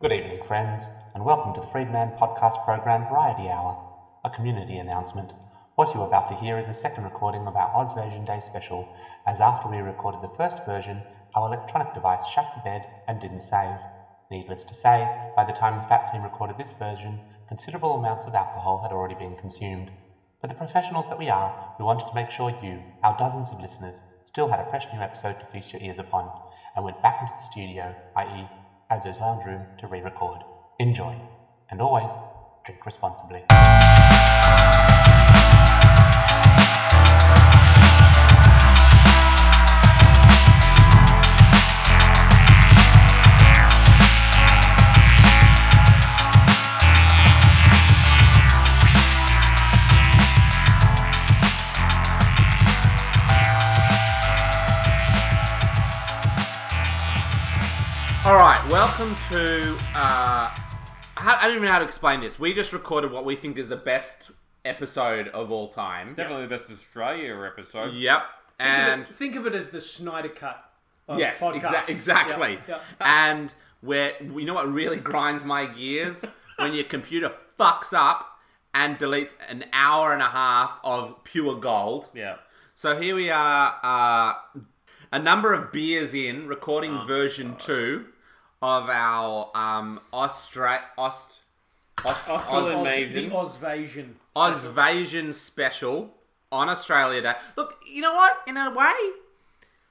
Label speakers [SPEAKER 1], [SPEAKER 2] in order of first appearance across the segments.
[SPEAKER 1] Good evening, friends, and welcome to the Freedman Podcast Program Variety Hour, a community announcement. What you're about to hear is the second recording of our Ausversion Day special, as after we recorded the first version, our electronic device shut the bed and didn't save. Needless to say, by the time the Fat Team recorded this version, considerable amounts of alcohol had already been consumed. But the professionals that we are, we wanted to make sure you, our dozens of listeners, still had a fresh new episode to feast your ears upon, and went back into the studio, i.e., Azo's Lounge Room, to re record. Enjoy, and always drink responsibly.
[SPEAKER 2] All right, welcome to. Uh, how, I don't even know how to explain this. We just recorded what we think is the best episode of all time.
[SPEAKER 3] Definitely the best Australia episode.
[SPEAKER 2] Yep. And
[SPEAKER 4] think of, it, think of it as the Snyder cut. Of
[SPEAKER 2] yes, exa-
[SPEAKER 4] podcasts.
[SPEAKER 2] exactly.
[SPEAKER 4] Yeah, yeah.
[SPEAKER 2] And where you know what really grinds my gears when your computer fucks up and deletes an hour and a half of pure gold.
[SPEAKER 3] Yeah.
[SPEAKER 2] So here we are, uh, a number of beers in, recording
[SPEAKER 4] Oh,
[SPEAKER 2] version two of our um, Austra- Aust- Aust-
[SPEAKER 3] Australian
[SPEAKER 2] Aus-
[SPEAKER 3] made.
[SPEAKER 4] the Ausvasion.
[SPEAKER 2] Ausvasion special on Australia Day. Look, you know what? In a way,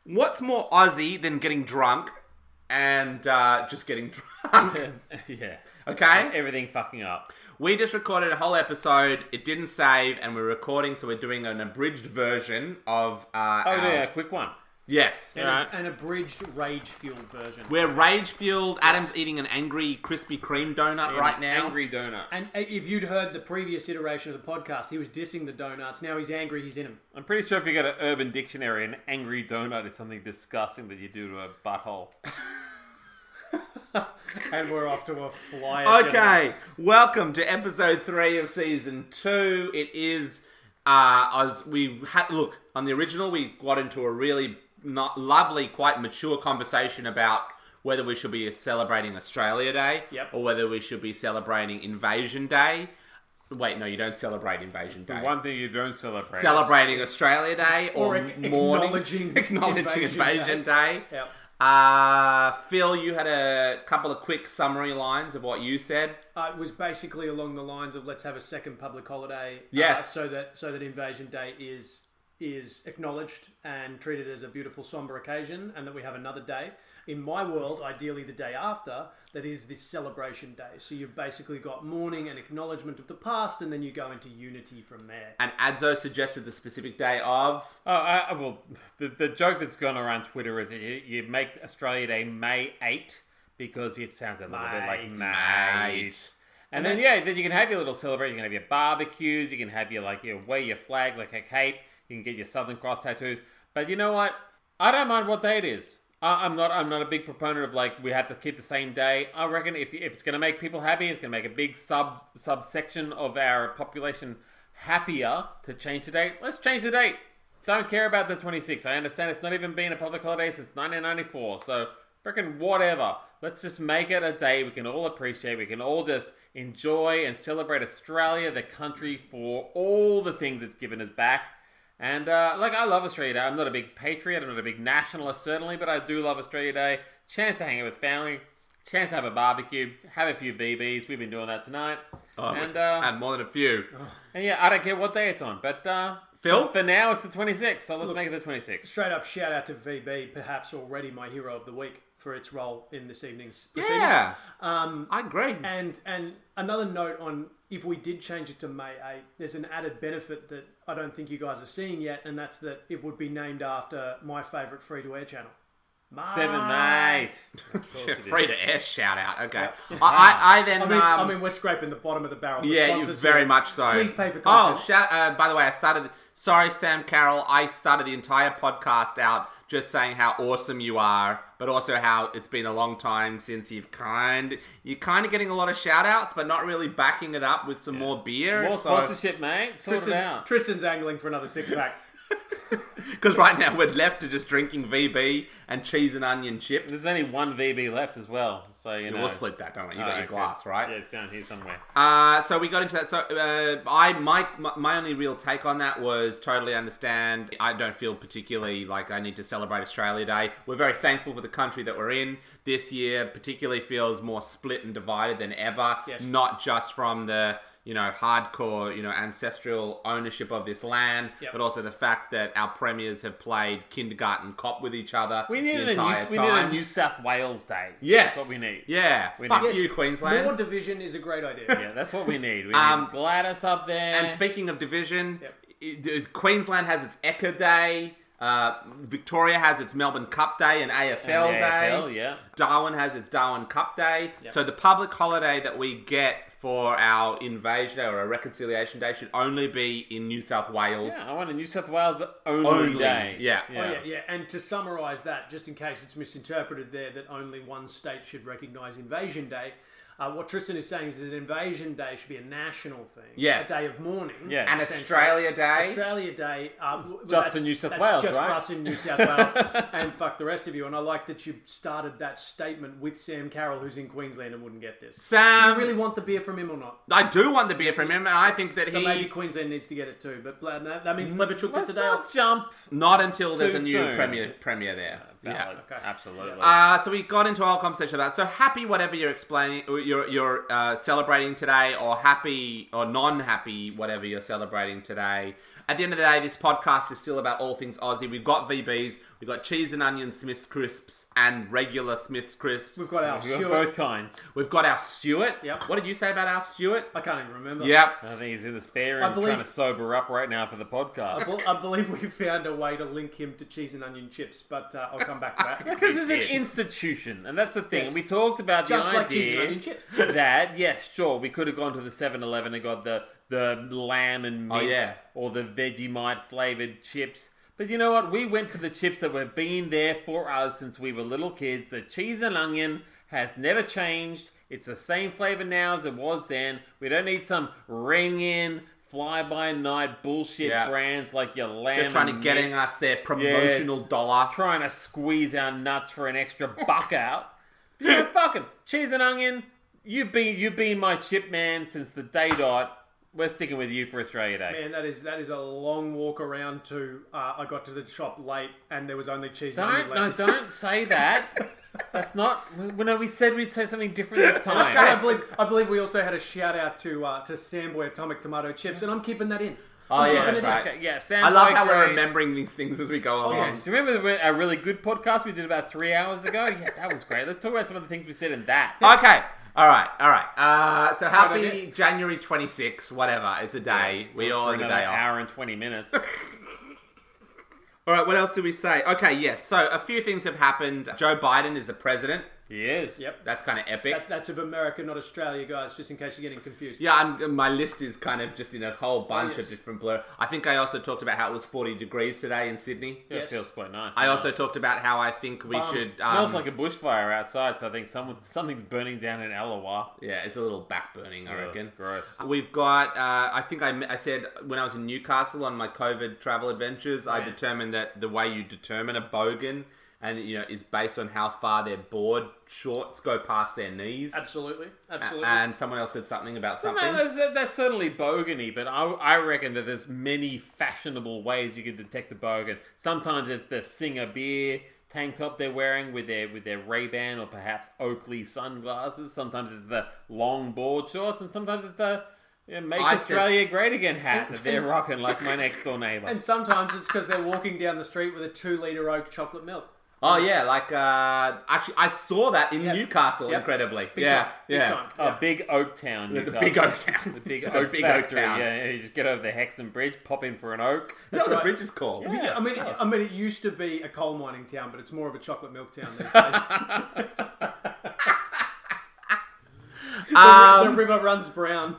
[SPEAKER 2] what's more Aussie than getting drunk and uh, just getting drunk?
[SPEAKER 3] yeah.
[SPEAKER 2] Okay?
[SPEAKER 3] Everything fucking up.
[SPEAKER 2] We just recorded a whole episode. It didn't save, and we're recording, so we're doing an abridged version of. Uh,
[SPEAKER 3] Oh,
[SPEAKER 2] our-
[SPEAKER 3] yeah, a quick one.
[SPEAKER 2] Yes.
[SPEAKER 4] An, an abridged rage fueled version.
[SPEAKER 2] We're rage fueled. Adam's eating an angry Krispy Kreme donut right now.
[SPEAKER 3] Angry Donut.
[SPEAKER 4] and uh, if you'd heard the previous iteration of the podcast, he was dissing the donuts. Now he's angry. He's in them.
[SPEAKER 3] I'm pretty sure if you go to Urban Dictionary, an angry donut is something disgusting that you do to a butthole.
[SPEAKER 4] And we're off to a flyer. gentlemen.
[SPEAKER 2] Okay, welcome to episode three of season two. It is uh, as we had look on the original, we got into a really not lovely, quite mature conversation about whether we should be celebrating Australia Day
[SPEAKER 4] Yep.
[SPEAKER 2] or whether we should be celebrating Invasion Day. Wait, no, you don't celebrate Invasion
[SPEAKER 3] The
[SPEAKER 2] Day.
[SPEAKER 3] one thing you don't celebrate. is-
[SPEAKER 2] celebrating Australia Day or,
[SPEAKER 4] Or ac-
[SPEAKER 2] morning,
[SPEAKER 4] acknowledging
[SPEAKER 2] acknowledging
[SPEAKER 4] Invasion
[SPEAKER 2] Invasion Day.
[SPEAKER 4] Yep.
[SPEAKER 2] Uh, Phil, you had a couple of quick summary lines of what you said.
[SPEAKER 4] Uh, it was basically along the lines of let's have a second public holiday. uh,
[SPEAKER 2] Yes.
[SPEAKER 4] so that so that Invasion Day is is acknowledged and treated as a beautiful somber occasion, and that we have another day. In my world, ideally the day after, that is this celebration day. So you've basically got mourning and acknowledgement of the past, and then you go into unity from there.
[SPEAKER 2] And Adzo suggested the specific day of.
[SPEAKER 3] Oh, I, I- well, the, the joke that's gone around Twitter is that you, you make Australia Day May 8 because it sounds a little bit like
[SPEAKER 4] Mate.
[SPEAKER 3] mate. And, then, yeah, then you can have your little celebration. You can have your barbecues. You can have your, like, your wear your flag like a cape. You can get your Southern Cross tattoos. But you know what? I don't mind what day it is. I, I'm not. I'm not a big proponent of like we have to keep the same day. I reckon if, if it's going to make people happy, it's going to make a big sub subsection of our population happier to change the date. Let's change the date. Don't care about the 26th. I understand it's not even been a public holiday since 1994. So freaking whatever. Let's just make it a day we can all appreciate. We can all just enjoy and celebrate Australia, the country, for all the things it's given us back. And uh, like I love Australia Day. I'm not a big patriot. I'm not a big nationalist certainly, but I do love Australia Day. Chance to hang out with family. Chance to have a barbecue. Have a few VBs. We've been doing that tonight.
[SPEAKER 2] Oh,
[SPEAKER 3] and, uh,
[SPEAKER 2] and more than a few.
[SPEAKER 3] and yeah, I don't care what day it's on, but uh,
[SPEAKER 2] Phil?
[SPEAKER 3] for now it's the 26th. So let's make it the 26th.
[SPEAKER 4] Straight up shout out to VB, perhaps already my hero of the week for its role in this evening's proceedings.
[SPEAKER 2] yeah. Um, I agree.
[SPEAKER 4] And and another note on if we did change it to May 8, there's an added benefit that I don't think you guys are seeing yet, and that's that it would be named after my favourite free to air channel. Mate.
[SPEAKER 2] Ah.
[SPEAKER 3] Seven night.
[SPEAKER 2] Yeah, free to air shout out. Okay. I, I, I then.
[SPEAKER 4] I mean, I
[SPEAKER 2] um,
[SPEAKER 4] mean, we're scraping the bottom of the barrel. for
[SPEAKER 2] yeah, you
[SPEAKER 4] sponsors
[SPEAKER 2] very
[SPEAKER 4] here.
[SPEAKER 2] much so.
[SPEAKER 4] Please pay for
[SPEAKER 2] Oh,
[SPEAKER 4] content.
[SPEAKER 2] shout, uh, by the way, I started. Sorry, Sam Carroll. I started the entire podcast out just saying how awesome you are, but also how it's been a long time since you've kind. You're kind of getting a lot of shout outs, but not really backing it up with some more beer.
[SPEAKER 3] More
[SPEAKER 2] so-
[SPEAKER 3] sponsorship, mate. Sort it
[SPEAKER 4] Tristan,
[SPEAKER 3] out.
[SPEAKER 4] Tristan's angling for another six pack.
[SPEAKER 2] Because right now we're left to just drinking VB and cheese and onion chips.
[SPEAKER 3] There's only one VB left as well, so you know.
[SPEAKER 2] We'll split that, don't we? You
[SPEAKER 3] Oh,
[SPEAKER 2] got your
[SPEAKER 3] okay.
[SPEAKER 2] glass, right?
[SPEAKER 3] Yeah, it's down here somewhere.
[SPEAKER 2] Uh, so we got into that. So uh, I my, my my only real take on that was totally understand. I don't feel particularly like I need to celebrate Australia Day. We're very thankful for the country that we're in this year. Particularly feels more split and divided than ever.
[SPEAKER 4] Yes.
[SPEAKER 2] Not just from the you know hardcore you know ancestral ownership of this land,
[SPEAKER 4] Yep.
[SPEAKER 2] but also the fact that our premiers have played kindergarten cop with each other.
[SPEAKER 3] We
[SPEAKER 2] the
[SPEAKER 3] needed a new,
[SPEAKER 2] entire
[SPEAKER 3] we needed a
[SPEAKER 2] time.
[SPEAKER 3] New South Wales Day.
[SPEAKER 2] Yes,
[SPEAKER 3] that's what we need.
[SPEAKER 2] Yeah,
[SPEAKER 3] We
[SPEAKER 2] fuck
[SPEAKER 3] need-
[SPEAKER 2] you, Queensland.
[SPEAKER 4] More division is a great idea.
[SPEAKER 3] Yeah, that's what we need. We need
[SPEAKER 2] Um,
[SPEAKER 3] Gladys up there.
[SPEAKER 2] And speaking of division,
[SPEAKER 4] Yep.
[SPEAKER 2] it- it- Queensland has its ECA Day. Uh, Victoria has its Melbourne Cup Day and AFL
[SPEAKER 3] And the
[SPEAKER 2] Day.
[SPEAKER 3] AFL, yeah.
[SPEAKER 2] Darwin has its Darwin Cup Day. So the public holiday that we get for our Invasion Day or our Reconciliation Day should only be in New South Wales.
[SPEAKER 3] yeah, I want a New South Wales only,
[SPEAKER 2] Only,
[SPEAKER 3] day.
[SPEAKER 2] yeah.
[SPEAKER 4] Oh, yeah, yeah. And to summarise that, just in case it's misinterpreted there that only one state should recognise Invasion Day, uh, what Tristan is saying is that Invasion Day should be a national thing.
[SPEAKER 2] Yes.
[SPEAKER 4] A day of mourning.
[SPEAKER 3] Yeah.
[SPEAKER 2] And
[SPEAKER 4] essentially.
[SPEAKER 2] Australia Day.
[SPEAKER 4] Australia Day. Uh, w- w-
[SPEAKER 3] Just
[SPEAKER 4] that's-
[SPEAKER 3] for New South
[SPEAKER 4] that's
[SPEAKER 3] Wales,
[SPEAKER 4] just
[SPEAKER 3] right?
[SPEAKER 4] for us in New South Wales. and fuck the rest of you. And I like that you started that statement with Sam Carroll, who's in Queensland and wouldn't get this.
[SPEAKER 2] Sam,
[SPEAKER 4] Do you really want the beer from him or not?
[SPEAKER 2] I do want the beer from him, and I think that
[SPEAKER 4] So
[SPEAKER 2] he
[SPEAKER 4] maybe Queensland needs to get it too. But bla- that, that means Plebichuk gets
[SPEAKER 3] Let's
[SPEAKER 4] a day
[SPEAKER 3] not
[SPEAKER 4] off.
[SPEAKER 3] jump.
[SPEAKER 2] not until there's
[SPEAKER 3] Too
[SPEAKER 2] a new
[SPEAKER 3] soon. Uh,
[SPEAKER 2] premier premier there.
[SPEAKER 3] Valid.
[SPEAKER 2] Yeah.
[SPEAKER 3] Absolutely.
[SPEAKER 2] Uh, so we got into our conversation about so happy whatever you're explaining you're you're uh, celebrating today or happy or non-happy whatever you're celebrating today. At the end of the day, this podcast is still about all things Aussie. We've got VBs, we've got cheese and onion Smith's crisps and regular Smith's crisps.
[SPEAKER 4] We've got Alf
[SPEAKER 3] We've got
[SPEAKER 4] Stewart.
[SPEAKER 3] both kinds.
[SPEAKER 2] We've got Alf Stewart.
[SPEAKER 4] Yep.
[SPEAKER 2] What did you say about Alf Stewart?
[SPEAKER 4] I can't even remember.
[SPEAKER 2] Yep.
[SPEAKER 3] I think he's in the spare room
[SPEAKER 4] believe-
[SPEAKER 3] trying to sober up right now for the
[SPEAKER 4] I,
[SPEAKER 3] podcast.
[SPEAKER 4] bel- I believe we found a way to link him to cheese and onion chips, but uh, I'll come back to that.
[SPEAKER 3] Because it's an
[SPEAKER 2] did.
[SPEAKER 3] institution, and that's the thing.
[SPEAKER 4] Yes.
[SPEAKER 3] We talked about
[SPEAKER 4] Just
[SPEAKER 3] the
[SPEAKER 4] like cheese and
[SPEAKER 3] idea
[SPEAKER 4] onion chips.
[SPEAKER 3] that yes, sure, we could have gone to the 7-Eleven and got the the lamb and mint
[SPEAKER 2] Oh, yeah.
[SPEAKER 3] or the Vegemite flavored chips. But you know what? We went for the chips that have been there for us since we were little kids. The cheese and onion has never changed. It's the same flavor now as it was then. We don't need some ring in, fly by night bullshit
[SPEAKER 2] Yeah.
[SPEAKER 3] brands like your lamb.
[SPEAKER 2] Just trying to
[SPEAKER 3] and mint
[SPEAKER 2] getting us their promotional dollar.
[SPEAKER 3] trying to squeeze our nuts for an extra buck out. But you know, fuck 'em. Cheese and onion. You've been you've been my chip man since the day dot. We're sticking with you for Australia Day.
[SPEAKER 4] Man, that is that is a long walk around to. Uh, I got to the shop late, and there was only cheese and
[SPEAKER 3] Don't
[SPEAKER 4] onion
[SPEAKER 3] no,
[SPEAKER 4] left.
[SPEAKER 3] don't say that. That's not. We, no, we said we'd say something different this time.
[SPEAKER 4] I believe I believe we also had a shout out to uh, to Samboy Atomic Tomato Chips, and I'm keeping that in.
[SPEAKER 2] Oh yeah,
[SPEAKER 4] keeping
[SPEAKER 2] that's
[SPEAKER 4] it
[SPEAKER 2] right.
[SPEAKER 3] Okay, yeah, Sam
[SPEAKER 2] I love
[SPEAKER 3] Boyd
[SPEAKER 2] how we're
[SPEAKER 3] Gray.
[SPEAKER 2] remembering these things as we go along.
[SPEAKER 4] yes.
[SPEAKER 3] Do you remember the- our really good podcast we did about three hours ago? Yeah, that was great. Let's talk about some of the things we said in that.
[SPEAKER 2] Okay. All right. All right. Uh, so
[SPEAKER 4] Right,
[SPEAKER 2] happy
[SPEAKER 4] I
[SPEAKER 2] January 26th, whatever. It's a day. we all
[SPEAKER 3] for
[SPEAKER 2] have a
[SPEAKER 3] another
[SPEAKER 2] day off.
[SPEAKER 3] hour and twenty minutes.
[SPEAKER 2] All right. What else did we say? Okay. Yes. So a few things have happened. Joe Biden is the president.
[SPEAKER 3] yes.
[SPEAKER 4] Yep.
[SPEAKER 2] That's kind of epic.
[SPEAKER 4] That, that's of America, not Australia, guys. Just in case you're getting confused.
[SPEAKER 2] yeah, I'm, my list is kind of just in a
[SPEAKER 3] Oh,
[SPEAKER 2] whole bunch
[SPEAKER 4] yes.
[SPEAKER 2] of different blur. I think I also talked about how it was 40 degrees today in Sydney.
[SPEAKER 3] That
[SPEAKER 4] Yes.
[SPEAKER 3] feels quite nice.
[SPEAKER 2] I also talked about how I think we
[SPEAKER 4] Bum.
[SPEAKER 2] should. Um,
[SPEAKER 3] Smells like a bushfire outside, so I think someone something's burning down in Alawa.
[SPEAKER 2] yeah, it's a little backburning, I
[SPEAKER 3] Ugh,
[SPEAKER 2] reckon.
[SPEAKER 3] Oh, it's gross.
[SPEAKER 2] We've got. Uh, I think I, I said when I was in Newcastle on my COVID travel adventures, I determined that the way you determine a bogan and you know is based on how far their board shorts go past their knees.
[SPEAKER 4] Absolutely, absolutely.
[SPEAKER 2] And someone else said something about
[SPEAKER 3] No,
[SPEAKER 2] something.
[SPEAKER 3] that's, that's certainly bogany, but I, I reckon that there's many fashionable ways you can detect a bogan. Sometimes it's the singer beer tank top they're wearing with their with their Ray Ban or perhaps Oakley sunglasses. Sometimes it's the long board shorts, and sometimes it's the you know, "Make
[SPEAKER 2] I said-
[SPEAKER 3] Australia Great Again" hat that they're rocking like my next door neighbour.
[SPEAKER 4] and sometimes it's because they're walking down the street with a two liter oak chocolate milk.
[SPEAKER 2] oh yeah, like uh, actually, I saw that in
[SPEAKER 4] Yep.
[SPEAKER 2] Newcastle.
[SPEAKER 4] Yep.
[SPEAKER 2] Incredibly,
[SPEAKER 4] Big
[SPEAKER 2] yeah,
[SPEAKER 4] time.
[SPEAKER 2] yeah.
[SPEAKER 4] Big time.
[SPEAKER 3] Oh, big Oak Town.
[SPEAKER 2] There's a
[SPEAKER 3] Newcastle.
[SPEAKER 2] big oak town.
[SPEAKER 3] The big
[SPEAKER 2] It's a
[SPEAKER 3] oak
[SPEAKER 2] big oak
[SPEAKER 3] factory.
[SPEAKER 2] town.
[SPEAKER 3] Yeah, you just get over the Hexham Bridge, pop in for an oak.
[SPEAKER 2] That's what
[SPEAKER 4] right.
[SPEAKER 2] the bridge is called.
[SPEAKER 3] Yeah.
[SPEAKER 4] I mean,
[SPEAKER 3] yes.
[SPEAKER 4] I mean, it used to be a coal mining town, but it's more of a chocolate milk town these days. the, ri-
[SPEAKER 2] Um,
[SPEAKER 4] the river runs brown.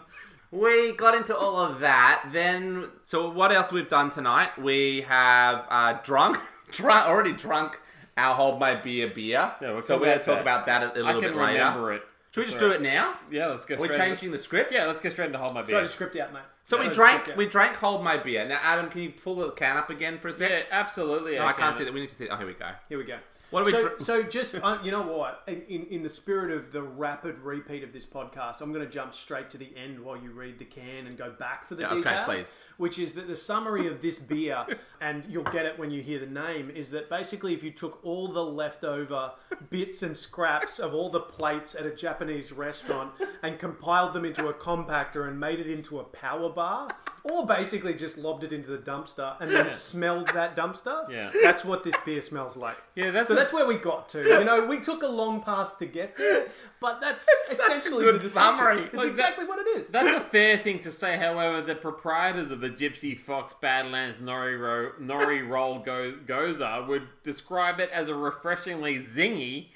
[SPEAKER 2] We got into all of that. Then, so what else we've done tonight? We have uh, drunk, drunk, already drunk our hold my beer beer.
[SPEAKER 3] Yeah, we'll
[SPEAKER 2] so
[SPEAKER 3] come
[SPEAKER 2] we're gonna
[SPEAKER 3] back to
[SPEAKER 2] talk
[SPEAKER 3] that.
[SPEAKER 2] about that a, a
[SPEAKER 3] I
[SPEAKER 2] little
[SPEAKER 3] can
[SPEAKER 2] bit later.
[SPEAKER 3] remember it.
[SPEAKER 2] Should we just do it now?
[SPEAKER 3] Yeah, let's go.
[SPEAKER 2] We're
[SPEAKER 3] straight into-
[SPEAKER 2] changing the script.
[SPEAKER 3] Yeah, let's go straight into hold my beer.
[SPEAKER 4] Throw the script out, mate.
[SPEAKER 2] So
[SPEAKER 4] Throw
[SPEAKER 2] we
[SPEAKER 4] the
[SPEAKER 2] drank.
[SPEAKER 4] script
[SPEAKER 2] We
[SPEAKER 4] out.
[SPEAKER 2] drank hold my beer. Now, Adam, can you pull the can up again for a sec?
[SPEAKER 3] yeah, absolutely.
[SPEAKER 2] No, I can't
[SPEAKER 3] can.
[SPEAKER 2] see that. We need to see. Oh, here we go.
[SPEAKER 4] Here we go.
[SPEAKER 2] What do we
[SPEAKER 4] so,
[SPEAKER 2] dr-
[SPEAKER 4] so just uh, you know what? In, in in the spirit of the rapid repeat of this podcast, I'm going to jump straight to the end while you read the can and go back for the
[SPEAKER 2] Yeah, okay,
[SPEAKER 4] details.
[SPEAKER 2] please.
[SPEAKER 4] Which is that the summary of this beer, and you'll get it when you hear the name, is that basically if you took all the leftover bits and scraps of all the plates at a Japanese restaurant and compiled them into a compactor and made it into a power bar, or basically just lobbed it into the dumpster and then smelled that dumpster,
[SPEAKER 3] Yeah.
[SPEAKER 4] that's what this beer smells like.
[SPEAKER 3] Yeah, that's
[SPEAKER 4] so
[SPEAKER 3] what-
[SPEAKER 4] that's where we got to. You know, we took a long path to get there, but that's
[SPEAKER 2] such a
[SPEAKER 4] essentially
[SPEAKER 2] good
[SPEAKER 4] the description.
[SPEAKER 2] summary.
[SPEAKER 4] It's
[SPEAKER 2] Like that-
[SPEAKER 4] exactly what it is.
[SPEAKER 3] That's a fair thing to say. However, the proprietors of the Gypsy Fox Badlands Nori, Ro- Nori Roll Go- Goza would describe it as a refreshingly zingy,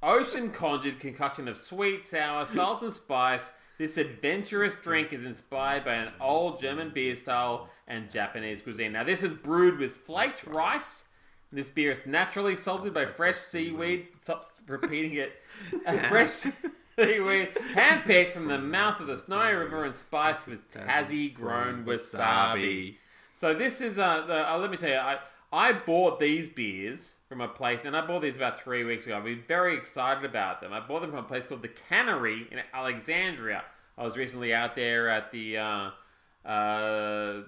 [SPEAKER 3] ocean conjured concoction of sweet, sour, salt, and spice. This adventurous drink is inspired by an old German beer style and Japanese cuisine. Now, this is brewed with flaked rice. and This beer is naturally salted by fresh seaweed. Stop repeating it. fresh seaweed, handpicked from the mouth of the Snowy River and spiced with Tassie grown wasabi. So this is uh, the, uh let me tell you, I I bought these beers from a place, and I bought these about three weeks ago. I've been very excited about them. I bought them from a place called the Cannery in Alexandria. I was recently out there at the. Uh, uh,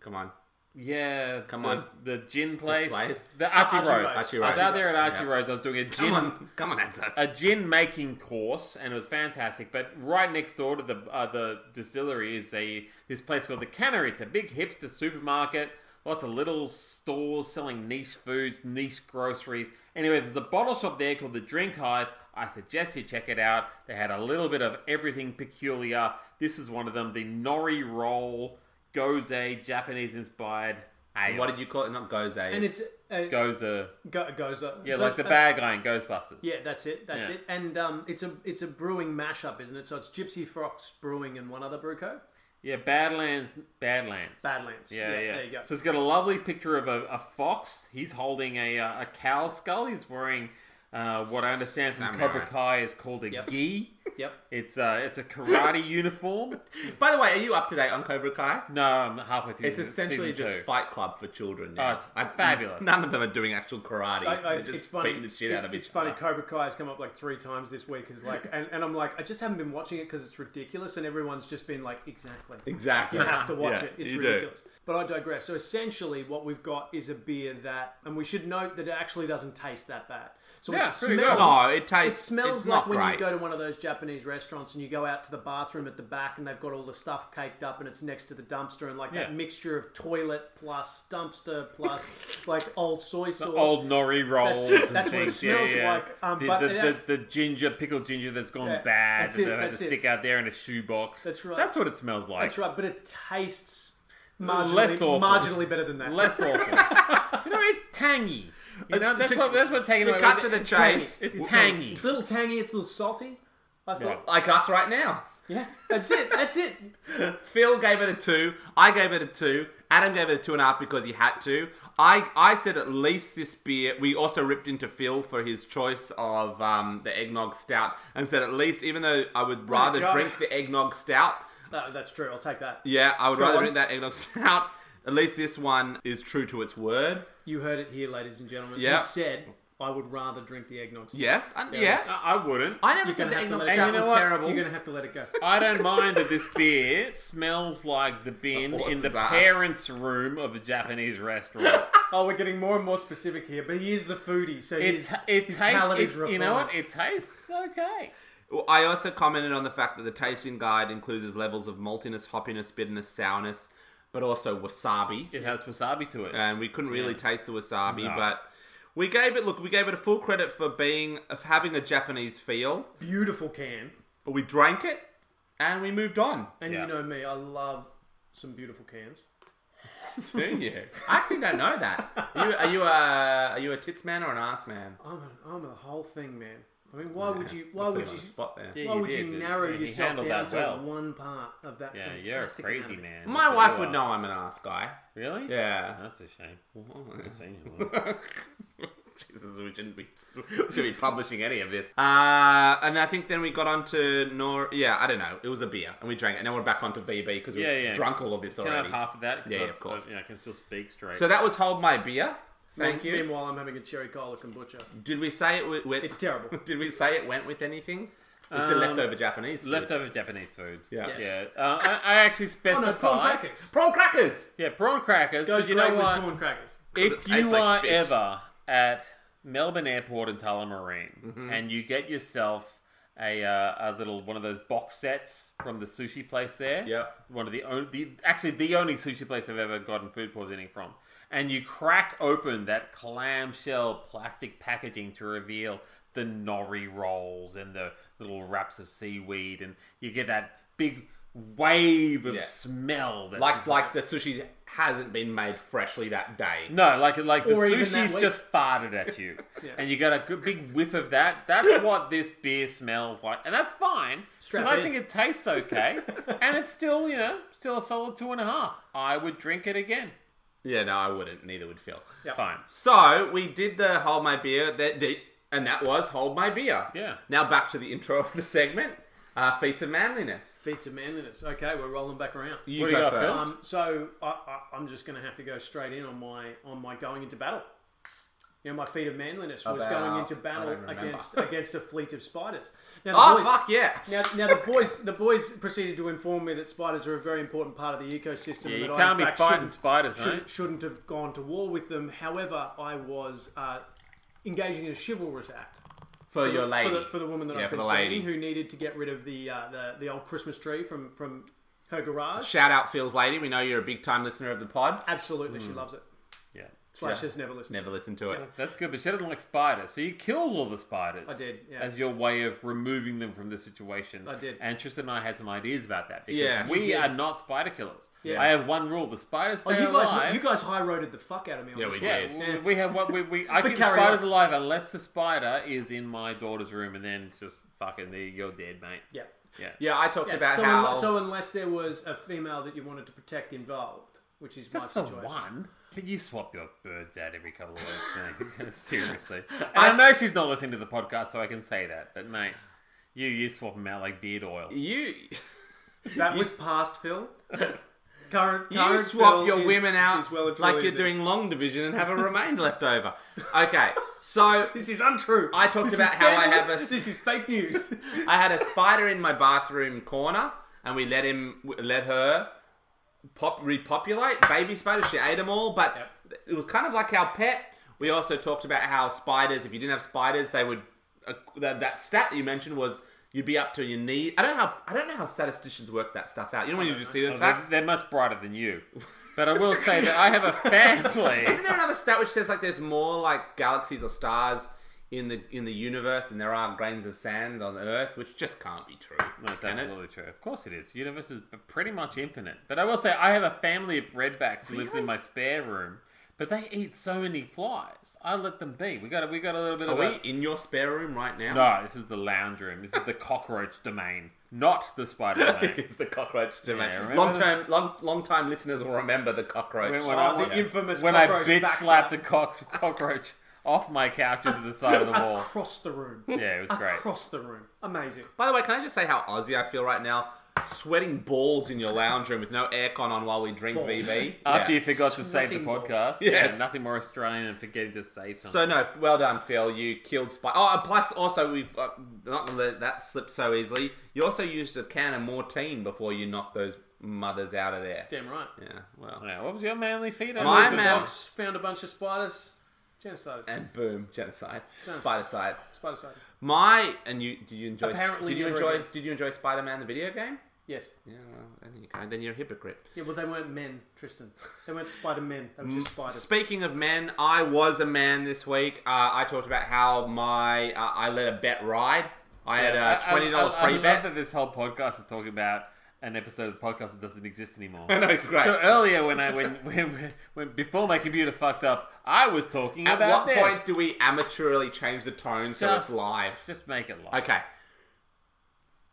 [SPEAKER 2] Come on.
[SPEAKER 3] yeah,
[SPEAKER 2] Come
[SPEAKER 3] the,
[SPEAKER 2] on.
[SPEAKER 3] the gin place, the,
[SPEAKER 2] place?
[SPEAKER 3] Archie,
[SPEAKER 4] Archie
[SPEAKER 3] Rose.
[SPEAKER 4] Rose.
[SPEAKER 2] Archie
[SPEAKER 3] I
[SPEAKER 2] Rose.
[SPEAKER 3] was out there at
[SPEAKER 2] Archie Rose,
[SPEAKER 3] Archie
[SPEAKER 2] yeah.
[SPEAKER 3] Rose. I was doing a gin
[SPEAKER 2] Come on. Come on, Enzo.
[SPEAKER 3] a gin making course, and it was fantastic. But right next door to the uh, the distillery is a this place called the Cannery. It's a big hipster supermarket. Lots of little stores selling niche foods, niche groceries. Anyway, there's a bottle shop there called the Drink Hive. I suggest you check it out. They had a little bit of everything peculiar. This is one of them, the Nori Roll Goze Japanese inspired ale.
[SPEAKER 2] What did you call it? Not goze.
[SPEAKER 4] and it's uh,
[SPEAKER 3] Goza?
[SPEAKER 4] go, goes up. Uh,
[SPEAKER 3] Yeah, like the bad guy in Ghostbusters.
[SPEAKER 4] Yeah, that's it. That's
[SPEAKER 3] Yeah.
[SPEAKER 4] it. And um, it's a it's a brewing mashup, isn't it? So it's Gypsy Fox Brewing and one other brew co.
[SPEAKER 3] Yeah, Badlands, Badlands.
[SPEAKER 4] Badlands.
[SPEAKER 3] Yeah, yeah.
[SPEAKER 4] There you go.
[SPEAKER 3] So it's got a lovely picture of a, a fox. He's holding a, uh, a cow skull. He's wearing uh, what I understand from
[SPEAKER 2] Samurai.
[SPEAKER 3] Cobra Kai is called a
[SPEAKER 4] Yep.
[SPEAKER 3] gi.
[SPEAKER 4] yep.
[SPEAKER 3] It's uh, it's a karate uniform.
[SPEAKER 2] By the way, are you up to date on Cobra Kai?
[SPEAKER 3] No, I'm halfway through.
[SPEAKER 2] It's
[SPEAKER 3] season-
[SPEAKER 2] essentially
[SPEAKER 3] season
[SPEAKER 2] just
[SPEAKER 3] two.
[SPEAKER 2] Fight Club for children.
[SPEAKER 3] Oh,
[SPEAKER 2] Now.
[SPEAKER 3] it's fabulous.
[SPEAKER 2] None of them are doing actual karate.
[SPEAKER 4] I, I,
[SPEAKER 2] They're just
[SPEAKER 4] it's funny.
[SPEAKER 2] beating the shit
[SPEAKER 4] It-
[SPEAKER 2] out of each
[SPEAKER 4] it's funny.
[SPEAKER 2] other.
[SPEAKER 4] Cobra Kai has come up like three times this week. Is like, and, and I'm like, I just haven't been watching it because it's ridiculous, and everyone's just been like, exactly.
[SPEAKER 2] Exactly.
[SPEAKER 4] You have to watch
[SPEAKER 2] Yeah,
[SPEAKER 4] it. It's
[SPEAKER 2] you do.
[SPEAKER 4] ridiculous. But I digress. So essentially, what we've got is a beer that, and we should note that it actually doesn't taste that bad. So
[SPEAKER 3] Yeah,
[SPEAKER 4] it
[SPEAKER 3] pretty good.
[SPEAKER 4] smells.
[SPEAKER 2] No, it tastes-
[SPEAKER 4] It smells
[SPEAKER 2] it's
[SPEAKER 4] like
[SPEAKER 2] not
[SPEAKER 4] when
[SPEAKER 2] great.
[SPEAKER 4] you go to one of those Japanese restaurants and you go out to the bathroom at the back, and they've got all the stuff caked up, and it's next to the dumpster, and like
[SPEAKER 3] Yeah.
[SPEAKER 4] that mixture of toilet plus dumpster plus like old soy sauce.
[SPEAKER 3] Old nori rolls.
[SPEAKER 4] That's-
[SPEAKER 3] and
[SPEAKER 4] that's what it
[SPEAKER 3] things.
[SPEAKER 4] smells
[SPEAKER 3] yeah, yeah.
[SPEAKER 4] like, um,
[SPEAKER 3] the,
[SPEAKER 4] but-
[SPEAKER 3] the, the, the ginger, pickled ginger that's gone
[SPEAKER 4] Yeah,
[SPEAKER 3] bad.
[SPEAKER 4] that's
[SPEAKER 3] that
[SPEAKER 4] it,
[SPEAKER 3] they've had to
[SPEAKER 4] that's it.
[SPEAKER 3] stick out there in a shoebox.
[SPEAKER 4] That's right.
[SPEAKER 3] That's what it smells like.
[SPEAKER 4] That's right, but it tastes marginally,
[SPEAKER 3] Less awful.
[SPEAKER 4] marginally better than that.
[SPEAKER 3] Less awful. you know, it's tangy. You know, that's
[SPEAKER 2] to-
[SPEAKER 3] what that's what taking
[SPEAKER 2] to
[SPEAKER 3] away.
[SPEAKER 2] cut
[SPEAKER 3] with
[SPEAKER 2] to
[SPEAKER 3] it.
[SPEAKER 2] the
[SPEAKER 3] it's
[SPEAKER 2] chase,
[SPEAKER 3] Tangy. It's
[SPEAKER 2] it's
[SPEAKER 3] tangy.
[SPEAKER 4] It's a little tangy. It's a little salty. I
[SPEAKER 3] Yeah.
[SPEAKER 4] thought,
[SPEAKER 2] Like us right now.
[SPEAKER 4] yeah, that's it. That's it.
[SPEAKER 2] Phil gave it a two. I gave it a two. Adam gave it a two and a half because he had to. I I said at least this beer. We also ripped into Phil for his choice of um, the eggnog stout and said at least even though I would rather
[SPEAKER 4] Oh God.
[SPEAKER 2] drink the eggnog stout.
[SPEAKER 4] No, that's true. I'll take that.
[SPEAKER 2] Yeah, I would rather
[SPEAKER 4] on.
[SPEAKER 2] drink that eggnog stout. At least this one is true to its word.
[SPEAKER 4] You heard it here, ladies and gentlemen.
[SPEAKER 2] Yeah.
[SPEAKER 4] He said, "I would rather drink the eggnog." stout."
[SPEAKER 2] Yes, and
[SPEAKER 4] Yes.
[SPEAKER 2] yeah.
[SPEAKER 3] I I wouldn't.
[SPEAKER 2] I never
[SPEAKER 4] You're
[SPEAKER 2] said
[SPEAKER 4] gonna
[SPEAKER 2] the
[SPEAKER 4] have to
[SPEAKER 2] eggnog
[SPEAKER 4] let it
[SPEAKER 2] stout
[SPEAKER 4] go.
[SPEAKER 2] was
[SPEAKER 3] what?
[SPEAKER 2] terrible.
[SPEAKER 4] You're gonna have to let it go.
[SPEAKER 3] I don't mind that this beer smells like the bin in
[SPEAKER 2] horse's
[SPEAKER 3] the
[SPEAKER 2] ass.
[SPEAKER 3] parents' room of a Japanese restaurant.
[SPEAKER 4] Oh, we're getting more and more specific here, but he is the foodie, so
[SPEAKER 3] It's
[SPEAKER 4] he's
[SPEAKER 3] it
[SPEAKER 4] his
[SPEAKER 3] tastes.
[SPEAKER 4] palate is
[SPEAKER 3] it's- you know
[SPEAKER 4] refined.
[SPEAKER 3] what? It tastes okay.
[SPEAKER 2] Well, I also commented on the fact that the tasting guide includes its levels of maltiness, hoppiness, bitterness, sourness, but also wasabi.
[SPEAKER 3] It has wasabi to it.
[SPEAKER 2] and we couldn't really taste the wasabi,
[SPEAKER 3] No.
[SPEAKER 2] but we gave it look, we gave it a full credit for being of having a Japanese feel.
[SPEAKER 4] Beautiful can,
[SPEAKER 2] But we drank it and we moved on.
[SPEAKER 4] and
[SPEAKER 3] Yeah.
[SPEAKER 4] you know me, I love some beautiful cans.
[SPEAKER 2] Do you? I actually don't know that. Are you, are you a are you a tits man or an ass man?
[SPEAKER 4] I'm a, I'm a whole thing, man. I mean, why would you? Why
[SPEAKER 2] Put
[SPEAKER 4] would
[SPEAKER 2] him on
[SPEAKER 4] you?
[SPEAKER 2] the spot there?
[SPEAKER 4] Why
[SPEAKER 3] you
[SPEAKER 4] would
[SPEAKER 3] did,
[SPEAKER 4] you
[SPEAKER 3] didn't
[SPEAKER 4] narrow
[SPEAKER 3] you? He
[SPEAKER 4] yourself
[SPEAKER 3] handled
[SPEAKER 4] down
[SPEAKER 3] that
[SPEAKER 4] to
[SPEAKER 3] well.
[SPEAKER 4] one part of that?
[SPEAKER 3] Yeah,
[SPEAKER 4] fantastic
[SPEAKER 3] you're a crazy
[SPEAKER 4] anatomy?
[SPEAKER 3] man.
[SPEAKER 2] My
[SPEAKER 3] You
[SPEAKER 2] wife would
[SPEAKER 3] are.
[SPEAKER 2] know I'm an ass guy.
[SPEAKER 3] Really? Oh,
[SPEAKER 2] Yeah.
[SPEAKER 3] That's a shame. I've seen you.
[SPEAKER 2] Jesus, we shouldn't be, we should be publishing any of this. Uh, and I think then we got on to Nor. Yeah, I don't know. It was a beer, and we drank it. And now we're back onto VB because we've
[SPEAKER 3] Yeah, yeah.
[SPEAKER 2] drunk all of this
[SPEAKER 3] Can I
[SPEAKER 2] already.
[SPEAKER 3] have half of that? 'Cause
[SPEAKER 2] Yeah,
[SPEAKER 3] I've-
[SPEAKER 2] of course.
[SPEAKER 3] I've- you know, I can still speak straight.
[SPEAKER 2] So that was hold my beer. Thank you.
[SPEAKER 4] Meanwhile, I'm having a cherry cola kombucha.
[SPEAKER 2] Did we say it went?
[SPEAKER 4] It's terrible. Oh,
[SPEAKER 2] Did we say it went with anything? It's a
[SPEAKER 3] Um,
[SPEAKER 2] leftover Japanese. food.
[SPEAKER 3] Leftover Japanese food.
[SPEAKER 2] Yeah. Yes.
[SPEAKER 3] Yeah. Uh, I, I actually
[SPEAKER 4] Oh
[SPEAKER 3] specify.
[SPEAKER 4] no, prawn crackers.
[SPEAKER 2] prawn crackers.
[SPEAKER 3] Yeah, prawn crackers.
[SPEAKER 4] Goes
[SPEAKER 3] but you
[SPEAKER 4] great
[SPEAKER 3] know
[SPEAKER 4] with
[SPEAKER 3] what?
[SPEAKER 4] prawn crackers.
[SPEAKER 2] It
[SPEAKER 3] If
[SPEAKER 2] tastes
[SPEAKER 3] you
[SPEAKER 2] like
[SPEAKER 3] are
[SPEAKER 2] fish.
[SPEAKER 3] ever at Melbourne Airport in Tullamarine
[SPEAKER 2] Mm-hmm.
[SPEAKER 3] and you get yourself a, uh, a little one of those box sets from the sushi place there,
[SPEAKER 2] Yeah.
[SPEAKER 3] one of the only the, actually the only sushi place I've ever gotten food poisoning from, and you crack open that clamshell plastic packaging to reveal the nori rolls and the little wraps of seaweed, and you get that big wave of
[SPEAKER 2] Yeah.
[SPEAKER 3] smell that
[SPEAKER 2] Like
[SPEAKER 3] just-
[SPEAKER 2] like the sushi hasn't been made freshly that day.
[SPEAKER 3] no, like like the
[SPEAKER 4] Or even that
[SPEAKER 3] sushi's
[SPEAKER 4] week.
[SPEAKER 3] just farted at you, and you got a good big whiff of that. That's what this beer smells like, and that's fine because
[SPEAKER 4] Strap
[SPEAKER 3] I
[SPEAKER 4] in.
[SPEAKER 3] think it tastes okay, and it's still you know still a solid two and a half. I would drink it again.
[SPEAKER 2] Yeah, no, I wouldn't. Neither would Phil.
[SPEAKER 3] Fine.
[SPEAKER 2] So we did the hold my beer, that the, and that was hold my beer.
[SPEAKER 3] Yeah.
[SPEAKER 2] Now back to the intro of the segment, uh, feats of manliness.
[SPEAKER 4] Feats of manliness. Okay, we're rolling back around.
[SPEAKER 2] You
[SPEAKER 3] What do you got, Phil?
[SPEAKER 4] Um, so I, I, I'm just going to have to go straight in on my on my going into battle. You know, my feat of manliness was
[SPEAKER 2] About-
[SPEAKER 4] going into
[SPEAKER 2] I
[SPEAKER 4] battle
[SPEAKER 2] don't remember.
[SPEAKER 4] against against a fleet of spiders. Now, the
[SPEAKER 2] Oh
[SPEAKER 4] boys-
[SPEAKER 2] fuck yeah!
[SPEAKER 4] Now, now the boys the boys proceeded to inform me that spiders are a very important part of the ecosystem.
[SPEAKER 3] Yeah,
[SPEAKER 4] and
[SPEAKER 3] you
[SPEAKER 4] that I,
[SPEAKER 3] can't
[SPEAKER 4] in
[SPEAKER 3] be
[SPEAKER 4] fact,
[SPEAKER 3] fighting
[SPEAKER 4] shouldn't-
[SPEAKER 3] spiders,
[SPEAKER 4] shouldn't,
[SPEAKER 3] mate.
[SPEAKER 4] shouldn't have gone to war with them. However, I was uh, engaging in a chivalrous act
[SPEAKER 2] for your lady,
[SPEAKER 4] for the, for the woman that
[SPEAKER 2] yeah,
[SPEAKER 4] I've
[SPEAKER 2] for
[SPEAKER 4] been
[SPEAKER 2] the lady.
[SPEAKER 4] seeing who needed to get rid of the, uh, the the old Christmas tree from from her garage.
[SPEAKER 2] Shout out Phil's lady. We know you're a big time listener of the pod.
[SPEAKER 4] Absolutely, she loves it.
[SPEAKER 3] Yeah,
[SPEAKER 4] Slash has never listened.
[SPEAKER 2] Mm. Never listened to it.
[SPEAKER 3] that's good. But she doesn't like spiders, so you killed all the spiders. I
[SPEAKER 4] did, yeah.
[SPEAKER 3] as your way of removing them from the situation.
[SPEAKER 4] I did.
[SPEAKER 3] And Tristan and I had some ideas about that because
[SPEAKER 2] Yes.
[SPEAKER 3] we
[SPEAKER 2] Yeah.
[SPEAKER 3] are not spider killers.
[SPEAKER 4] Yes.
[SPEAKER 3] I have one rule: the spiders
[SPEAKER 4] Oh,
[SPEAKER 3] stay
[SPEAKER 4] you
[SPEAKER 3] alive.
[SPEAKER 4] guys, you guys high roaded the fuck out of me. On
[SPEAKER 2] Yeah,
[SPEAKER 4] this
[SPEAKER 2] we
[SPEAKER 4] one.
[SPEAKER 3] Yeah,
[SPEAKER 2] did.
[SPEAKER 3] w- w- we have what we, we I
[SPEAKER 4] But
[SPEAKER 3] keep
[SPEAKER 4] carry
[SPEAKER 3] spiders
[SPEAKER 4] on.
[SPEAKER 3] alive unless the spider is in my daughter's room, and then just fucking there, you're dead, mate.
[SPEAKER 4] Yeah.
[SPEAKER 3] Yeah,
[SPEAKER 2] Yeah, I talked
[SPEAKER 4] Yeah,
[SPEAKER 2] about
[SPEAKER 4] so,
[SPEAKER 2] how.
[SPEAKER 4] unle- so unless there was a female that you wanted to protect involved, which is
[SPEAKER 3] just
[SPEAKER 4] my
[SPEAKER 3] the
[SPEAKER 4] situation.
[SPEAKER 3] one. But you swap your birds out every couple of weeks, mate. Seriously, and I know she's not listening to the podcast, so I can say that. But mate, you you swap them out like beard oil.
[SPEAKER 2] you
[SPEAKER 4] That was past Phil. Current, current
[SPEAKER 2] you swap
[SPEAKER 4] Phil
[SPEAKER 2] your
[SPEAKER 4] is-
[SPEAKER 2] women
[SPEAKER 4] is
[SPEAKER 2] out
[SPEAKER 4] well and
[SPEAKER 2] like
[SPEAKER 4] truly
[SPEAKER 2] you're
[SPEAKER 4] this.
[SPEAKER 2] doing long division and have a remained left over. Okay, so
[SPEAKER 4] This is untrue.
[SPEAKER 2] I talked
[SPEAKER 4] This
[SPEAKER 2] about
[SPEAKER 4] is
[SPEAKER 2] how I have
[SPEAKER 4] scandalous.
[SPEAKER 2] a-
[SPEAKER 4] This is fake news.
[SPEAKER 2] I had a spider in my bathroom corner, and we let him, let her, pop repopulate. Baby spider, she ate them all, but it was kind of like our pet. We also talked about how spiders, if you didn't have spiders, they would. Uh, that, that stat you mentioned was you'd be up to your knee. I don't know how I don't know how statisticians work that stuff out. You know when you just see those
[SPEAKER 3] Oh, they're,
[SPEAKER 2] facts.
[SPEAKER 3] they're much brighter than you. But I will say that I have a family.
[SPEAKER 2] Isn't there another stat which says like there's more like galaxies or stars in the in the universe than there are grains of sand on Earth, which just can't be true.
[SPEAKER 3] No, it's
[SPEAKER 2] can it?
[SPEAKER 3] absolutely true. Of course it is. The universe is b- pretty much infinite. But I will say, I have a family of redbacks who lives in my spare room, but they eat so many flies. I let them be. We got a, we got a little bit
[SPEAKER 2] Are
[SPEAKER 3] of
[SPEAKER 2] we
[SPEAKER 3] a...
[SPEAKER 2] in your spare room right now?
[SPEAKER 3] No, this is the lounge room. This is the cockroach domain, not the spider domain.
[SPEAKER 2] it's the cockroach domain.
[SPEAKER 3] Yeah, remember
[SPEAKER 2] long term, long long time listeners will remember the cockroach.
[SPEAKER 3] When, when
[SPEAKER 4] Oh,
[SPEAKER 3] I,
[SPEAKER 4] the infamous
[SPEAKER 3] when I
[SPEAKER 4] cockroach
[SPEAKER 3] bitch
[SPEAKER 4] backslap.
[SPEAKER 3] slapped a cock, cockroach off my couch into the side of the wall.
[SPEAKER 4] Across the room.
[SPEAKER 3] Yeah, it was great.
[SPEAKER 4] Across the room. Amazing.
[SPEAKER 2] By the way, can I just say how Aussie I feel right now? Sweating balls in your lounge room with no aircon on while we drink
[SPEAKER 4] Balls.
[SPEAKER 2] VB.
[SPEAKER 3] After
[SPEAKER 2] Yeah.
[SPEAKER 3] you forgot to save the
[SPEAKER 4] Sweating balls.
[SPEAKER 3] podcast,
[SPEAKER 2] Yes.
[SPEAKER 3] yeah, nothing more Australian than forgetting to save something.
[SPEAKER 2] So no, f- well done, Phil. You killed Spy. Oh, and plus also we've uh, not gonna let that slip so easily. You also used a can of Mortine before you knocked those mothers out of there.
[SPEAKER 4] Damn right.
[SPEAKER 2] Yeah, well,
[SPEAKER 3] Yeah, what was your manly feat? I
[SPEAKER 2] My
[SPEAKER 3] don't
[SPEAKER 4] The
[SPEAKER 3] know.
[SPEAKER 2] man-
[SPEAKER 4] dogs found a bunch of spiders. Genocide.
[SPEAKER 2] and boom, genocide, spider side.
[SPEAKER 4] Spider side.
[SPEAKER 2] My and you. Did you enjoy?
[SPEAKER 4] Apparently
[SPEAKER 2] did you
[SPEAKER 4] never
[SPEAKER 2] enjoy?
[SPEAKER 4] again.
[SPEAKER 2] Did you enjoy Spider Man the video game?
[SPEAKER 4] Yes.
[SPEAKER 2] Yeah, well, then you go. Then you're a hypocrite.
[SPEAKER 4] Yeah, well, they weren't men, Tristan. They weren't spider men. They were
[SPEAKER 2] Mm.
[SPEAKER 4] just spiders.
[SPEAKER 2] Speaking of men, I was a man this week. Uh, I talked about how my uh, I let a bet ride. I had a
[SPEAKER 3] I- I-
[SPEAKER 2] twenty dollar
[SPEAKER 3] I- I
[SPEAKER 2] free
[SPEAKER 3] love
[SPEAKER 2] bet.
[SPEAKER 3] that this whole podcast is talking about an episode of the podcast that doesn't exist anymore.
[SPEAKER 2] I know it's great.
[SPEAKER 3] So earlier, when I when when, when before my computer fucked up, I was talking
[SPEAKER 2] At what
[SPEAKER 3] about this.
[SPEAKER 2] point do we amateurily change the tone so it's
[SPEAKER 3] Just-
[SPEAKER 2] live?
[SPEAKER 3] Just make it live.
[SPEAKER 2] Okay.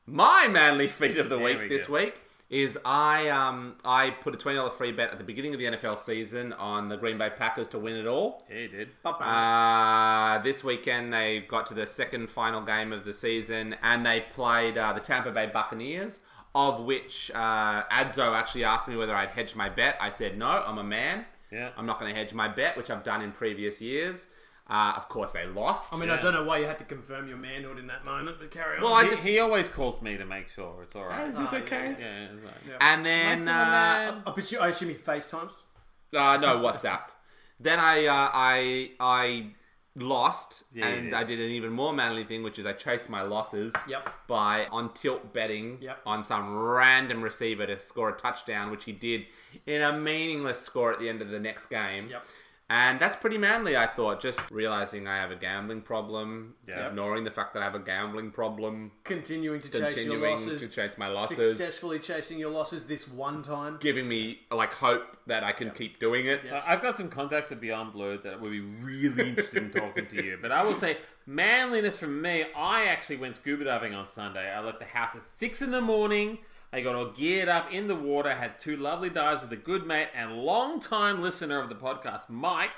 [SPEAKER 2] My manly feat of the
[SPEAKER 3] There
[SPEAKER 2] week
[SPEAKER 3] we
[SPEAKER 2] this
[SPEAKER 3] go.
[SPEAKER 2] week is I um I put a twenty dollar free bet at the beginning of the NFL season on the Green Bay Packers to win it all.
[SPEAKER 3] Yeah, you did.
[SPEAKER 2] Uh, this weekend they got to the second final game of the season and they played uh, the Tampa Bay Buccaneers. Of which uh, Adzo actually asked me whether I'd hedged my bet. I said no. I'm a man.
[SPEAKER 3] Yeah.
[SPEAKER 2] I'm not going to hedge my bet, which I've done in previous years. Uh, of course, they lost.
[SPEAKER 4] I mean, I don't know why you had to confirm your manhood in that moment, but carry on.
[SPEAKER 2] Well, I
[SPEAKER 3] He,
[SPEAKER 2] just-
[SPEAKER 3] he always calls me to make sure it's all right.
[SPEAKER 2] is this okay?
[SPEAKER 3] Yeah, it's like,
[SPEAKER 2] And
[SPEAKER 3] Nice
[SPEAKER 2] then
[SPEAKER 3] to the man.
[SPEAKER 4] I bet you, I assume he FaceTimes.
[SPEAKER 2] Uh, no, WhatsApp. then I uh, I I lost,
[SPEAKER 3] Yeah, you
[SPEAKER 2] and
[SPEAKER 3] did.
[SPEAKER 2] I did an even more manly thing, which is I chased my losses
[SPEAKER 4] Yep.
[SPEAKER 2] by on tilt betting
[SPEAKER 4] Yep.
[SPEAKER 2] on some random receiver to score a touchdown, which he did in a meaningless score at the end of the next game.
[SPEAKER 4] Yep.
[SPEAKER 2] And that's pretty manly, I thought. Just realizing I have a gambling problem,
[SPEAKER 3] Yeah.
[SPEAKER 2] ignoring the fact that I have a gambling problem,
[SPEAKER 4] Continuing to chase your
[SPEAKER 2] continuing
[SPEAKER 4] losses.
[SPEAKER 2] to chase my losses,
[SPEAKER 4] Successfully chasing your losses this one time.
[SPEAKER 2] giving me like hope that I can keep doing it.
[SPEAKER 3] I- Uh, I've got some contacts at Beyond Blue that would be really interested in talking to you. But I will say, manliness from me, I actually went scuba diving on Sunday. I left the house at 6 in the morning. I got all geared up in the water, had two lovely dives with a good mate and long-time listener of the podcast, Mike.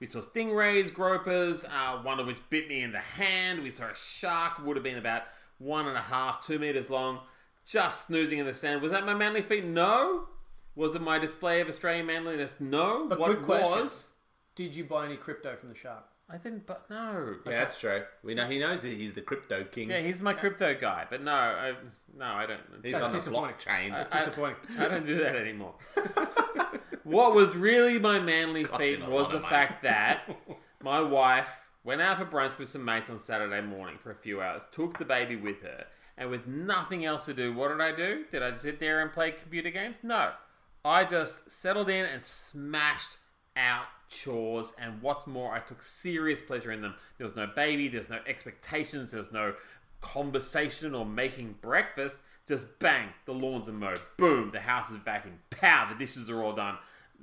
[SPEAKER 3] We saw stingrays, gropers, uh, one of which bit me in the hand. We saw a shark, would have been about one and a half, two meters long, just snoozing in the sand. Was that my manly feat? No. Was it my display of Australian manliness? No.
[SPEAKER 4] But
[SPEAKER 3] what
[SPEAKER 4] quick question.
[SPEAKER 3] was?
[SPEAKER 4] Did you buy any crypto from the shark?
[SPEAKER 3] I didn't, but no.
[SPEAKER 2] Yeah, that's true. We know he knows that he's the crypto king.
[SPEAKER 3] Yeah, he's my crypto guy, but no, I, no, I don't.
[SPEAKER 2] he's
[SPEAKER 4] That's
[SPEAKER 2] on the
[SPEAKER 4] disappointing.
[SPEAKER 2] blockchain. Uh,
[SPEAKER 4] That's disappointing.
[SPEAKER 3] I don't do that anymore. what was really my manly
[SPEAKER 2] him
[SPEAKER 3] feat
[SPEAKER 2] a
[SPEAKER 3] was
[SPEAKER 2] lot
[SPEAKER 3] the
[SPEAKER 2] of money.
[SPEAKER 3] fact that my wife went out for brunch with some mates on Saturday morning for a few hours, took the baby with her, and with nothing else to do, what did I do? Did I sit there and play computer games? No. I just settled in and smashed out chores, and what's more, I took serious pleasure in them. There was no baby, there's no expectations, there's no conversation or making breakfast. Just bang, the lawns are mowed. Boom, the house is vacuumed. Pow, the dishes are all done.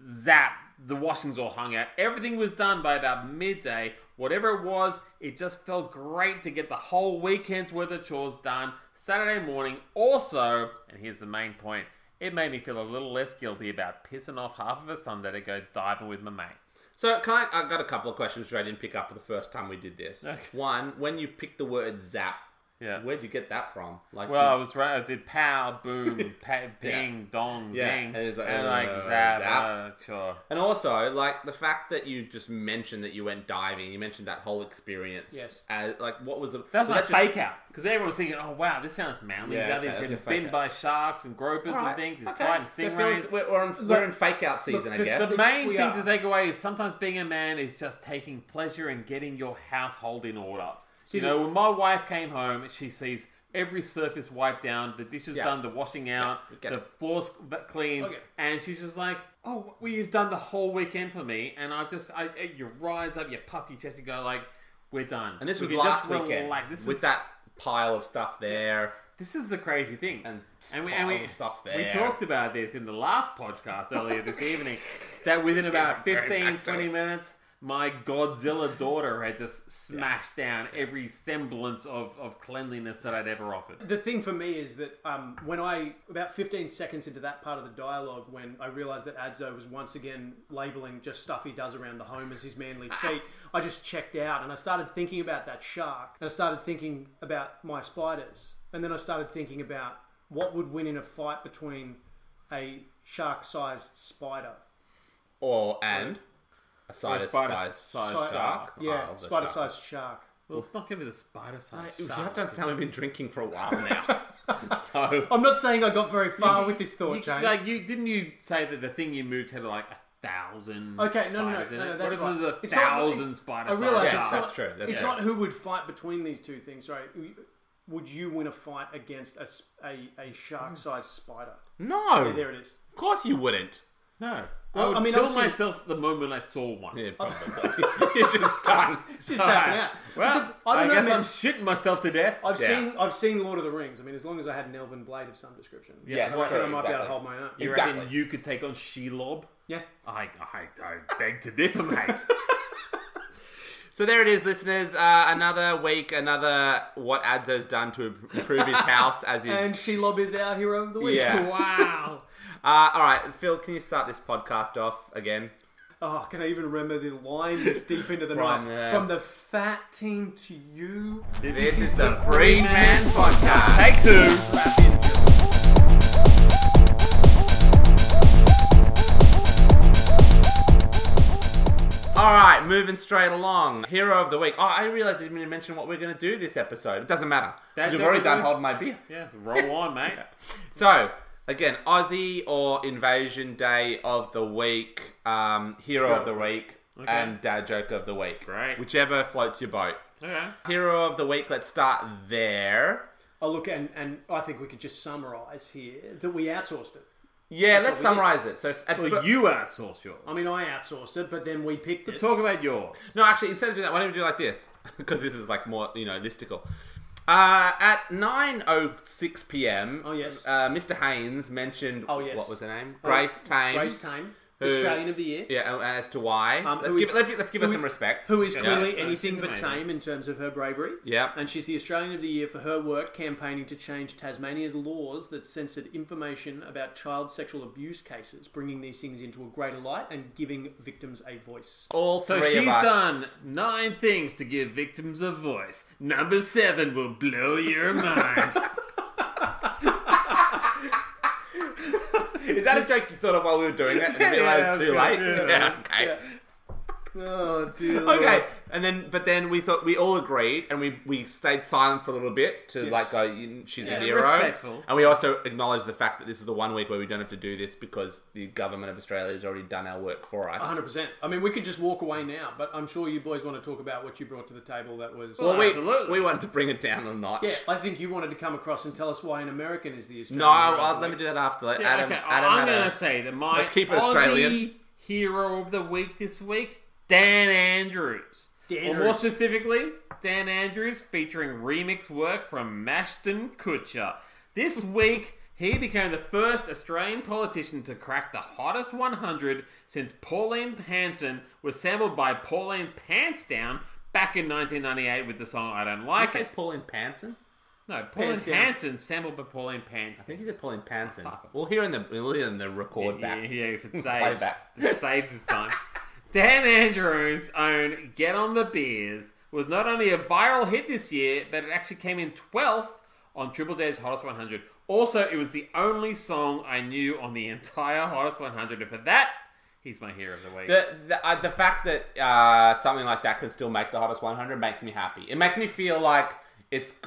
[SPEAKER 3] Zap, the washing's all hung out. Everything was done by about midday. Whatever it was, it just felt great to get the whole weekend's worth of chores done Saturday morning. Also, and here's the main point it made me feel a little less guilty about pissing off half of a Sunday to go diving with my mates.
[SPEAKER 2] So can I? I got a couple of questions which I didn't pick up the first time we did this.
[SPEAKER 3] Okay.
[SPEAKER 2] One, when you picked the word zap,
[SPEAKER 3] Yeah.
[SPEAKER 2] where'd you get that from? Like,
[SPEAKER 3] Well, I
[SPEAKER 2] you-
[SPEAKER 3] was right. I did pow, boom, pa- ping, dong,
[SPEAKER 2] Yeah,
[SPEAKER 3] zing,
[SPEAKER 2] and it was like,
[SPEAKER 3] and like
[SPEAKER 2] uh,
[SPEAKER 3] zap,
[SPEAKER 2] zap.
[SPEAKER 3] uh, sure.
[SPEAKER 2] and also like the fact that you just mentioned that you went diving. You mentioned that whole experience.
[SPEAKER 4] Yes.
[SPEAKER 2] As, like, what was the? was
[SPEAKER 3] That's my
[SPEAKER 2] that just-
[SPEAKER 3] fake out because everyone's thinking, "Oh wow, this sounds manly."
[SPEAKER 2] Yeah,
[SPEAKER 3] Yeah,
[SPEAKER 2] okay, that's
[SPEAKER 3] he's getting
[SPEAKER 2] your fake
[SPEAKER 3] bitten
[SPEAKER 2] out.
[SPEAKER 3] by sharks and gropers
[SPEAKER 2] Alright,
[SPEAKER 3] and things. He's
[SPEAKER 2] okay.
[SPEAKER 3] fighting
[SPEAKER 2] So Phil,
[SPEAKER 3] stingrays.
[SPEAKER 2] it's- we're, we're, in, we're in fake out season, I
[SPEAKER 4] the-
[SPEAKER 2] guess.
[SPEAKER 4] the-
[SPEAKER 3] the main
[SPEAKER 4] We
[SPEAKER 3] thing
[SPEAKER 4] are.
[SPEAKER 3] to take away is sometimes being a man is just taking pleasure in getting your household in order. you know, when my wife came home, she sees every surface wiped down, the dishes
[SPEAKER 2] Yeah.
[SPEAKER 3] done, the washing out,
[SPEAKER 2] we get
[SPEAKER 3] the
[SPEAKER 2] it.
[SPEAKER 3] floors clean,
[SPEAKER 4] Okay.
[SPEAKER 3] and she's just like, "Oh, well, you've done the whole weekend for me," and I've just, I, you rise up, you puff your chest, you go like, "We're done."
[SPEAKER 2] and this
[SPEAKER 3] We
[SPEAKER 2] was
[SPEAKER 3] can
[SPEAKER 2] last
[SPEAKER 3] just
[SPEAKER 2] weekend
[SPEAKER 3] relax. This
[SPEAKER 2] with
[SPEAKER 3] is
[SPEAKER 2] that pile of stuff there.
[SPEAKER 3] this is the crazy thing,
[SPEAKER 2] And
[SPEAKER 3] and we and we
[SPEAKER 2] pile of stuff
[SPEAKER 3] we
[SPEAKER 2] there.
[SPEAKER 3] talked about this in the last podcast earlier this evening. That within about
[SPEAKER 2] Getting very
[SPEAKER 3] 15,
[SPEAKER 2] back to
[SPEAKER 3] 20
[SPEAKER 2] it.
[SPEAKER 3] minutes, my Godzilla daughter had just smashed down every semblance of, of cleanliness that I'd ever offered.
[SPEAKER 4] The thing for me is that um, when I about 15 seconds into that part of the dialogue, when I realised that Adzo was once again labeling just stuff he does around the home as his manly
[SPEAKER 3] Ah.
[SPEAKER 4] feat, I just checked out and I started thinking about that shark and I started thinking about my spiders and then I started thinking about what would win in a fight between a shark-sized spider,
[SPEAKER 2] Or and a side
[SPEAKER 3] A
[SPEAKER 2] of
[SPEAKER 3] spider
[SPEAKER 2] spice.
[SPEAKER 3] sized
[SPEAKER 4] Sorry.
[SPEAKER 3] shark. Ah,
[SPEAKER 4] yeah,
[SPEAKER 2] Oh, the
[SPEAKER 4] spider-sized shark.
[SPEAKER 3] Well, it's not going to be the spider sized
[SPEAKER 2] You
[SPEAKER 3] shark.
[SPEAKER 2] have to understand we've been drinking for a while now. so
[SPEAKER 3] Oh,
[SPEAKER 4] I'm not saying I got very far with this
[SPEAKER 3] You-
[SPEAKER 4] thought, James.
[SPEAKER 3] like you didn't you say that the thing you moved had like a thousand?
[SPEAKER 4] Okay, no, no, no,
[SPEAKER 3] spiders in
[SPEAKER 4] no,
[SPEAKER 3] it?
[SPEAKER 4] no, that's
[SPEAKER 3] what
[SPEAKER 4] right.
[SPEAKER 3] if there's a
[SPEAKER 4] It's not-
[SPEAKER 3] thousand
[SPEAKER 4] it's-
[SPEAKER 3] spider
[SPEAKER 4] I realize
[SPEAKER 2] Yeah, that's
[SPEAKER 4] it's not,
[SPEAKER 2] true, that's
[SPEAKER 4] it's
[SPEAKER 2] true.
[SPEAKER 4] not who would fight between these two things. Sorry, would you win a fight against a s- a, a shark-sized spider?
[SPEAKER 2] no,
[SPEAKER 4] There it is.
[SPEAKER 2] of course you wouldn't.
[SPEAKER 3] No. I
[SPEAKER 4] Well,
[SPEAKER 3] would
[SPEAKER 4] I mean,
[SPEAKER 3] kill
[SPEAKER 4] obviously-
[SPEAKER 3] myself the moment I saw one.
[SPEAKER 2] Yeah, probably. You're just done.
[SPEAKER 4] It's
[SPEAKER 3] All
[SPEAKER 4] happening
[SPEAKER 3] right.
[SPEAKER 4] out.
[SPEAKER 3] Well,
[SPEAKER 4] Because
[SPEAKER 3] I,
[SPEAKER 4] I don't know,
[SPEAKER 3] guess
[SPEAKER 4] man.
[SPEAKER 3] I'm shitting myself to death.
[SPEAKER 4] I've
[SPEAKER 2] Yeah.
[SPEAKER 4] seen I've seen Lord of the Rings. I mean, as long as I had an elven blade of some description,
[SPEAKER 2] Yeah,
[SPEAKER 4] I
[SPEAKER 2] that's
[SPEAKER 4] reckon
[SPEAKER 2] true,
[SPEAKER 4] I might be able
[SPEAKER 2] exactly.
[SPEAKER 4] to hold my own.
[SPEAKER 3] You
[SPEAKER 2] Exactly.
[SPEAKER 3] reckon you could take on Shelob?
[SPEAKER 4] Yeah.
[SPEAKER 3] I, I, I beg to differ, mate.
[SPEAKER 2] So there it is, listeners. Uh, another week, another what Adzo's done to improve his house as his.
[SPEAKER 4] And she lob is our hero of the week.
[SPEAKER 2] Yeah.
[SPEAKER 4] Wow.
[SPEAKER 2] Uh, all right, Phil, can you start this podcast off again?
[SPEAKER 4] Oh, can I even remember the line this deep into the
[SPEAKER 2] From
[SPEAKER 4] night?
[SPEAKER 2] the-
[SPEAKER 4] From the fat team to you.
[SPEAKER 2] This is the Free Man Podcast.
[SPEAKER 3] Take two.
[SPEAKER 2] All right, moving straight along. Hero of the week. Oh, I realized I didn't even mention what we're going to do this episode. It doesn't matter. 'cause
[SPEAKER 3] That-
[SPEAKER 2] We've
[SPEAKER 3] that
[SPEAKER 2] already
[SPEAKER 3] we
[SPEAKER 2] done
[SPEAKER 3] do.
[SPEAKER 2] Hold My Beer.
[SPEAKER 3] Yeah, roll on, mate.
[SPEAKER 2] So, again, Aussie or Invasion Day of the Week, um, Hero of the Week, and Dad Joke of the Week.
[SPEAKER 3] Great.
[SPEAKER 2] Whichever floats your boat.
[SPEAKER 3] Okay.
[SPEAKER 2] Hero of the Week, let's start there.
[SPEAKER 4] Oh, look, and, and I think we could just summarise here that we outsourced it.
[SPEAKER 2] Yeah, let's
[SPEAKER 4] what we did.
[SPEAKER 2] summarize it. So, if- at fir-
[SPEAKER 3] Well, you outsource yours.
[SPEAKER 4] I mean, I outsourced it, but then we picked it.
[SPEAKER 3] talk about yours.
[SPEAKER 2] No, actually, instead of doing that, why don't we do it like this? Because this is like more, you know, listicle. Uh, at 9.06 p.m.,
[SPEAKER 4] Oh, yes.
[SPEAKER 2] uh, Mr. Haynes mentioned,
[SPEAKER 4] Oh, yes.
[SPEAKER 2] what was her name?
[SPEAKER 4] Oh,
[SPEAKER 2] Grace Tame.
[SPEAKER 4] Grace Tame,
[SPEAKER 2] Who-
[SPEAKER 4] Australian of the Year.
[SPEAKER 2] Yeah, and as to why.
[SPEAKER 4] Um,
[SPEAKER 2] let's,
[SPEAKER 4] who
[SPEAKER 2] give,
[SPEAKER 4] is-
[SPEAKER 2] let's, let's give
[SPEAKER 4] who
[SPEAKER 2] her
[SPEAKER 4] is-
[SPEAKER 2] some respect.
[SPEAKER 4] who is
[SPEAKER 2] Yeah.
[SPEAKER 4] clearly
[SPEAKER 3] Yeah,
[SPEAKER 4] anything
[SPEAKER 3] she's
[SPEAKER 4] but
[SPEAKER 3] amazing.
[SPEAKER 4] tame in terms of her bravery.
[SPEAKER 2] Yeah.
[SPEAKER 4] And she's the Australian of the Year for her work campaigning to change Tasmania's laws that censored information about child sexual abuse cases, bringing these things into a greater light and giving victims a voice.
[SPEAKER 2] All
[SPEAKER 3] So
[SPEAKER 2] three of
[SPEAKER 3] she's
[SPEAKER 2] us-
[SPEAKER 3] done nine things to give victims a voice. Number seven will blow your mind.
[SPEAKER 2] Is that a joke you thought of while we were doing that and realized
[SPEAKER 3] that was
[SPEAKER 2] too
[SPEAKER 3] good.
[SPEAKER 2] late?
[SPEAKER 3] Yeah.
[SPEAKER 2] okay.
[SPEAKER 4] Oh, dear.
[SPEAKER 2] Okay, and then but then we thought we all agreed, and we we stayed silent for a little bit to like go. "You- She's
[SPEAKER 3] Yeah,
[SPEAKER 2] a hero,
[SPEAKER 3] respectful.
[SPEAKER 2] and we also acknowledge the fact that this is the one week where we don't have to do this because the government of Australia has already done our work for us.
[SPEAKER 4] 100%. I mean, we could just walk away now, but I'm sure you boys want to talk about what you brought to the table that was.
[SPEAKER 2] Well, we
[SPEAKER 3] Absolutely.
[SPEAKER 2] we wanted to bring it down a notch.
[SPEAKER 4] yeah, I think you wanted to come across and tell us why an American is the Australian.
[SPEAKER 2] No, I'll,
[SPEAKER 4] hero of the
[SPEAKER 2] let me
[SPEAKER 4] week.
[SPEAKER 2] do that after. Let
[SPEAKER 3] Yeah,
[SPEAKER 2] Adam,
[SPEAKER 3] okay,
[SPEAKER 2] Adam,
[SPEAKER 3] I'm
[SPEAKER 2] Adam.
[SPEAKER 3] gonna say that my
[SPEAKER 2] Let's keep it
[SPEAKER 3] Aussie
[SPEAKER 2] Australian.
[SPEAKER 3] hero of the week this week, Dan Andrews.
[SPEAKER 4] Dan
[SPEAKER 3] Or more
[SPEAKER 4] Andrews.
[SPEAKER 3] specifically, Dan Andrews featuring remix work from Mashton Kutcher. This week, he became the first Australian politician to crack the hottest 100 since Pauline Hanson was sampled by Pauline Pants Down back in 1998 with the song "I Don't Like
[SPEAKER 2] Okay,
[SPEAKER 3] It."
[SPEAKER 2] Pauline Panson.
[SPEAKER 3] No, Pauline
[SPEAKER 4] Pants Down.
[SPEAKER 3] Hanson sampled by Pauline Pants.
[SPEAKER 2] I think he's a Pauline Panson.
[SPEAKER 3] fuck.
[SPEAKER 2] we'll hear in the we'll hear in the record
[SPEAKER 3] yeah,
[SPEAKER 2] back.
[SPEAKER 3] Yeah, if it saves,
[SPEAKER 2] back.
[SPEAKER 3] it saves his time. Dan Andrews' own "Get on the Beers" was not only a viral hit this year, but it actually came in twelfth on Triple J's Hottest 100. Also, it was the only song I knew on the entire Hottest 100, and for that, he's my hero of the week.
[SPEAKER 2] The the, uh, the fact that uh, something like that can still make the hottest 100 makes me happy. It makes me feel like it's g-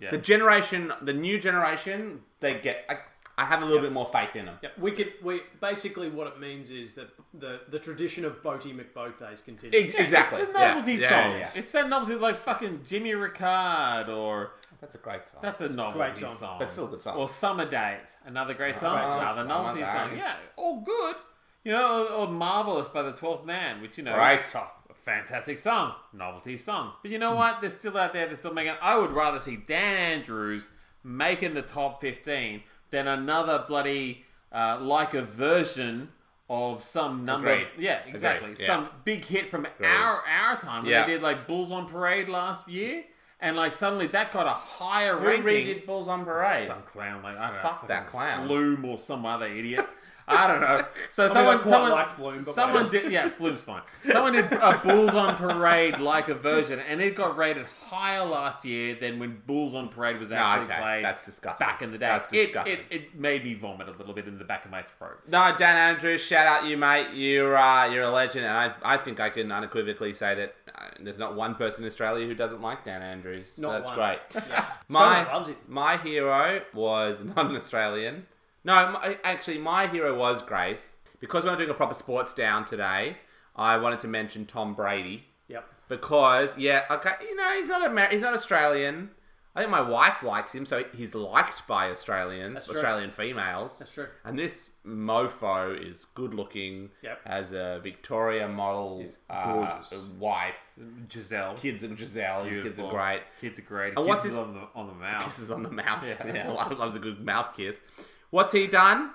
[SPEAKER 3] Yeah.
[SPEAKER 2] the generation, the new generation. They get. I, I have a little bit more faith in them.
[SPEAKER 4] Yeah, we could. We basically what it means is that the the tradition of Boaty McBoatface continues.
[SPEAKER 2] Ex- exactly.
[SPEAKER 3] It's the novelty
[SPEAKER 2] yeah.
[SPEAKER 3] songs.
[SPEAKER 2] Yeah, yeah, yeah.
[SPEAKER 3] It's that novelty like fucking Jimmy Ricard or
[SPEAKER 2] That's a great song.
[SPEAKER 3] That's a novelty
[SPEAKER 4] Great song.
[SPEAKER 2] But still a good song. Ah,
[SPEAKER 3] Or Summer Days, another great song.
[SPEAKER 2] great song.
[SPEAKER 3] another novelty
[SPEAKER 2] Summer
[SPEAKER 3] song.
[SPEAKER 2] Days.
[SPEAKER 3] Yeah, all good. You know, or, or Marvelous by the Twelfth Man, which you know,
[SPEAKER 2] Great song. Hmm.
[SPEAKER 3] a fantastic song, novelty song. But you know what? They're still out there. They're still making. I would rather see Dan Andrews making the top fifteen than another bloody uh, like a version. Of some number,
[SPEAKER 2] Agreed.
[SPEAKER 3] yeah, exactly.
[SPEAKER 2] Agreed, yeah.
[SPEAKER 3] Some big hit from our our time when
[SPEAKER 2] Yeah.
[SPEAKER 3] they did like Bulls on Parade last year, and like suddenly that got a higher
[SPEAKER 2] Who
[SPEAKER 3] ranking.
[SPEAKER 2] redid Bulls on Parade?
[SPEAKER 3] Some clown, like I don't know,
[SPEAKER 2] Fuck that
[SPEAKER 3] fucking
[SPEAKER 2] clown.
[SPEAKER 3] Flume or some other idiot. I don't know. So someone,
[SPEAKER 4] quite
[SPEAKER 3] someone,
[SPEAKER 4] like Flume, but
[SPEAKER 3] someone did, yeah, Flume's fine. Someone did a Bulls on Parade like a version, and it got rated higher last year than when Bulls on Parade was actually
[SPEAKER 2] okay.
[SPEAKER 3] played.
[SPEAKER 2] That's disgusting.
[SPEAKER 3] Back in the day,
[SPEAKER 2] That's
[SPEAKER 3] It-
[SPEAKER 2] disgusting.
[SPEAKER 3] It, it, made me vomit a little bit in the back of my throat.
[SPEAKER 2] No, Dan Andrews, shout out you, mate. You're uh, you're a legend, and I, I think I can unequivocally say that uh, there's not one person in Australia who doesn't like Dan Andrews. So
[SPEAKER 4] Not
[SPEAKER 2] that's
[SPEAKER 4] one.
[SPEAKER 2] great.
[SPEAKER 4] Scotland
[SPEAKER 2] my
[SPEAKER 4] loves him.
[SPEAKER 2] my hero was not an Australian. No, my, actually, my hero was Grace because we're not doing a proper sports down today. I wanted to mention Tom Brady
[SPEAKER 4] Yep.
[SPEAKER 2] because yeah, okay, you know he's not Amer- he's not Australian. I think my wife likes him, so he's liked by Australians,
[SPEAKER 4] That's true.
[SPEAKER 2] Australian females.
[SPEAKER 4] That's true.
[SPEAKER 2] And this mofo is good looking,
[SPEAKER 4] Yep.
[SPEAKER 2] has a Victoria model uh,
[SPEAKER 3] gorgeous.
[SPEAKER 2] wife.
[SPEAKER 3] Giselle,
[SPEAKER 2] Kids are Giselle, his kids are
[SPEAKER 3] Beautiful.
[SPEAKER 2] great.
[SPEAKER 3] Kids are great.
[SPEAKER 2] And
[SPEAKER 3] Kisses
[SPEAKER 2] what's
[SPEAKER 3] what's
[SPEAKER 2] his-
[SPEAKER 3] on the on the mouth?
[SPEAKER 2] Kisses on the mouth.
[SPEAKER 3] Yeah.
[SPEAKER 2] Yeah, lo- loves a good mouth kiss. What's he done?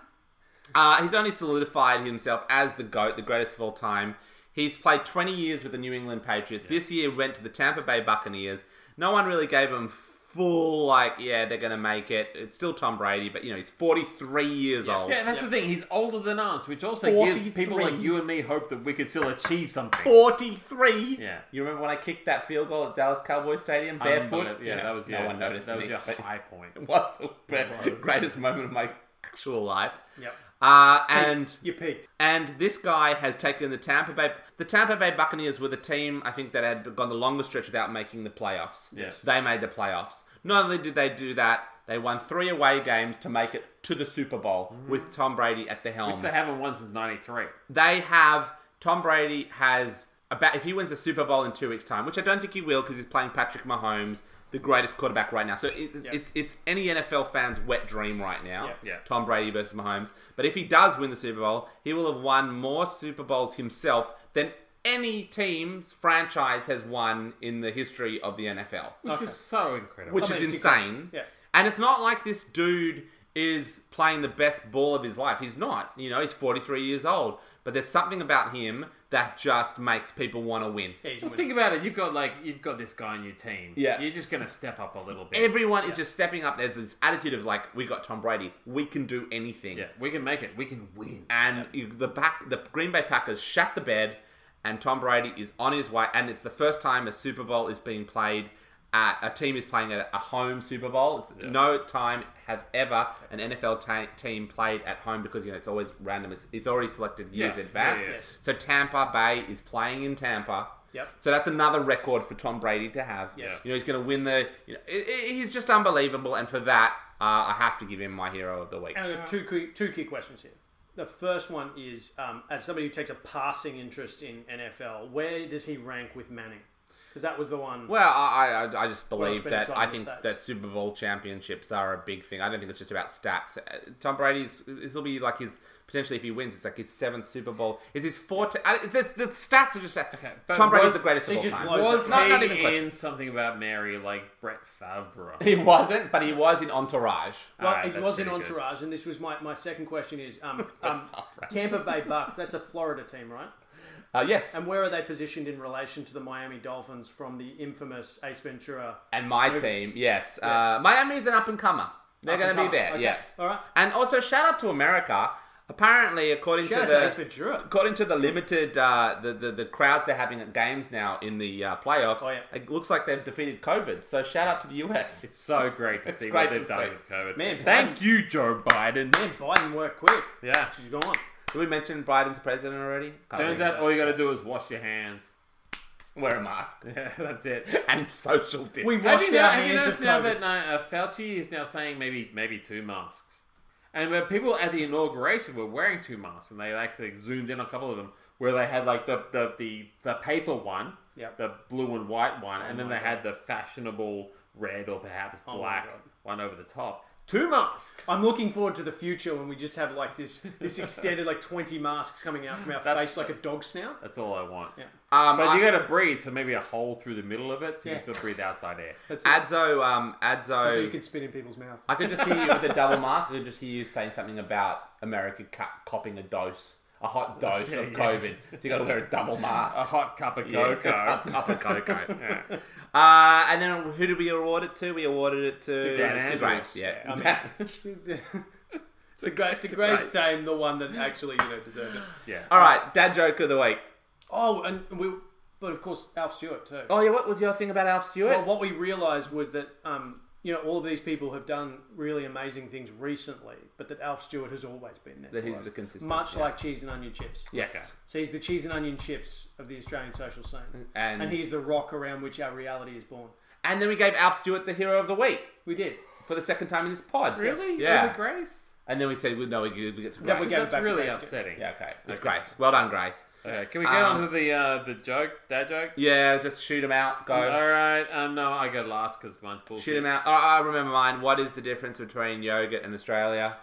[SPEAKER 2] Uh, he's only solidified himself as the GOAT, the greatest of all time. He's played 20 years with the New England Patriots. This year went to the Tampa Bay Buccaneers. No one really gave him full like, yeah, they're going to make it. It's still Tom Brady, but you know, he's 43 years old.
[SPEAKER 3] Yeah, that's the thing. He's older than us, which also gives people
[SPEAKER 2] 43.
[SPEAKER 3] like you and me hope that we could still achieve something.
[SPEAKER 2] 43.
[SPEAKER 3] Yeah.
[SPEAKER 2] You remember when I kicked that field goal at Dallas Cowboys Stadium barefoot?
[SPEAKER 3] Unbelievable. Yeah, that was
[SPEAKER 2] no
[SPEAKER 3] your,
[SPEAKER 2] one noticed.
[SPEAKER 3] That was
[SPEAKER 2] me,
[SPEAKER 3] your
[SPEAKER 2] but
[SPEAKER 3] high point.
[SPEAKER 2] it was the be- greatest moment of my actual life.
[SPEAKER 4] Yep.
[SPEAKER 2] Uh, and
[SPEAKER 4] you peaked.
[SPEAKER 2] and this guy has taken the Tampa Bay. The Tampa Bay Buccaneers were the team I think that had gone the longest stretch without making the playoffs.
[SPEAKER 3] Yes.
[SPEAKER 2] They made the playoffs. Not only did they do that, they won three away games to make it to the Super Bowl with Tom Brady at the helm
[SPEAKER 3] Which they haven't won since '93.
[SPEAKER 2] they have Tom Brady has about if he wins the Super Bowl in two weeks' time, which I don't think he will because he's playing Patrick Mahomes, the greatest quarterback right now. So it, it's it's any NFL fan's wet dream right now.
[SPEAKER 4] Yeah.
[SPEAKER 3] Yeah.
[SPEAKER 2] Tom Brady versus Mahomes. But if he does win the Super Bowl, he will have won more Super Bowls himself than any team's franchise has won in the history of the NFL
[SPEAKER 3] Which is so incredible.
[SPEAKER 2] which
[SPEAKER 4] I mean,
[SPEAKER 2] is
[SPEAKER 4] it's incredible.
[SPEAKER 2] insane.
[SPEAKER 4] Yeah.
[SPEAKER 2] And it's not like this dude is playing the best ball of his life. He's not. You know, he's 43 years old. But there's something about him that just makes people want to win.
[SPEAKER 4] Yeah, he's
[SPEAKER 3] Well,
[SPEAKER 4] winning.
[SPEAKER 3] think about it. You've got like you've got this guy on your team.
[SPEAKER 2] Yeah.
[SPEAKER 3] you're just gonna step up a little bit.
[SPEAKER 2] Everyone is just stepping up. There's this attitude of like, we got Tom Brady. We can do anything.
[SPEAKER 3] yeah, we can make it. We can win.
[SPEAKER 2] And you- the back, the Green Bay Packers shat the bed, and Tom Brady is on his way. And it's the first time a Super Bowl is being played. At, a team is playing at a home Super Bowl. It's- No time has ever an NFL ta- team played at home because you know it's always random. It's, it's already selected years
[SPEAKER 3] Yeah.
[SPEAKER 2] in advance.
[SPEAKER 3] Yeah, yeah, yeah.
[SPEAKER 2] So Tampa Bay is playing in Tampa.
[SPEAKER 4] Yep.
[SPEAKER 2] So that's another record for Tom Brady to have.
[SPEAKER 4] Yeah.
[SPEAKER 2] You know he's going to win the. You know, i i he's just unbelievable, and for that uh, I have to give him my hero of the week.
[SPEAKER 4] And I've got Uh, two key, two key questions here. The first one is, um, as somebody who takes a passing interest in NFL, where does he rank with Manning? Because that was the one.
[SPEAKER 2] Well, I, I, I just believe
[SPEAKER 4] spending
[SPEAKER 2] that
[SPEAKER 4] time
[SPEAKER 2] I
[SPEAKER 4] on the
[SPEAKER 2] think
[SPEAKER 4] stats.
[SPEAKER 2] that Super Bowl championships are a big thing. I don't think it's just about stats. Uh, Tom Brady's this will be like his potentially if he wins, it's like his seventh Super Bowl. Is his fourth? I- The, the stats are just okay,
[SPEAKER 3] but
[SPEAKER 2] Tom Brady's
[SPEAKER 3] was-
[SPEAKER 2] the greatest
[SPEAKER 4] he
[SPEAKER 2] of all
[SPEAKER 4] just
[SPEAKER 2] time.
[SPEAKER 4] was-
[SPEAKER 3] was
[SPEAKER 2] not-
[SPEAKER 3] he
[SPEAKER 2] not even a question.
[SPEAKER 3] in something about Mary like Brett Favre?
[SPEAKER 2] he wasn't, but he was in Entourage.
[SPEAKER 4] Well,
[SPEAKER 3] Alright,
[SPEAKER 4] it
[SPEAKER 3] that's
[SPEAKER 4] was in
[SPEAKER 3] pretty good.
[SPEAKER 4] Entourage, and this was my, my second question is um, um, Tampa Bay Bucks. That's a Florida team, right?
[SPEAKER 2] Uh, yes,
[SPEAKER 4] And where are they positioned in relation to the Miami Dolphins from the infamous Ace Ventura?
[SPEAKER 2] and my team, yes. Uh, Miami's an up and comer. They're
[SPEAKER 4] Up
[SPEAKER 2] going
[SPEAKER 4] and
[SPEAKER 2] to be
[SPEAKER 4] comer,
[SPEAKER 2] there.
[SPEAKER 4] okay.
[SPEAKER 2] Yes.
[SPEAKER 4] All right.
[SPEAKER 2] And also shout out to America. Apparently, according
[SPEAKER 4] Shout out
[SPEAKER 2] to the
[SPEAKER 4] to Ace Ventura.
[SPEAKER 2] According to the limited uh, the, the the crowds they're having at games now in the uh, playoffs,
[SPEAKER 4] Oh, yeah.
[SPEAKER 2] it looks like they've defeated COVID. So shout out to the US.
[SPEAKER 3] It's so great to
[SPEAKER 2] It's
[SPEAKER 3] see
[SPEAKER 2] great
[SPEAKER 3] what they've
[SPEAKER 2] to
[SPEAKER 3] done
[SPEAKER 2] see.
[SPEAKER 3] with COVID.
[SPEAKER 4] Man,
[SPEAKER 3] thank you, Joe Biden.
[SPEAKER 4] Man, Biden worked quick.
[SPEAKER 3] Yeah.
[SPEAKER 4] She's gone.
[SPEAKER 2] Did we mention Biden's president already? Can't
[SPEAKER 3] Turns
[SPEAKER 2] remember.
[SPEAKER 3] out all you got to do is wash your hands.
[SPEAKER 2] wear a mask
[SPEAKER 3] Yeah, that's it.
[SPEAKER 2] and social distance.
[SPEAKER 4] We
[SPEAKER 3] Have
[SPEAKER 4] washed
[SPEAKER 3] you,
[SPEAKER 4] our
[SPEAKER 3] now, have you
[SPEAKER 4] hands
[SPEAKER 3] noticed
[SPEAKER 4] of
[SPEAKER 3] now
[SPEAKER 4] COVID.
[SPEAKER 3] that uh, Fauci is now saying maybe maybe two masks, and where people at the inauguration were wearing two masks, and they actually zoomed in on a couple of them where they had like the the the, the paper one,
[SPEAKER 4] Yep. Oh
[SPEAKER 3] the blue and white one, and then they had the fashionable red or perhaps
[SPEAKER 4] my
[SPEAKER 3] black
[SPEAKER 4] God.
[SPEAKER 3] one over the top. Two masks.
[SPEAKER 4] I'm looking forward to the future when we just have like this this extended like 20 masks coming out from our face like a dog snout.
[SPEAKER 3] That's all I want.
[SPEAKER 2] um,
[SPEAKER 3] But
[SPEAKER 2] I-
[SPEAKER 3] you got to breathe, so maybe a hole through the middle of it, so you
[SPEAKER 4] Yeah.
[SPEAKER 3] can still breathe outside air.
[SPEAKER 2] Adzo, um, Adzo.
[SPEAKER 4] Oh, So you can spit in people's mouths.
[SPEAKER 2] I could just hear you with a double mask. I could just hear you saying something about America cu- copping a dose, a hot dose
[SPEAKER 3] Yeah,
[SPEAKER 2] of
[SPEAKER 3] yeah.
[SPEAKER 2] COVID. So you got to wear a double mask.
[SPEAKER 3] A hot cup of
[SPEAKER 2] Yeah,
[SPEAKER 3] cocoa.
[SPEAKER 2] a hot cup of cocoa.
[SPEAKER 3] Yeah.
[SPEAKER 2] Uh, and then who did we award it to? We awarded it to,
[SPEAKER 3] Dan
[SPEAKER 2] to
[SPEAKER 3] Andrews.
[SPEAKER 2] Grace. Yeah.
[SPEAKER 4] Yeah, I to, gra- to Grace Dame, the one that actually you know deserved it.
[SPEAKER 3] Yeah.
[SPEAKER 2] All right, dad joke of the week.
[SPEAKER 4] Oh, and we, but of course Alf Stewart too.
[SPEAKER 2] Oh yeah, what was your thing about Alf Stewart?
[SPEAKER 4] Well, what we realised was that um, you know all of these people have done really amazing things recently, but that Alf Stewart has always been there.
[SPEAKER 2] That
[SPEAKER 4] for
[SPEAKER 2] he's
[SPEAKER 4] us.
[SPEAKER 2] the consistent,
[SPEAKER 4] much
[SPEAKER 2] yeah.
[SPEAKER 4] like cheese and onion chips.
[SPEAKER 2] yes.
[SPEAKER 4] So he's the cheese and onion chips of the Australian social scene,
[SPEAKER 2] And-
[SPEAKER 4] and he's the rock around which our reality is born.
[SPEAKER 2] And then we gave Alf Stewart the hero of the week
[SPEAKER 4] We did.
[SPEAKER 2] for the second time in this pod.
[SPEAKER 3] Really?
[SPEAKER 2] Yeah.
[SPEAKER 3] Over Grace?
[SPEAKER 2] and then we said, well, no, we give we get to Grace.
[SPEAKER 4] Then we gave it
[SPEAKER 3] That's
[SPEAKER 4] back to
[SPEAKER 3] really
[SPEAKER 4] Grace.
[SPEAKER 3] upsetting.
[SPEAKER 2] yeah, okay. It's
[SPEAKER 3] Okay.
[SPEAKER 2] Grace. Well done, Grace.
[SPEAKER 3] Okay, can we get
[SPEAKER 2] Um,
[SPEAKER 3] on to the uh, the joke, dad joke?
[SPEAKER 2] Yeah, just shoot him out. Go.
[SPEAKER 3] All right. Um, no, I go last because mine's bullshit.
[SPEAKER 2] Shoot him out. Oh, I remember mine. What is the difference between yogurt and Australia?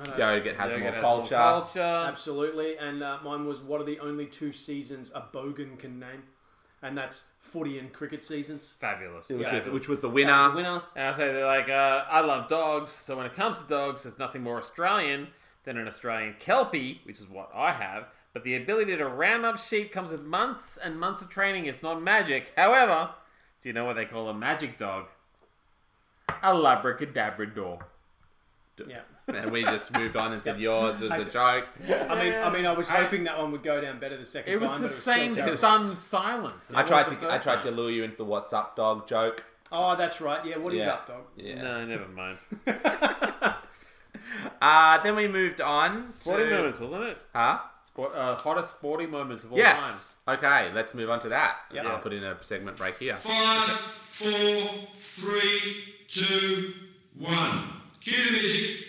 [SPEAKER 4] I don't know.
[SPEAKER 2] Yogurt has,
[SPEAKER 3] Yoga
[SPEAKER 2] more,
[SPEAKER 3] has
[SPEAKER 2] culture.
[SPEAKER 3] culture.
[SPEAKER 4] Absolutely, and uh, mine was what are the only two seasons a bogan can name, and that's footy and cricket seasons.
[SPEAKER 3] Fabulous.
[SPEAKER 2] Which,
[SPEAKER 3] Fabulous.
[SPEAKER 2] is, which was the
[SPEAKER 4] As
[SPEAKER 2] winner.
[SPEAKER 4] a winner,
[SPEAKER 3] and I say they're like, uh, I love dogs. So when it comes to dogs, there's nothing more Australian than an Australian kelpie, which is what I have, But the ability to round up sheep comes with months and months of training. It's not magic. However, do you know what they call a magic dog? A labracadabrador.
[SPEAKER 4] Yeah.
[SPEAKER 2] And we just moved on and said yours was the joke.
[SPEAKER 4] I mean, I mean, I was hoping that one would go down better the second
[SPEAKER 3] It was
[SPEAKER 4] time.
[SPEAKER 3] the
[SPEAKER 4] but still
[SPEAKER 3] same
[SPEAKER 4] terrible.
[SPEAKER 3] stunned silence. as
[SPEAKER 2] I
[SPEAKER 3] it
[SPEAKER 2] tried
[SPEAKER 3] was the
[SPEAKER 2] to I
[SPEAKER 3] first
[SPEAKER 2] tried to
[SPEAKER 3] time.
[SPEAKER 2] lure you into the what's up dog joke.
[SPEAKER 4] Oh, that's right. Yeah, what is
[SPEAKER 2] Yeah.
[SPEAKER 4] up, dog?
[SPEAKER 2] Yeah.
[SPEAKER 3] No, never mind.
[SPEAKER 2] Uh, then we moved on.
[SPEAKER 3] Sporting
[SPEAKER 2] to,
[SPEAKER 3] moments, wasn't it?
[SPEAKER 2] Huh?
[SPEAKER 3] Sport, uh, hottest sporting moments of all
[SPEAKER 2] Yes. Okay, let's move on to that.
[SPEAKER 4] Yeah.
[SPEAKER 2] I'll put in a segment break here.
[SPEAKER 5] Five, four, three, two, one. Cue the music.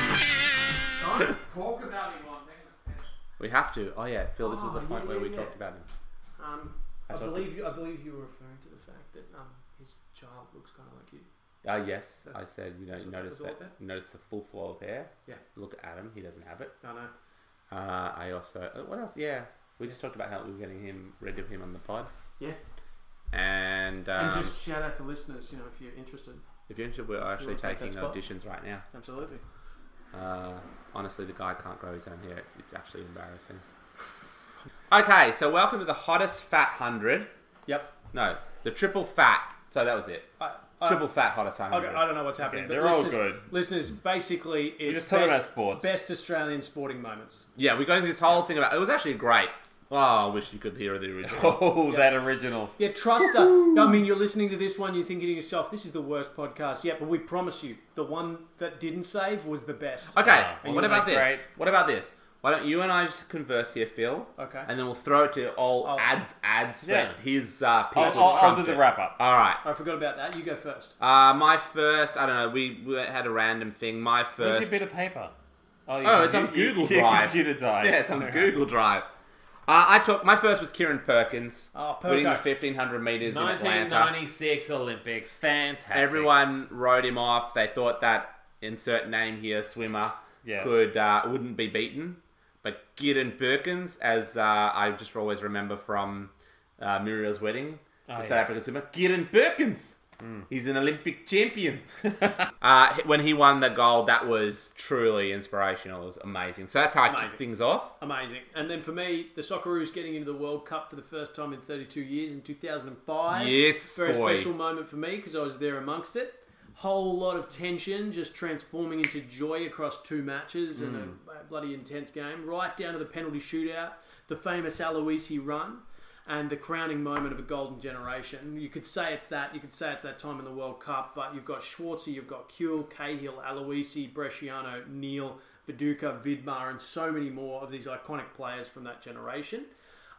[SPEAKER 3] time. Talk about him on
[SPEAKER 2] We have to. Oh yeah, Phil, this was the
[SPEAKER 4] Oh,
[SPEAKER 2] point
[SPEAKER 4] yeah,
[SPEAKER 2] where
[SPEAKER 4] yeah,
[SPEAKER 2] we
[SPEAKER 4] yeah.
[SPEAKER 2] talked about him.
[SPEAKER 4] Um, I
[SPEAKER 2] told
[SPEAKER 4] believe you. I believe you were referring to the fact that um, his child looks kind of like you.
[SPEAKER 2] Ah, yes. I
[SPEAKER 4] That's-
[SPEAKER 2] said, you know,
[SPEAKER 4] that's what
[SPEAKER 2] notice
[SPEAKER 4] it was all
[SPEAKER 2] that.
[SPEAKER 4] about.
[SPEAKER 2] Notice the full flow of hair.
[SPEAKER 4] Yeah.
[SPEAKER 2] Look at Adam. He doesn't have it.
[SPEAKER 4] I know.
[SPEAKER 2] Uh, I also. uh, What else? Yeah. We just talked about how we were getting him rid of him on the pod.
[SPEAKER 4] Yeah.
[SPEAKER 2] And, um,
[SPEAKER 4] and just shout out to listeners. You know, if you're interested,
[SPEAKER 2] if you're interested, we're actually
[SPEAKER 4] wanna take
[SPEAKER 2] taking
[SPEAKER 4] that spot?
[SPEAKER 2] auditions right now.
[SPEAKER 4] absolutely.
[SPEAKER 2] Uh, honestly, the guy can't grow his own hair. It's, it's actually embarrassing. Okay, so welcome to the hottest fat hundred.
[SPEAKER 4] Yep.
[SPEAKER 2] No, the triple fat. So that was it.
[SPEAKER 4] I,
[SPEAKER 3] Uh,
[SPEAKER 4] I,
[SPEAKER 2] triple fat hottest
[SPEAKER 4] Okay,
[SPEAKER 2] hundred.
[SPEAKER 4] I don't know what's happening. but
[SPEAKER 3] they're all
[SPEAKER 4] listeners-
[SPEAKER 3] good.
[SPEAKER 4] Listeners, basically, it's
[SPEAKER 3] just
[SPEAKER 4] best,
[SPEAKER 3] talking about sports.
[SPEAKER 4] best Australian sporting moments.
[SPEAKER 2] Yeah, we got into this whole thing about it was actually great. Oh, I wish you could hear the original.
[SPEAKER 3] Oh, that original.
[SPEAKER 4] Yeah, trust us. I mean, you're listening to this one, you're thinking to yourself, this is the worst podcast yet, but we promise you, the one that didn't save was the best.
[SPEAKER 2] Okay,
[SPEAKER 3] Wow.
[SPEAKER 2] what
[SPEAKER 3] Isn't
[SPEAKER 2] about
[SPEAKER 3] that
[SPEAKER 2] this?
[SPEAKER 3] uh, great?
[SPEAKER 2] What about this? Why don't you and I just converse here, Phil?
[SPEAKER 4] Okay.
[SPEAKER 2] And then we'll throw it to old
[SPEAKER 4] Oh.
[SPEAKER 2] ads, ads for
[SPEAKER 3] Yeah.
[SPEAKER 2] his uh, people's
[SPEAKER 3] I'll, I'll do
[SPEAKER 2] trumpet.
[SPEAKER 3] the wrap up.
[SPEAKER 2] All right.
[SPEAKER 4] I forgot about that. You go first.
[SPEAKER 2] Uh, my first, I don't know, we, we had a random thing. My
[SPEAKER 3] Where's
[SPEAKER 2] first.
[SPEAKER 3] your bit of paper?
[SPEAKER 2] Oh, it's on Google Drive.
[SPEAKER 3] Computer died.
[SPEAKER 2] Yeah, it's on Google Drive. Uh, I took my first was Kieran Perkins
[SPEAKER 4] Oh, Perko.
[SPEAKER 2] winning the fifteen hundred meters in Atlanta.
[SPEAKER 3] 1996 Olympics. Fantastic.
[SPEAKER 2] Everyone wrote him off. They thought that insert name here swimmer
[SPEAKER 3] Yeah.
[SPEAKER 2] could uh, wouldn't be beaten, but Kieran Perkins, as uh, I just always remember from uh, Muriel's wedding,
[SPEAKER 4] Ah,
[SPEAKER 2] the South
[SPEAKER 3] yeah.
[SPEAKER 2] African swimmer Kieran Perkins.
[SPEAKER 4] Hmm.
[SPEAKER 2] He's an Olympic champion. uh, when he won the gold, that was truly inspirational. It was amazing. So that's how I kicked
[SPEAKER 4] Amazing.
[SPEAKER 2] things off.
[SPEAKER 4] Amazing. And then for me, the Socceroos getting into the World Cup for the first time in 32 years in 2005.
[SPEAKER 2] Yes,
[SPEAKER 4] Very
[SPEAKER 2] boy.
[SPEAKER 4] special moment for me because I was there amongst it. Whole lot of tension just transforming into joy across two matches and a, a bloody intense game, right down to the penalty shootout, the famous Aloisi run, and the crowning moment of a golden generation. You could say it's that, you could say it's that time in the World Cup, but you've got Schwarzer, you've got Kuhl, Cahill, Aloisi, Bresciano, Neil, Viduka, Vidmar, and so many more of these iconic players from that generation.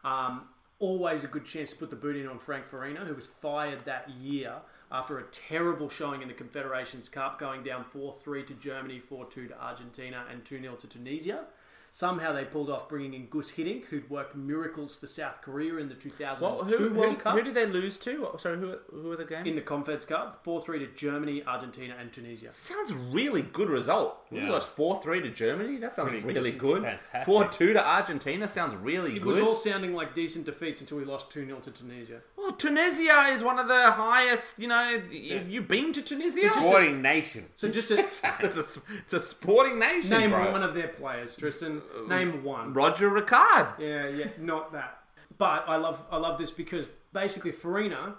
[SPEAKER 4] Um, always a good chance to put the boot in on Frank Farina, who was fired that year after a terrible showing in the Confederations Cup, going down 4 3 to Germany, 4 2 to Argentina, and 2 0 to Tunisia. Somehow they pulled off bringing in Gus Hiddink, who'd worked miracles for South Korea in the 2002
[SPEAKER 2] Well, who, who,
[SPEAKER 4] Um, World
[SPEAKER 2] did-
[SPEAKER 4] Cup.
[SPEAKER 2] who did they lose to? What- Sorry, who, who were the games?
[SPEAKER 4] in the Confeds Cup, 4 3 to Germany, Argentina, and Tunisia.
[SPEAKER 2] Sounds a really good result. We
[SPEAKER 3] Yeah.
[SPEAKER 2] lost four three to Germany. That sounds
[SPEAKER 3] Pretty good.
[SPEAKER 2] really
[SPEAKER 3] It's
[SPEAKER 2] good.
[SPEAKER 3] fantastic.
[SPEAKER 2] Four two to Argentina sounds really
[SPEAKER 4] It
[SPEAKER 2] good.
[SPEAKER 4] was all sounding like decent defeats until we lost 2 0 to Tunisia.
[SPEAKER 2] well, Oh, Tunisia is one of the highest. You know, have you been to Tunisia?
[SPEAKER 3] Sporting nation.
[SPEAKER 4] So just to
[SPEAKER 2] it's, a, it's a sporting nation.
[SPEAKER 4] name
[SPEAKER 2] bro.
[SPEAKER 4] one of their players, Tristan.
[SPEAKER 2] Uh,
[SPEAKER 4] Name one.
[SPEAKER 2] Roger Ricard.
[SPEAKER 4] Yeah, yeah, not that. But I love I love this because basically Farina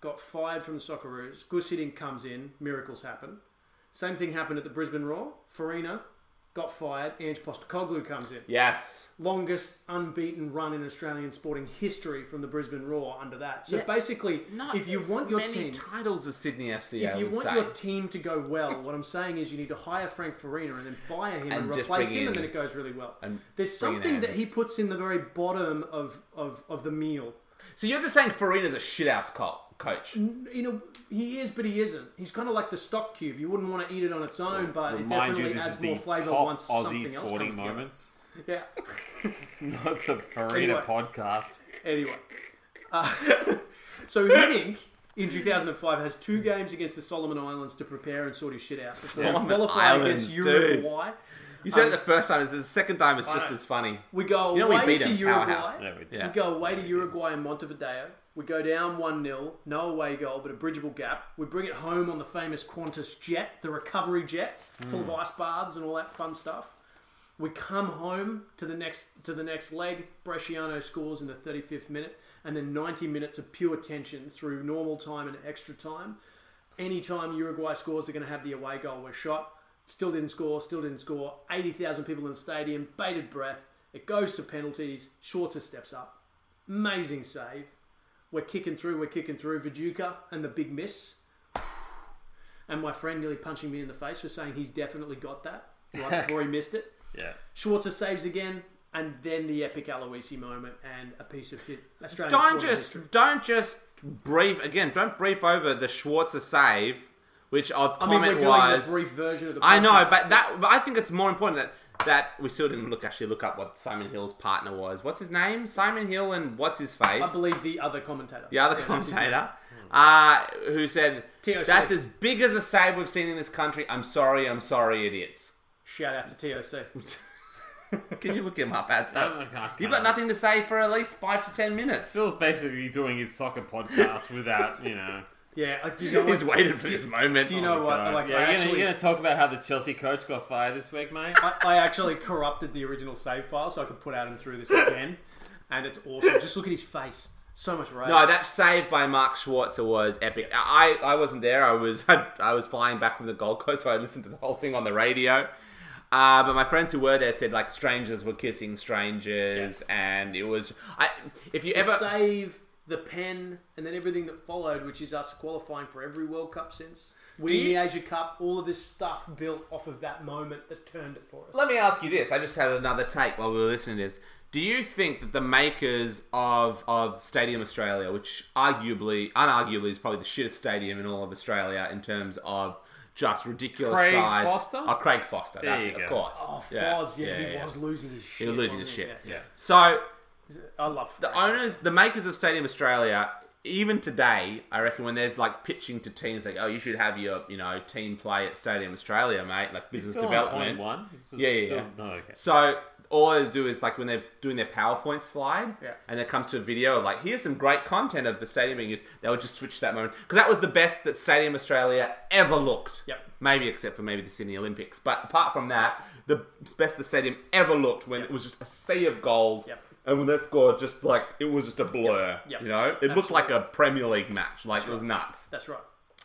[SPEAKER 4] got fired from the Socceroos. Gus Hiddink comes in, miracles happen. Same thing happened at the Brisbane Roar. Farina got fired. Ange Postacoglu comes in.
[SPEAKER 2] Yes.
[SPEAKER 4] Longest unbeaten run in Australian sporting history from the Brisbane Roar under that. So basically,
[SPEAKER 2] Not
[SPEAKER 4] if you
[SPEAKER 2] as
[SPEAKER 4] want your
[SPEAKER 2] many
[SPEAKER 4] team,
[SPEAKER 2] titles as Sydney FC, I
[SPEAKER 4] if you
[SPEAKER 2] would
[SPEAKER 4] want
[SPEAKER 2] say.
[SPEAKER 4] your team to go well, what I'm saying is you need to hire Frank Farina and then fire him and,
[SPEAKER 2] And just
[SPEAKER 4] replace
[SPEAKER 2] bring
[SPEAKER 4] him, and
[SPEAKER 2] in-
[SPEAKER 4] then it goes really well.
[SPEAKER 2] and
[SPEAKER 4] There's
[SPEAKER 2] bring in
[SPEAKER 4] something that
[SPEAKER 2] Andy.
[SPEAKER 4] he puts in the very bottom of, of, of the meal.
[SPEAKER 2] so you're just saying Farina's a shithouse co- coach.
[SPEAKER 4] You know, he is, but he isn't. He's kind of like the stock cube. You wouldn't want to eat it on its own, but it
[SPEAKER 3] Remind
[SPEAKER 4] definitely
[SPEAKER 3] you, this is
[SPEAKER 4] adds more
[SPEAKER 3] the
[SPEAKER 4] flavour
[SPEAKER 3] top
[SPEAKER 4] once
[SPEAKER 3] Aussie
[SPEAKER 4] something else
[SPEAKER 3] sporting
[SPEAKER 4] comes together.
[SPEAKER 3] moments.
[SPEAKER 4] Yeah.
[SPEAKER 3] Not the Farina
[SPEAKER 4] Anyway.
[SPEAKER 3] podcast.
[SPEAKER 4] Anyway, uh, so Hiddink in 2005 has two games against the Solomon Islands to prepare and sort his shit out.
[SPEAKER 2] Solomon
[SPEAKER 4] qualify
[SPEAKER 2] Islands,
[SPEAKER 4] against
[SPEAKER 2] dude.
[SPEAKER 4] Uruguay
[SPEAKER 2] You said it the first time. It's the second time. It's just as funny.
[SPEAKER 4] We go
[SPEAKER 2] You know we
[SPEAKER 4] away
[SPEAKER 2] beat
[SPEAKER 4] to
[SPEAKER 2] 'em,
[SPEAKER 4] Uruguay.
[SPEAKER 2] powerhouse.
[SPEAKER 3] No, we didn't.
[SPEAKER 2] Yeah.
[SPEAKER 4] We go away to Uruguay and Montevideo. We go down 1 0, no away goal, but a bridgeable gap. We bring it home on the famous Qantas jet, the recovery jet, full
[SPEAKER 2] Mm.
[SPEAKER 4] of ice baths and all that fun stuff. We come home to the next to the next leg. Bresciano scores in the 35th minute, and then 90 minutes of pure tension through normal time and extra time. Anytime Uruguay scores, they're going to have the away goal. We're shot. Still didn't score. Still didn't score. 80,000 people in the stadium, bated breath. It goes to penalties. Schwarzer steps up. Amazing save. We're kicking through. We're kicking through. Viduka and the big miss. And my friend nearly punching me in the face for saying he's definitely got that right before he missed it.
[SPEAKER 3] Yeah.
[SPEAKER 4] Schwarzer saves again, and then the epic Aloisi moment and a piece of hit. Australian
[SPEAKER 2] Don't
[SPEAKER 4] sporting
[SPEAKER 2] just
[SPEAKER 4] history.
[SPEAKER 2] don't just brief again. Don't brief over the Schwarzer save, which our
[SPEAKER 4] I mean, we're
[SPEAKER 2] comment
[SPEAKER 4] doing
[SPEAKER 2] was.
[SPEAKER 4] a brief version of the.
[SPEAKER 2] I know,
[SPEAKER 4] podcast.
[SPEAKER 2] but that but I think it's more important that that we still didn't look actually look up what Simon Hill's partner was. What's his name? Simon Hill and what's his face?
[SPEAKER 4] I believe the other commentator.
[SPEAKER 2] the other
[SPEAKER 4] Yeah, that's his name. Hmm.
[SPEAKER 2] commentator, uh, who said
[SPEAKER 4] TOC.
[SPEAKER 2] that's as big as a save we've seen in this country. I'm sorry, I'm sorry, it is.
[SPEAKER 4] Shout out to TOC.
[SPEAKER 2] Can you look him up, Ads?
[SPEAKER 4] Oh
[SPEAKER 3] I can't-
[SPEAKER 2] You've got nothing to say for at least five to ten minutes.
[SPEAKER 3] Still basically doing his soccer podcast without, you know.
[SPEAKER 4] Yeah, I- you know
[SPEAKER 2] He's
[SPEAKER 4] what?
[SPEAKER 2] waited for this moment.
[SPEAKER 4] Do you know what? I, like,
[SPEAKER 3] yeah,
[SPEAKER 4] I
[SPEAKER 3] you're, gonna,
[SPEAKER 4] actually,
[SPEAKER 3] you're gonna talk about how the Chelsea coach got fired this week, mate.
[SPEAKER 4] I, I actually corrupted the original save file so I could put Adam through this again, and it's awesome. Just look at his face. So much rage.
[SPEAKER 2] No, that save by Mark Schwarzer was epic. I, I wasn't there. I was I, was flying back from the Gold Coast, so I listened to the whole thing on the radio. Uh, but my friends who were there said like strangers were kissing strangers, and it was. I if you ever
[SPEAKER 4] the save, the pen, and then everything that followed, which is us qualifying for every World Cup since. We
[SPEAKER 2] you-
[SPEAKER 4] in the Asia Cup, all of this stuff built off of that moment that turned it for us.
[SPEAKER 2] let me ask you this. I just had another take while we were listening to this. Do you think that the makers of of Stadium Australia, which arguably, unarguably, is probably the shittest stadium in all of Australia in terms of just ridiculous
[SPEAKER 3] Craig
[SPEAKER 2] size?
[SPEAKER 3] Foster?
[SPEAKER 2] Oh, Craig Foster.
[SPEAKER 3] There
[SPEAKER 2] that's
[SPEAKER 3] you
[SPEAKER 2] it, of
[SPEAKER 3] go.
[SPEAKER 2] course.
[SPEAKER 4] Oh, Foz, yeah, he
[SPEAKER 2] yeah.
[SPEAKER 4] was losing his shit.
[SPEAKER 2] You're losing
[SPEAKER 4] wasn't
[SPEAKER 2] his
[SPEAKER 4] he?
[SPEAKER 2] shit.
[SPEAKER 4] Yeah.
[SPEAKER 2] So
[SPEAKER 4] I love
[SPEAKER 2] the owners, the makers of Stadium Australia, even today, I reckon when they're like pitching to teams, like, oh, you should have your, you know, team play at Stadium Australia, mate, like business
[SPEAKER 3] Still on
[SPEAKER 2] development.
[SPEAKER 3] point one. This is
[SPEAKER 2] Yeah, yeah,
[SPEAKER 3] still-
[SPEAKER 2] yeah.
[SPEAKER 3] No, Oh, okay.
[SPEAKER 2] So all they do is like when they're doing their PowerPoint slide,
[SPEAKER 4] Yeah.
[SPEAKER 2] and there comes to a video of like, here's some great content of the stadium being used. They would just switch that moment because that was the best that Stadium Australia ever looked.
[SPEAKER 4] Yep.
[SPEAKER 2] Maybe except for maybe the Sydney Olympics, but apart from that, the best the stadium ever looked when it was just a sea of gold.
[SPEAKER 4] Yep.
[SPEAKER 2] And when they scored, just like it was just a blur,
[SPEAKER 4] Yep.
[SPEAKER 2] you know, it looked like a Premier League match, like it was nuts.
[SPEAKER 4] That's right.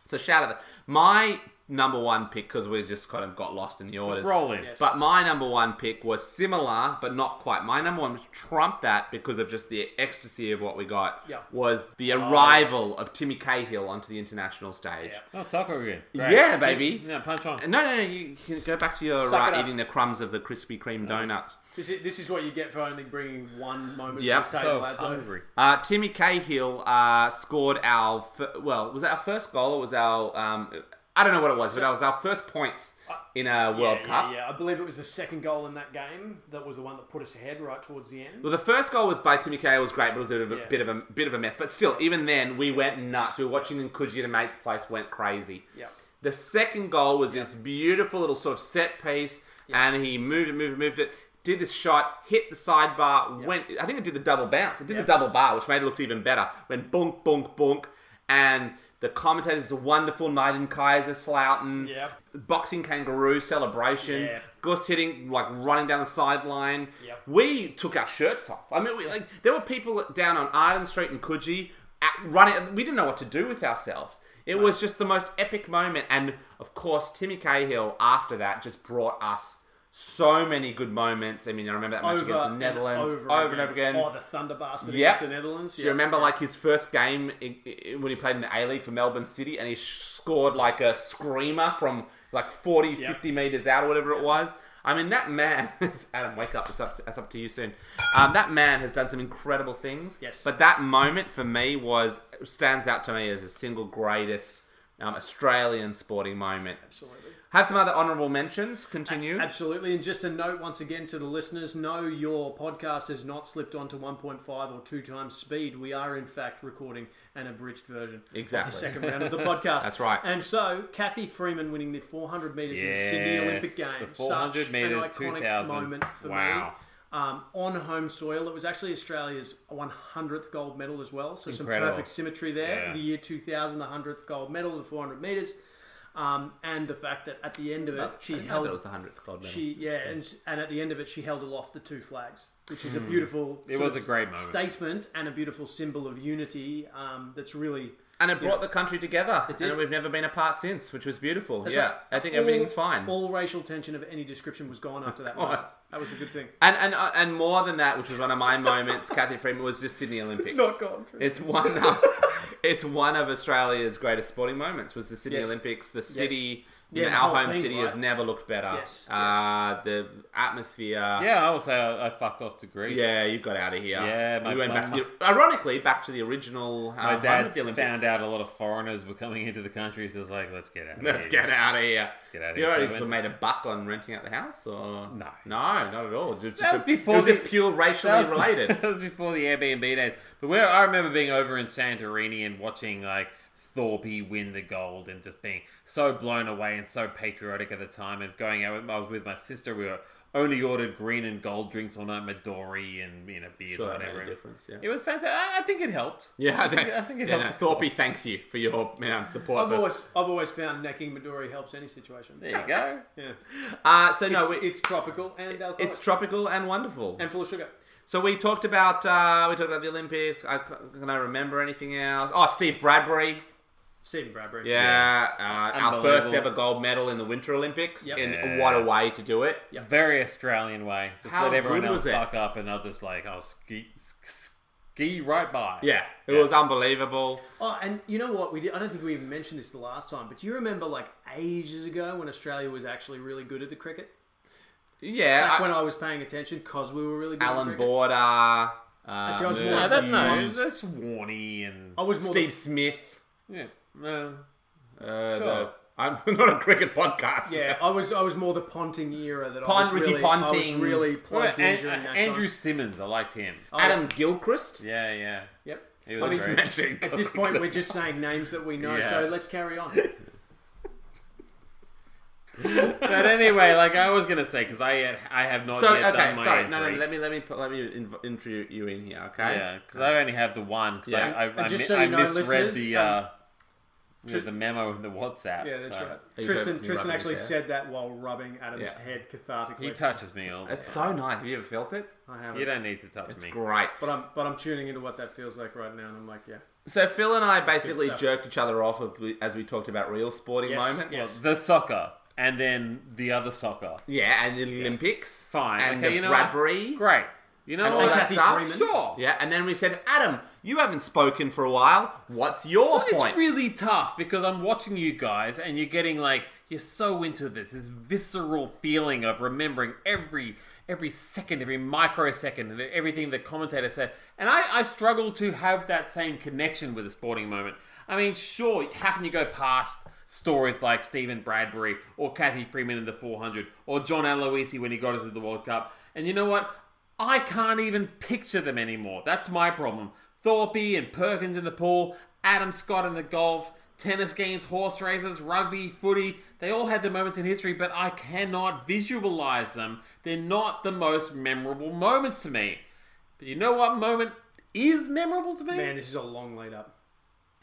[SPEAKER 2] So shout out, my number one pick because we just kind of got lost in the orders.
[SPEAKER 3] Roll in.
[SPEAKER 4] Yes.
[SPEAKER 2] But my number one pick was similar, but not quite. My number one trumped that because of just the ecstasy of what we got.
[SPEAKER 4] Yeah.
[SPEAKER 2] Was the
[SPEAKER 4] Oh.
[SPEAKER 2] arrival of Timmy Cahill onto the international stage.
[SPEAKER 3] Oh, soccer again.
[SPEAKER 2] Yeah,
[SPEAKER 3] Great.
[SPEAKER 2] baby.
[SPEAKER 3] No, punch on.
[SPEAKER 2] No, no, no. You can go back to your
[SPEAKER 4] Suck it
[SPEAKER 2] uh,
[SPEAKER 4] up.
[SPEAKER 2] eating the crumbs of the Krispy Kreme donuts.
[SPEAKER 4] This is, this is what you get for only bringing one moment
[SPEAKER 2] Yep.
[SPEAKER 4] to the table.
[SPEAKER 3] So
[SPEAKER 4] lads.
[SPEAKER 3] Oh, hungry.
[SPEAKER 2] Uh, Timmy Cahill uh, scored our f- well. Was that our first goal? Or was our um, I don't know what it was, but that was our first points in a
[SPEAKER 4] Yeah,
[SPEAKER 2] World Cup.
[SPEAKER 4] yeah, yeah. I believe it was the second goal in that game that was the one that put us ahead right towards the end.
[SPEAKER 2] Well, the first goal was by Timmy Cahill was great, but it was a bit of a,
[SPEAKER 4] Yeah.
[SPEAKER 2] bit, of a bit of a mess. But still, even then, we went nuts. We were watching in Kujita Mate's place, went crazy.
[SPEAKER 4] Yep.
[SPEAKER 2] The second goal was this beautiful little sort of set piece, and he moved it, moved it, moved it. Did this shot, hit the sidebar, went. I think it did the double bounce. It did the double bar, which made it look even better. Went bonk, bonk, bonk, and the commentators, a wonderful night in Kaiserslautern.
[SPEAKER 4] Yep.
[SPEAKER 2] Boxing kangaroo celebration.
[SPEAKER 4] Yeah.
[SPEAKER 2] Gus hitting, like running down the sideline.
[SPEAKER 4] Yep.
[SPEAKER 2] We took our shirts off. I mean, we, like there were people down on Arden Street in Coogee at, running. We didn't know what to do with ourselves. It was just the most epic moment, and of course, Timmy Cahill after that just brought us so many good moments. I mean, I remember that match against the
[SPEAKER 4] and
[SPEAKER 2] Netherlands over, and over again.
[SPEAKER 4] Oh, the Thunder bastard
[SPEAKER 2] Yep.
[SPEAKER 4] against the Netherlands.
[SPEAKER 2] Do
[SPEAKER 4] yeah.
[SPEAKER 2] you remember like his first game in, in- when he played in the A League for Melbourne City and he sh- scored like a screamer from like 40, 50 meters out or whatever it was? I mean, that man, Adam, wake up. It's up to, that's up to you soon. Um, that man has done some incredible things.
[SPEAKER 4] Yes.
[SPEAKER 2] But that moment for me was, stands out to me as the single greatest um, Australian sporting moment.
[SPEAKER 4] Absolutely.
[SPEAKER 2] Have some other honourable mentions. Continue.
[SPEAKER 4] Absolutely. And just a note once again to the listeners know your podcast has not slipped onto 1.5 or two times speed. We are, in fact, recording an abridged version
[SPEAKER 2] Exactly.
[SPEAKER 4] of the second round of the podcast.
[SPEAKER 2] That's right.
[SPEAKER 4] And so, Kathy Freeman winning the 400 metres in the Sydney
[SPEAKER 3] Yes,
[SPEAKER 4] Olympic
[SPEAKER 3] the
[SPEAKER 4] Games.
[SPEAKER 3] 400
[SPEAKER 4] Such
[SPEAKER 3] metres,
[SPEAKER 4] an iconic
[SPEAKER 3] 2000.
[SPEAKER 4] moment for me.
[SPEAKER 3] Wow.
[SPEAKER 4] Um, on home soil, it was actually Australia's 100th gold medal as well. So,
[SPEAKER 3] Incredible.
[SPEAKER 4] some perfect symmetry there.
[SPEAKER 3] Yeah.
[SPEAKER 4] The year 2000, the 100th gold medal, the 400 metres. Um, and the fact that at the end of it,
[SPEAKER 2] I
[SPEAKER 4] she
[SPEAKER 2] didn't know
[SPEAKER 4] held
[SPEAKER 2] that was the hundredth gold medal.
[SPEAKER 4] she yeah, and, and at the end of it, she held aloft the two flags, which is a
[SPEAKER 2] Hmm.
[SPEAKER 4] beautiful.
[SPEAKER 3] It
[SPEAKER 4] sort
[SPEAKER 3] was
[SPEAKER 4] of
[SPEAKER 3] a great moment.
[SPEAKER 4] statement and a beautiful symbol of unity. Um, that's really
[SPEAKER 2] and it brought the country together.
[SPEAKER 4] did.
[SPEAKER 2] And we've never been apart since, which was beautiful.
[SPEAKER 4] that's
[SPEAKER 2] yeah,
[SPEAKER 4] right.
[SPEAKER 2] I think
[SPEAKER 4] All-
[SPEAKER 2] everything's fine.
[SPEAKER 4] All racial tension of any description was gone after that. moment. That was a good thing.
[SPEAKER 2] And and uh, and more than that, which was one of my moments, Kathy Freeman was just Sydney Olympics.
[SPEAKER 4] It's not gone. True.
[SPEAKER 2] It's one. Of, it's one of Australia's greatest sporting moments. Was the Sydney
[SPEAKER 4] Yes.
[SPEAKER 2] Olympics? The city,
[SPEAKER 4] Yeah,
[SPEAKER 2] you know,
[SPEAKER 4] the
[SPEAKER 2] our
[SPEAKER 4] whole
[SPEAKER 2] home
[SPEAKER 4] thing,
[SPEAKER 2] city, has
[SPEAKER 4] right?
[SPEAKER 2] never looked better.
[SPEAKER 4] Yes,
[SPEAKER 2] Uh, the atmosphere.
[SPEAKER 3] Yeah, I will say I, I fucked off to Greece.
[SPEAKER 2] Yeah, you got out of here.
[SPEAKER 3] Yeah, my-
[SPEAKER 2] we went
[SPEAKER 3] my-
[SPEAKER 2] back to the, ironically back to the original. Uh,
[SPEAKER 3] My
[SPEAKER 2] home of
[SPEAKER 3] dad
[SPEAKER 2] the Olympics.
[SPEAKER 3] found out a lot of foreigners were coming into the country, so he was like, let's get out of
[SPEAKER 2] Let's
[SPEAKER 3] here.
[SPEAKER 2] get out of here. Let's
[SPEAKER 3] get out of
[SPEAKER 2] you
[SPEAKER 3] here. So I
[SPEAKER 2] already
[SPEAKER 3] went to-
[SPEAKER 2] made a buck on renting out the house, or
[SPEAKER 3] No.
[SPEAKER 2] no, not at all. Just,
[SPEAKER 3] That was
[SPEAKER 2] just a-
[SPEAKER 3] before
[SPEAKER 2] it was
[SPEAKER 3] the-
[SPEAKER 2] just pure racially
[SPEAKER 3] That was-
[SPEAKER 2] related.
[SPEAKER 3] that was before the Airbnb days. But where I remember being over in Santorini and watching like Thorpe win the gold and just being so blown away and so patriotic at the time and going out with I was with my sister. We were only ordered green and gold drinks all night, Midori and you know beers
[SPEAKER 2] Sure,
[SPEAKER 3] or
[SPEAKER 2] that made a
[SPEAKER 3] whatever.
[SPEAKER 2] difference, yeah.
[SPEAKER 3] It was fantastic. I, I think it helped.
[SPEAKER 2] Yeah, I think,
[SPEAKER 3] I think it
[SPEAKER 2] yeah,
[SPEAKER 3] helped.
[SPEAKER 2] no, Thorpe thanks you for your um, support.
[SPEAKER 4] I've
[SPEAKER 2] for-
[SPEAKER 4] always I've always found necking Midori helps any situation.
[SPEAKER 3] There you go.
[SPEAKER 4] Yeah,
[SPEAKER 2] uh, so no,
[SPEAKER 4] it's,
[SPEAKER 2] we,
[SPEAKER 4] it's tropical and alcoholic
[SPEAKER 2] it's tropical and wonderful.
[SPEAKER 4] and full of sugar.
[SPEAKER 2] so we talked about uh, we talked about the Olympics. I, can I remember anything else? Oh, Steve Bradbury.
[SPEAKER 4] Stephen Bradbury.
[SPEAKER 2] Yeah, Uh, our
[SPEAKER 3] Unbelievable.
[SPEAKER 2] first ever gold medal in the Winter Olympics.
[SPEAKER 4] Yep.
[SPEAKER 2] And
[SPEAKER 3] Yes.
[SPEAKER 2] what a way to do it!
[SPEAKER 3] Very Australian way. Just
[SPEAKER 2] How
[SPEAKER 3] let everyone
[SPEAKER 2] good
[SPEAKER 3] else
[SPEAKER 2] was it?
[SPEAKER 3] fuck up, and I'll just like I'll ski ski right by.
[SPEAKER 2] Yeah, it
[SPEAKER 3] Yeah.
[SPEAKER 2] was unbelievable.
[SPEAKER 4] Oh, and you know what? We did, I don't think we even mentioned this the last time, but do you remember like ages ago when Australia was actually really good at the cricket?
[SPEAKER 2] Yeah,
[SPEAKER 4] Back
[SPEAKER 2] I-
[SPEAKER 4] when I was paying attention because we were really good. at
[SPEAKER 2] Alan
[SPEAKER 4] cricket.
[SPEAKER 2] Border. Uh,
[SPEAKER 4] see, I
[SPEAKER 2] Merv
[SPEAKER 4] was more-
[SPEAKER 3] No, that's not.
[SPEAKER 2] Hughes,
[SPEAKER 3] That's Warney and
[SPEAKER 4] I was more
[SPEAKER 2] Steve Smith.
[SPEAKER 3] yeah. Uh,
[SPEAKER 2] Uh, the, I'm not a cricket podcast.
[SPEAKER 4] The, yeah, I was I was more the Ponting era that I
[SPEAKER 2] Pond,
[SPEAKER 4] was
[SPEAKER 2] Ricky
[SPEAKER 4] really, I was
[SPEAKER 2] Ponting.
[SPEAKER 4] really plugged in
[SPEAKER 3] An- uh,
[SPEAKER 4] during
[SPEAKER 2] uh,
[SPEAKER 4] that
[SPEAKER 3] Andrew
[SPEAKER 4] time.
[SPEAKER 3] Simmons, I liked him.
[SPEAKER 4] Oh.
[SPEAKER 2] Adam Gilchrist.
[SPEAKER 3] Yeah, yeah.
[SPEAKER 4] Yep.
[SPEAKER 3] He
[SPEAKER 2] What
[SPEAKER 3] was
[SPEAKER 2] is
[SPEAKER 3] great.
[SPEAKER 2] mentioning?
[SPEAKER 4] At this point, we're just saying names that we know,
[SPEAKER 3] Yeah.
[SPEAKER 4] so let's carry on.
[SPEAKER 3] But anyway, like I was gonna say, because I had, I have not
[SPEAKER 2] So
[SPEAKER 3] yet Oh, done
[SPEAKER 2] okay,
[SPEAKER 3] my
[SPEAKER 2] sorry, no,
[SPEAKER 3] entry.
[SPEAKER 2] no, let me let me put- let me inv- interview you in here, okay?
[SPEAKER 3] yeah, because I only have the one. Because
[SPEAKER 2] Yeah.
[SPEAKER 3] I, I,
[SPEAKER 4] And
[SPEAKER 3] I,
[SPEAKER 4] just
[SPEAKER 3] mi-
[SPEAKER 4] so you
[SPEAKER 3] I
[SPEAKER 4] know,
[SPEAKER 3] misread
[SPEAKER 4] listeners,
[SPEAKER 3] the
[SPEAKER 4] um,
[SPEAKER 3] uh, you know,
[SPEAKER 4] Tr-
[SPEAKER 3] the memo in the WhatsApp.
[SPEAKER 4] Yeah, that's
[SPEAKER 3] so.
[SPEAKER 4] right.
[SPEAKER 2] you rubbing- you
[SPEAKER 4] Tristan Tristan
[SPEAKER 2] rubbing
[SPEAKER 4] actually
[SPEAKER 2] his hair?
[SPEAKER 4] said that while rubbing Adam's
[SPEAKER 2] Yeah.
[SPEAKER 4] head cathartically.
[SPEAKER 3] He touches me all. The
[SPEAKER 2] It's
[SPEAKER 3] time.
[SPEAKER 2] so nice. Have you ever felt it?
[SPEAKER 4] I haven't.
[SPEAKER 3] You don't need to touch me.
[SPEAKER 2] Great.
[SPEAKER 4] But I'm but I'm tuning into what that feels like right now, and I'm like, yeah.
[SPEAKER 2] So Phil and I basically
[SPEAKER 4] stuff.
[SPEAKER 2] jerked each other off of, as we talked about real sporting
[SPEAKER 4] Yes,
[SPEAKER 2] moments.
[SPEAKER 4] yes.
[SPEAKER 3] The soccer, and then the other soccer.
[SPEAKER 2] Yeah, and the Olympics.
[SPEAKER 3] Fine.
[SPEAKER 2] And
[SPEAKER 3] okay,
[SPEAKER 2] the
[SPEAKER 3] you know what?
[SPEAKER 2] Bradbury.
[SPEAKER 3] Great. You know
[SPEAKER 2] And all
[SPEAKER 3] what?
[SPEAKER 2] that
[SPEAKER 4] Kathy
[SPEAKER 2] stuff.
[SPEAKER 4] Freeman.
[SPEAKER 3] Sure.
[SPEAKER 2] Yeah, and then we said, Adam, you haven't spoken for a while. What's your
[SPEAKER 3] Well,
[SPEAKER 2] point?
[SPEAKER 3] It's really tough because I'm watching you guys and you're getting like you're so into this this visceral feeling of remembering every every second, every microsecond, and everything the commentator said. And I, I struggle to have that same connection with a sporting moment. I mean, sure, how can you go past stories like Stephen Bradbury or Kathy Freeman in the 400 or John Aloisi when he got us to the World Cup? And you know what? I can't even picture them anymore. That's my problem. Thorpe and Perkins in the pool, Adam Scott in the golf, tennis games, horse races, rugby, footy. They all had their moments in history, but I cannot visualize them. They're not the most memorable moments to me. But you know what moment is memorable to me?
[SPEAKER 4] Man, this is a long lead up.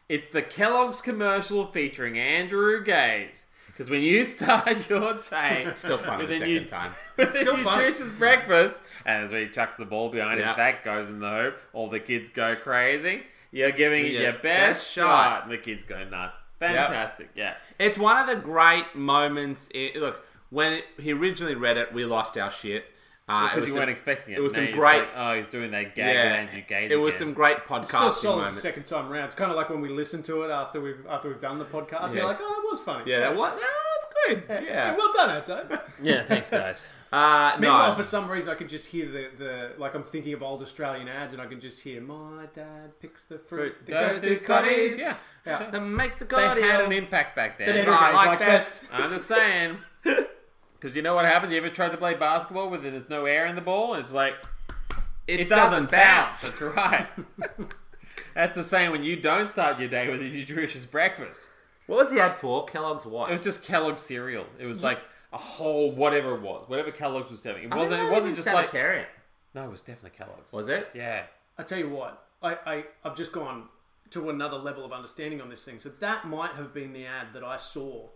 [SPEAKER 3] It's the Kellogg's commercial featuring Andrew Gaze. Because when you start your take,
[SPEAKER 2] Still fun the
[SPEAKER 3] But then
[SPEAKER 2] second
[SPEAKER 3] you-
[SPEAKER 2] time.
[SPEAKER 3] with his
[SPEAKER 2] Still fun.
[SPEAKER 3] nutritious breakfast, and as he chucks the ball behind
[SPEAKER 2] Yeah.
[SPEAKER 3] him, that goes in the hoop. All the kids go crazy. You're giving it
[SPEAKER 2] Yeah,
[SPEAKER 3] your best,
[SPEAKER 2] best
[SPEAKER 3] shot.
[SPEAKER 2] shot.
[SPEAKER 3] and the kids go nuts. Fantastic,
[SPEAKER 2] It's one of the great moments. i look, when it, he originally read it, we lost our shit.
[SPEAKER 3] yeah.
[SPEAKER 2] Uh, it
[SPEAKER 3] Because
[SPEAKER 2] was
[SPEAKER 3] you
[SPEAKER 2] some-
[SPEAKER 3] weren't expecting it.
[SPEAKER 2] It was
[SPEAKER 3] Now
[SPEAKER 2] some
[SPEAKER 3] you're
[SPEAKER 2] great.
[SPEAKER 3] just like, oh, he's doing that gag with
[SPEAKER 2] yeah,
[SPEAKER 3] Andrew Gaze.
[SPEAKER 2] it was
[SPEAKER 3] again."
[SPEAKER 2] some great podcasting
[SPEAKER 4] Still solid
[SPEAKER 2] moments.
[SPEAKER 4] second time round. It's kind of like when we listen to it after we've after we've done the podcast.
[SPEAKER 2] Yeah.
[SPEAKER 4] We're like, oh, that was funny.
[SPEAKER 2] Yeah, that was, that was good. Yeah.
[SPEAKER 4] well done, Atto.
[SPEAKER 3] Yeah, thanks, guys.
[SPEAKER 2] Uh,
[SPEAKER 4] Meanwhile,
[SPEAKER 2] no.
[SPEAKER 4] for some reason, I can just hear the, the like I'm thinking of old Australian ads, and I can just hear my dad picks the fruit,
[SPEAKER 2] Fruit
[SPEAKER 4] that
[SPEAKER 2] goes
[SPEAKER 4] goes
[SPEAKER 2] to
[SPEAKER 4] to
[SPEAKER 2] Connie's."
[SPEAKER 4] Connie's.
[SPEAKER 3] yeah,
[SPEAKER 4] yeah.
[SPEAKER 2] That makes the
[SPEAKER 3] they
[SPEAKER 2] guardian.
[SPEAKER 3] had an impact back then.
[SPEAKER 4] That every
[SPEAKER 2] I
[SPEAKER 4] guy's
[SPEAKER 2] like
[SPEAKER 4] like
[SPEAKER 2] that.
[SPEAKER 4] best.
[SPEAKER 3] I'm just saying. Because you know what happens? You ever tried to play basketball with there's no air in the ball? It's like,
[SPEAKER 2] it,
[SPEAKER 3] it
[SPEAKER 2] doesn't, bounce.
[SPEAKER 3] That's right. That's the same when you don't start your day with a nutritious breakfast.
[SPEAKER 2] What was the ad for? Kellogg's what?
[SPEAKER 3] It was just Kellogg's cereal. It was like a whole whatever it was, whatever Kellogg's was having. It wasn't. It wasn't just like.
[SPEAKER 2] sanitarium.
[SPEAKER 3] No, it was definitely Kellogg's.
[SPEAKER 2] Was it?
[SPEAKER 3] Yeah.
[SPEAKER 4] I tell you what, I, I I've just gone to another level of understanding on this thing. So that might have been the ad that I saw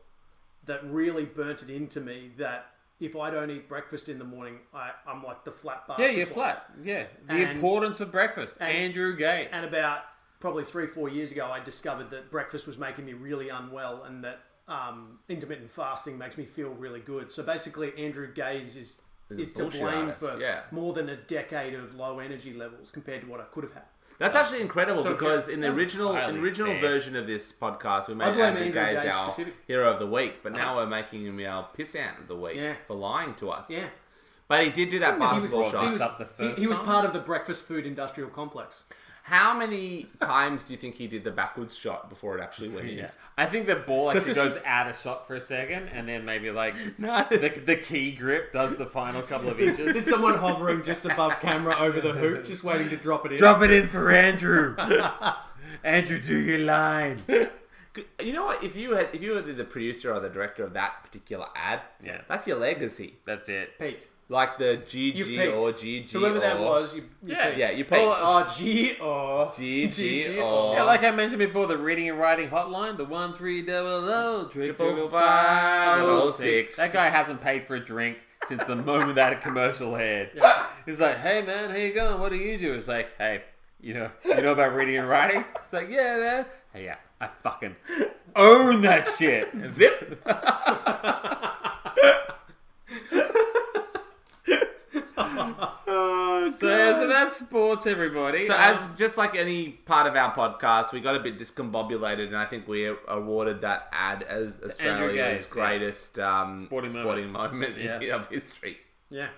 [SPEAKER 4] that really burnt it into me that if I don't eat breakfast in the morning, I, I'm like the flat
[SPEAKER 3] Yeah,
[SPEAKER 4] basketball.
[SPEAKER 3] you're flat. Yeah. The
[SPEAKER 4] And-
[SPEAKER 3] importance of breakfast. Andrew Gates.
[SPEAKER 4] And about probably three, four years ago, I discovered that breakfast was making me really unwell and that um, intermittent fasting makes me feel really good. So basically, Andrew Gaze is, is to
[SPEAKER 2] bullshit
[SPEAKER 4] blame
[SPEAKER 2] artist,
[SPEAKER 4] for
[SPEAKER 2] yeah.
[SPEAKER 4] more than a decade of low energy levels compared to what I could have had.
[SPEAKER 2] That's actually incredible
[SPEAKER 4] okay.
[SPEAKER 2] because in the original
[SPEAKER 3] highly
[SPEAKER 2] original
[SPEAKER 3] fair.
[SPEAKER 2] version of this podcast, we made
[SPEAKER 4] blame
[SPEAKER 2] Andrew
[SPEAKER 4] Andrew
[SPEAKER 2] Gaze
[SPEAKER 4] Gaze
[SPEAKER 2] our
[SPEAKER 4] specific- Uh-huh.
[SPEAKER 2] hero of the week, but now we're making him our piss out of the week
[SPEAKER 4] Yeah.
[SPEAKER 2] for lying to us.
[SPEAKER 4] Yeah.
[SPEAKER 2] But he did do that
[SPEAKER 4] He was,
[SPEAKER 2] basketball
[SPEAKER 4] he
[SPEAKER 2] shot.
[SPEAKER 4] was-
[SPEAKER 3] up the
[SPEAKER 4] he-
[SPEAKER 3] first
[SPEAKER 4] he was
[SPEAKER 3] time.
[SPEAKER 4] part of the breakfast food industrial complex.
[SPEAKER 2] How many times do you think he did the backwards shot before it actually went in?
[SPEAKER 3] Yeah. I think the ball actually
[SPEAKER 2] This is
[SPEAKER 3] goes out of shot for a second, and then maybe like
[SPEAKER 2] No.
[SPEAKER 3] the, the key grip does the final couple of inches.
[SPEAKER 4] There's someone hovering just above camera over the hoop, just waiting to drop it in.
[SPEAKER 3] it in for Andrew. Andrew, do your line.
[SPEAKER 2] You know what? If you had, if you were the- the producer or the director of that particular ad,
[SPEAKER 3] Yeah.
[SPEAKER 2] that's your legacy.
[SPEAKER 3] That's it.
[SPEAKER 4] Pete.
[SPEAKER 2] Like the GG
[SPEAKER 4] You've peaked.
[SPEAKER 2] or GG
[SPEAKER 4] Whoever
[SPEAKER 2] or
[SPEAKER 4] that was, you, you
[SPEAKER 3] Yeah,
[SPEAKER 4] peaked.
[SPEAKER 2] yeah, you peaked.
[SPEAKER 4] Oh, oh, gee, oh.
[SPEAKER 2] GG
[SPEAKER 4] GG
[SPEAKER 2] or
[SPEAKER 4] or-
[SPEAKER 3] Yeah, like I mentioned before, the reading and writing hotline, the one three double oh, O
[SPEAKER 2] Triple five oh six.
[SPEAKER 3] That guy hasn't paid for a drink since the moment that commercial aired. He's like, "Hey man, how you going? What do you do?" It's like, "Hey, you know, you know about reading and writing?" It's like, "Yeah, man." Hey, yeah, I fucking own that shit.
[SPEAKER 2] zip.
[SPEAKER 3] so, yeah, so that's sports, everybody.
[SPEAKER 2] So
[SPEAKER 3] Um,
[SPEAKER 2] as just like any part of our podcast, we got a bit discombobulated, and I think we awarded that ad as Australia's
[SPEAKER 3] Gaze, yeah.
[SPEAKER 2] greatest um, sporting,
[SPEAKER 3] Sporting
[SPEAKER 2] moment,
[SPEAKER 3] Yeah.
[SPEAKER 2] in, of history.
[SPEAKER 4] Yeah.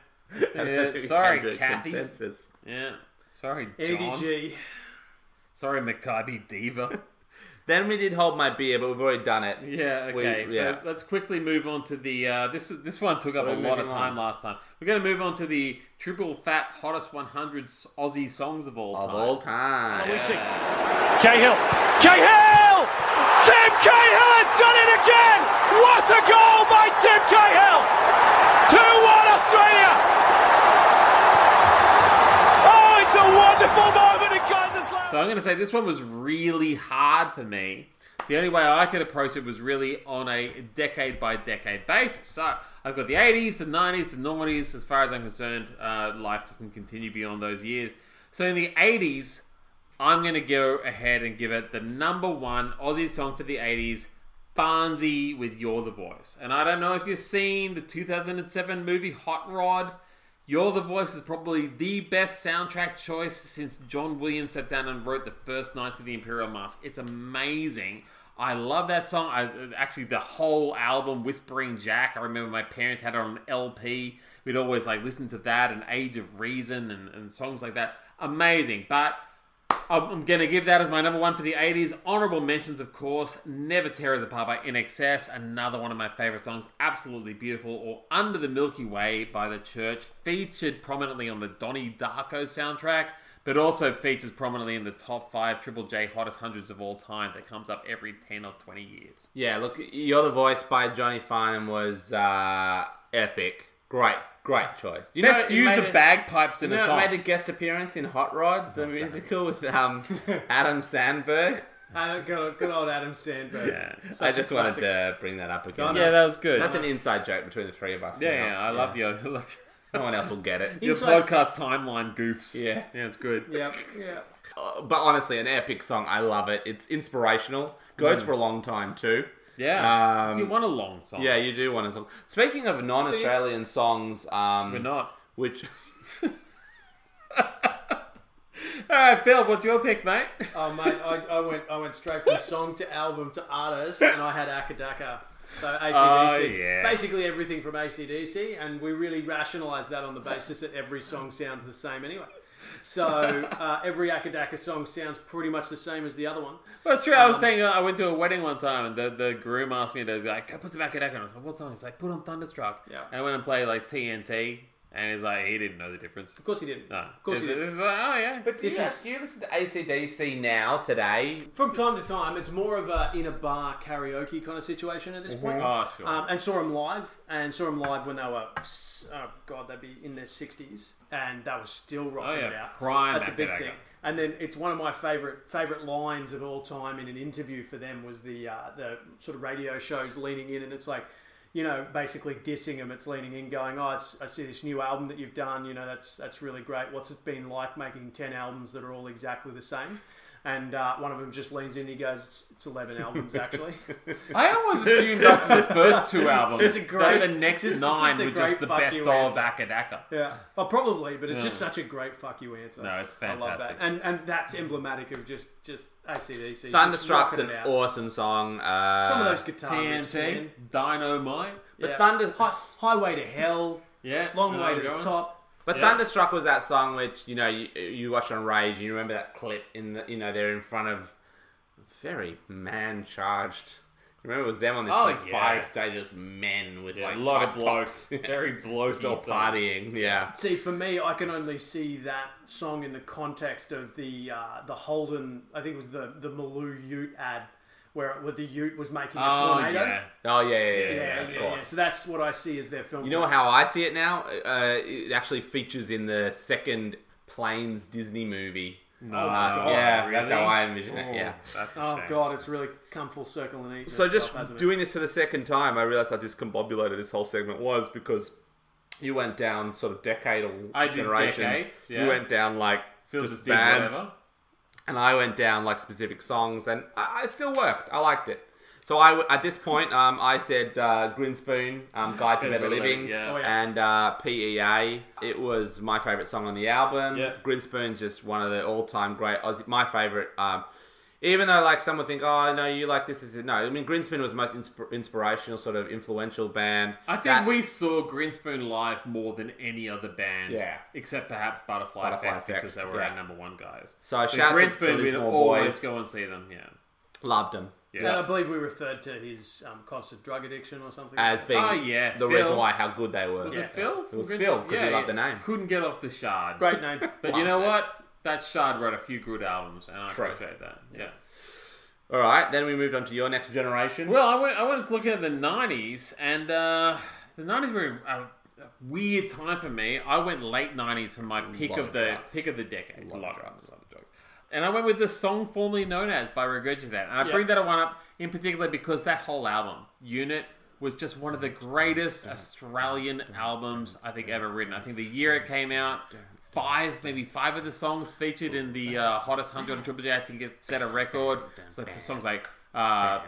[SPEAKER 2] And
[SPEAKER 3] Yeah,
[SPEAKER 2] I think we
[SPEAKER 3] sorry,
[SPEAKER 2] came to a
[SPEAKER 3] Kathy.
[SPEAKER 2] Consensus.
[SPEAKER 3] yeah, sorry, John.
[SPEAKER 4] ADG.
[SPEAKER 3] Sorry, Maccabi Diva.
[SPEAKER 2] Then we did hold my beer, but we've already done it.
[SPEAKER 3] Yeah,
[SPEAKER 2] We-
[SPEAKER 3] okay.
[SPEAKER 2] yeah.
[SPEAKER 3] So let's quickly move on to the uh, this this one took up
[SPEAKER 2] We're
[SPEAKER 3] a lot of
[SPEAKER 2] moving
[SPEAKER 3] time
[SPEAKER 2] on.
[SPEAKER 3] last time. We're going to move on to the triple fat hottest 100 s- Aussie songs of all
[SPEAKER 2] Of
[SPEAKER 3] time.
[SPEAKER 2] all time.
[SPEAKER 3] Yeah.
[SPEAKER 6] Cahill. Cahill! Tim Cahill has done it again! What a goal by Tim Cahill! 2-1 Australia! Oh, it's a wonderful moment in Kaiserslautern!
[SPEAKER 3] So I'm going to say this one was really hard for me. The only way I could approach it was really on a decade by decade basis. So I've got the 80s, the 90s, the 90s. As far as I'm concerned, uh, life doesn't continue beyond those years. So in the 80s, I'm going to go ahead and give it the number one Aussie song for the 80s, Barnsey with You're the Voice. And I don't know if you've seen the 2007 movie Hot Rod. You're the Voice is probably the best soundtrack choice since John Williams sat down and wrote the first Knights of the Imperial Mask. It's amazing. I love that song. I, actually, the whole album, Whispering Jack, I remember my parents had it on an LP. We'd always like listen to that and Age of Reason and, and songs like that. Amazing. But I'm, I'm going to give that as my number one for the 80s. Honorable mentions, of course. Never Tear Us Apart by NXS, another one of my favorite songs. Absolutely beautiful. Or Under the Milky Way by The Church, featured prominently on the Donnie Darko soundtrack, but also features prominently in the top five Triple J hottest hundreds of all time that comes up every 10 or 20 years.
[SPEAKER 2] Yeah, look, You're the Voice by Johnny Farnham was uh, epic. Great, great choice. You
[SPEAKER 3] Best
[SPEAKER 2] it
[SPEAKER 3] use
[SPEAKER 2] made
[SPEAKER 3] of
[SPEAKER 2] it-
[SPEAKER 3] bagpipes in
[SPEAKER 2] You
[SPEAKER 3] a
[SPEAKER 2] know,
[SPEAKER 3] song.
[SPEAKER 2] it made a guest appearance in Hot Rod, the musical with um, Adam Sandberg.
[SPEAKER 4] Uh, good, good old Adam Sandberg.
[SPEAKER 3] yeah.
[SPEAKER 2] I
[SPEAKER 4] Such a
[SPEAKER 2] just wanted
[SPEAKER 4] classic.
[SPEAKER 2] to bring that up again.
[SPEAKER 4] Yeah,
[SPEAKER 3] that was good.
[SPEAKER 2] That's an inside joke between the three of us.
[SPEAKER 3] yeah,
[SPEAKER 2] now.
[SPEAKER 3] yeah, I love your, I love
[SPEAKER 2] No one else will get it.
[SPEAKER 3] your
[SPEAKER 4] Inside-
[SPEAKER 3] podcast timeline goofs.
[SPEAKER 2] Yeah.
[SPEAKER 3] Yeah, it's good.
[SPEAKER 4] Yep, yeah.
[SPEAKER 2] Uh, But honestly, an epic song. I love it. It's inspirational.
[SPEAKER 3] Mm.
[SPEAKER 2] Goes for a long time too.
[SPEAKER 3] Yeah.
[SPEAKER 2] Um,
[SPEAKER 3] you want a long song.
[SPEAKER 2] Yeah, you do want a song. Speaking of non-Australian songs, um,
[SPEAKER 3] We're not.
[SPEAKER 2] Which
[SPEAKER 3] All right, Phil, what's your pick, mate?
[SPEAKER 4] Oh mate, I, I went I went straight from song to album to artist, and I had Akadaka. So ACDC,
[SPEAKER 3] Oh, yeah.
[SPEAKER 4] basically everything from ACDC, and we really rationalise that on the basis that every song sounds the same anyway. So uh, every Akadaka song sounds pretty much the same as the other one.
[SPEAKER 3] Well, it's true. I was saying uh, I went to a wedding one time, and the, the groom asked me to like "Go put some Akadaka on. I was like, "What song?" He's like, "Put on Thunderstruck."
[SPEAKER 4] Yeah.
[SPEAKER 3] And I went and played like TNT, and he's like, he didn't know the difference.
[SPEAKER 4] Of course he did.
[SPEAKER 3] No.
[SPEAKER 4] Of course he
[SPEAKER 3] It's-
[SPEAKER 4] did.
[SPEAKER 3] it's like, oh yeah.
[SPEAKER 2] But do you,
[SPEAKER 4] This is-
[SPEAKER 2] do you listen to ACDC now, today?
[SPEAKER 4] From time to time, it's more of a in a bar karaoke kind of situation at this point.
[SPEAKER 3] Oh, sure.
[SPEAKER 4] Um, and saw them live, and saw them live when they were, s- oh god, they'd be in their sixties, and they were still rocking
[SPEAKER 3] Oh, yeah,
[SPEAKER 4] it out.
[SPEAKER 3] prime
[SPEAKER 4] That's a big
[SPEAKER 3] Akadaka.
[SPEAKER 4] thing. And then it's one of my favorite favorite lines of all time in an interview for them was the uh, the sort of radio shows leaning in, and it's like. You know, basically dissing them. It's leaning in, going, "Oh, it's, I see this new album that you've done. You know, that's that's really great. What's it been like making ten albums that are all exactly the same?" And uh, one of them just leans in. And he goes, "It's- "It's eleven albums, actually."
[SPEAKER 3] I always assumed after the first two albums,
[SPEAKER 4] just a great-
[SPEAKER 3] that the next
[SPEAKER 4] just-
[SPEAKER 3] nine
[SPEAKER 4] just a
[SPEAKER 3] were just
[SPEAKER 4] great
[SPEAKER 3] the
[SPEAKER 4] fuck
[SPEAKER 3] best
[SPEAKER 4] you
[SPEAKER 3] of
[SPEAKER 4] answer.
[SPEAKER 3] Akadaka.
[SPEAKER 4] Yeah, well, probably, but it's just such a great fuck you answer.
[SPEAKER 3] No, it's
[SPEAKER 4] I love that,
[SPEAKER 3] fantastic.
[SPEAKER 4] and and that's emblematic of just just ACDC. just
[SPEAKER 2] Thunderstruck's
[SPEAKER 4] rocking
[SPEAKER 2] an
[SPEAKER 4] it out.
[SPEAKER 2] awesome song. Uh,
[SPEAKER 4] Some of those guitar riffs,
[SPEAKER 3] TNT,
[SPEAKER 4] man.
[SPEAKER 3] Dynamite.
[SPEAKER 2] But
[SPEAKER 4] Yeah.
[SPEAKER 2] Thunder-
[SPEAKER 4] Hi- highway to hell,
[SPEAKER 3] Yeah.
[SPEAKER 4] long
[SPEAKER 3] no,
[SPEAKER 4] way to
[SPEAKER 3] go
[SPEAKER 4] the
[SPEAKER 3] on.
[SPEAKER 4] top.
[SPEAKER 2] But Thunderstruck was that song which you know you, you watch on Rage and you remember that clip in the you know they're in front of very man charged. Remember it was them on this
[SPEAKER 3] Oh,
[SPEAKER 2] like
[SPEAKER 3] yeah.
[SPEAKER 2] five stages men with
[SPEAKER 3] Yeah,
[SPEAKER 2] like
[SPEAKER 3] a lot of
[SPEAKER 2] top
[SPEAKER 3] blokes.
[SPEAKER 2] tops,
[SPEAKER 3] Very blokey.
[SPEAKER 2] all
[SPEAKER 3] songs.
[SPEAKER 2] partying. Yeah,
[SPEAKER 4] See, for me, I can only see that song in the context of the uh, the Holden. I think it was the the Maloo Ute ad where it, where the Ute was making a
[SPEAKER 3] Oh,
[SPEAKER 4] tornado.
[SPEAKER 3] yeah.
[SPEAKER 2] oh yeah, yeah, yeah, yeah,
[SPEAKER 4] Yeah,
[SPEAKER 2] of
[SPEAKER 4] yeah,
[SPEAKER 2] course.
[SPEAKER 4] yeah. So that's what I see as their film.
[SPEAKER 2] You know how I see it now? Uh, it actually features in the second Planes Disney movie.
[SPEAKER 3] Oh,
[SPEAKER 2] Uh, yeah, that's how I envision it. Yeah.
[SPEAKER 3] That's a
[SPEAKER 4] Oh
[SPEAKER 3] shame.
[SPEAKER 4] god, it's really come full circle and eaten
[SPEAKER 2] So
[SPEAKER 4] itself,
[SPEAKER 2] just
[SPEAKER 4] hasn't it?
[SPEAKER 2] doing this for the second time, I realized how discombobulated this whole segment was because you went down sort of decadal
[SPEAKER 3] I did
[SPEAKER 2] generations.
[SPEAKER 3] decade, yeah.
[SPEAKER 2] You went down like
[SPEAKER 3] Phil
[SPEAKER 2] just,
[SPEAKER 3] just did
[SPEAKER 2] bands,
[SPEAKER 3] whatever.
[SPEAKER 2] and I went down like specific songs, and I, it still worked. I liked it. So I w- at this point, um, I said uh, Grinspoon, um, Guide to
[SPEAKER 3] Guide
[SPEAKER 2] Better Living,
[SPEAKER 3] yeah. Oh,
[SPEAKER 4] yeah.
[SPEAKER 2] and uh, PEA. It was my favorite song on the album.
[SPEAKER 3] Yeah.
[SPEAKER 2] Grinspoon's just one of the all-time great Aussie. My favorite. Um, even though like some would think, oh no, you like this, this, this. no. I mean, Grinspoon was the most insp- inspirational, sort of influential band.
[SPEAKER 3] I think
[SPEAKER 2] That-
[SPEAKER 3] we saw Grinspoon live more than any other band.
[SPEAKER 2] Yeah.
[SPEAKER 3] Except perhaps Butterfly,
[SPEAKER 2] Butterfly
[SPEAKER 3] Effect,
[SPEAKER 2] Effect,
[SPEAKER 3] because they were
[SPEAKER 2] yeah.
[SPEAKER 3] our number one guys.
[SPEAKER 2] So
[SPEAKER 3] But
[SPEAKER 2] shout out to
[SPEAKER 3] Grinspoon,
[SPEAKER 2] Billy
[SPEAKER 3] we'd
[SPEAKER 2] Small
[SPEAKER 3] always
[SPEAKER 2] Boys.
[SPEAKER 3] go and see them, yeah.
[SPEAKER 2] loved them.
[SPEAKER 3] Yeah.
[SPEAKER 4] And I believe we referred to his um, constant drug addiction or something.
[SPEAKER 2] As being
[SPEAKER 3] Oh, yeah,
[SPEAKER 2] the
[SPEAKER 3] Phil.
[SPEAKER 2] reason why how good they were.
[SPEAKER 3] Was
[SPEAKER 4] Yeah.
[SPEAKER 3] it Phil?
[SPEAKER 2] It was
[SPEAKER 3] From Grinch-
[SPEAKER 2] Phil, 'cause he loved the name.
[SPEAKER 3] Couldn't get off the shard.
[SPEAKER 4] Great name.
[SPEAKER 3] But you know
[SPEAKER 2] Loves it.
[SPEAKER 3] what? That shard wrote a few good albums, and I
[SPEAKER 2] True.
[SPEAKER 3] appreciate that. Yeah.
[SPEAKER 2] All right, then we moved on to your next generation.
[SPEAKER 3] Well, I went, I went looking at the 90s, and uh, the 90s were a, a weird time for me. I went late 90s for my pick
[SPEAKER 2] Lot
[SPEAKER 3] of
[SPEAKER 2] of
[SPEAKER 3] the
[SPEAKER 2] drugs.
[SPEAKER 3] pick of the decade.
[SPEAKER 2] Lot of
[SPEAKER 3] Lot of
[SPEAKER 2] drugs.
[SPEAKER 3] drugs, lot of drugs. And I went with the song formerly known as by Regurgitate. And I bring that one up in particular because that whole album, Unit, was just one of the greatest Australian albums I think ever written. I think the year it came out, five, maybe five of the songs featured in the uh, hottest 100 on Triple J. I think it set a record. So the songs like uh,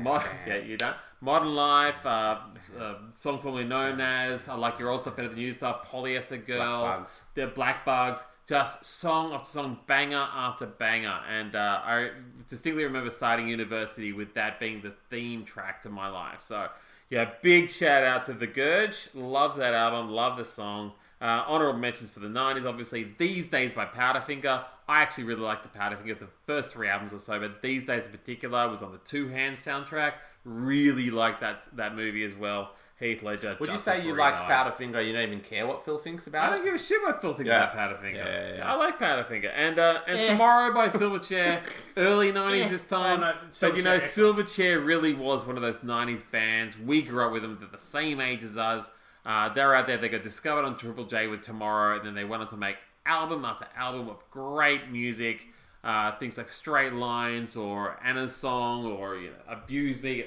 [SPEAKER 3] Mod- yeah, you don't. Modern Life, uh, uh, song formerly known as I Like Your Old Stuff Better Than New Stuff, Polyester Girl,
[SPEAKER 2] Bugs.
[SPEAKER 3] The Black Bugs, just song after song, banger after banger. And uh, I distinctly remember starting university with that being the theme track to my life. So, yeah, big shout out to The Gurge. Love that album, love the song. Uh, honorable mentions for the 90s, obviously. These days by Powderfinger. I actually really like the Powderfinger, the first three albums or so, but these days in particular was on the Two Hands soundtrack. Really like that that movie as well. Heath Ledger.
[SPEAKER 2] Would you
[SPEAKER 3] Justin
[SPEAKER 2] say you
[SPEAKER 3] Farina.
[SPEAKER 2] liked Powderfinger? You don't even care what Phil thinks about
[SPEAKER 3] I
[SPEAKER 2] it.
[SPEAKER 3] don't give a shit what Phil thinks
[SPEAKER 2] Yeah.
[SPEAKER 3] about Powderfinger.
[SPEAKER 2] Yeah, yeah, yeah.
[SPEAKER 3] I like Powderfinger. And uh, and
[SPEAKER 4] Eh.
[SPEAKER 3] Tomorrow by Silverchair, early 90s
[SPEAKER 2] Eh.
[SPEAKER 3] this time.
[SPEAKER 4] Oh, no,
[SPEAKER 3] but you know,
[SPEAKER 4] Silverchair,
[SPEAKER 3] Silverchair really was one of those 90s bands. We grew up with them. They're the same age as us. Uh, they're out there. They got discovered on Triple J with Tomorrow, and then they went on to make album after album of great music. Uh, things like Straight Lines or Anna's Song or you know, Abuse Me.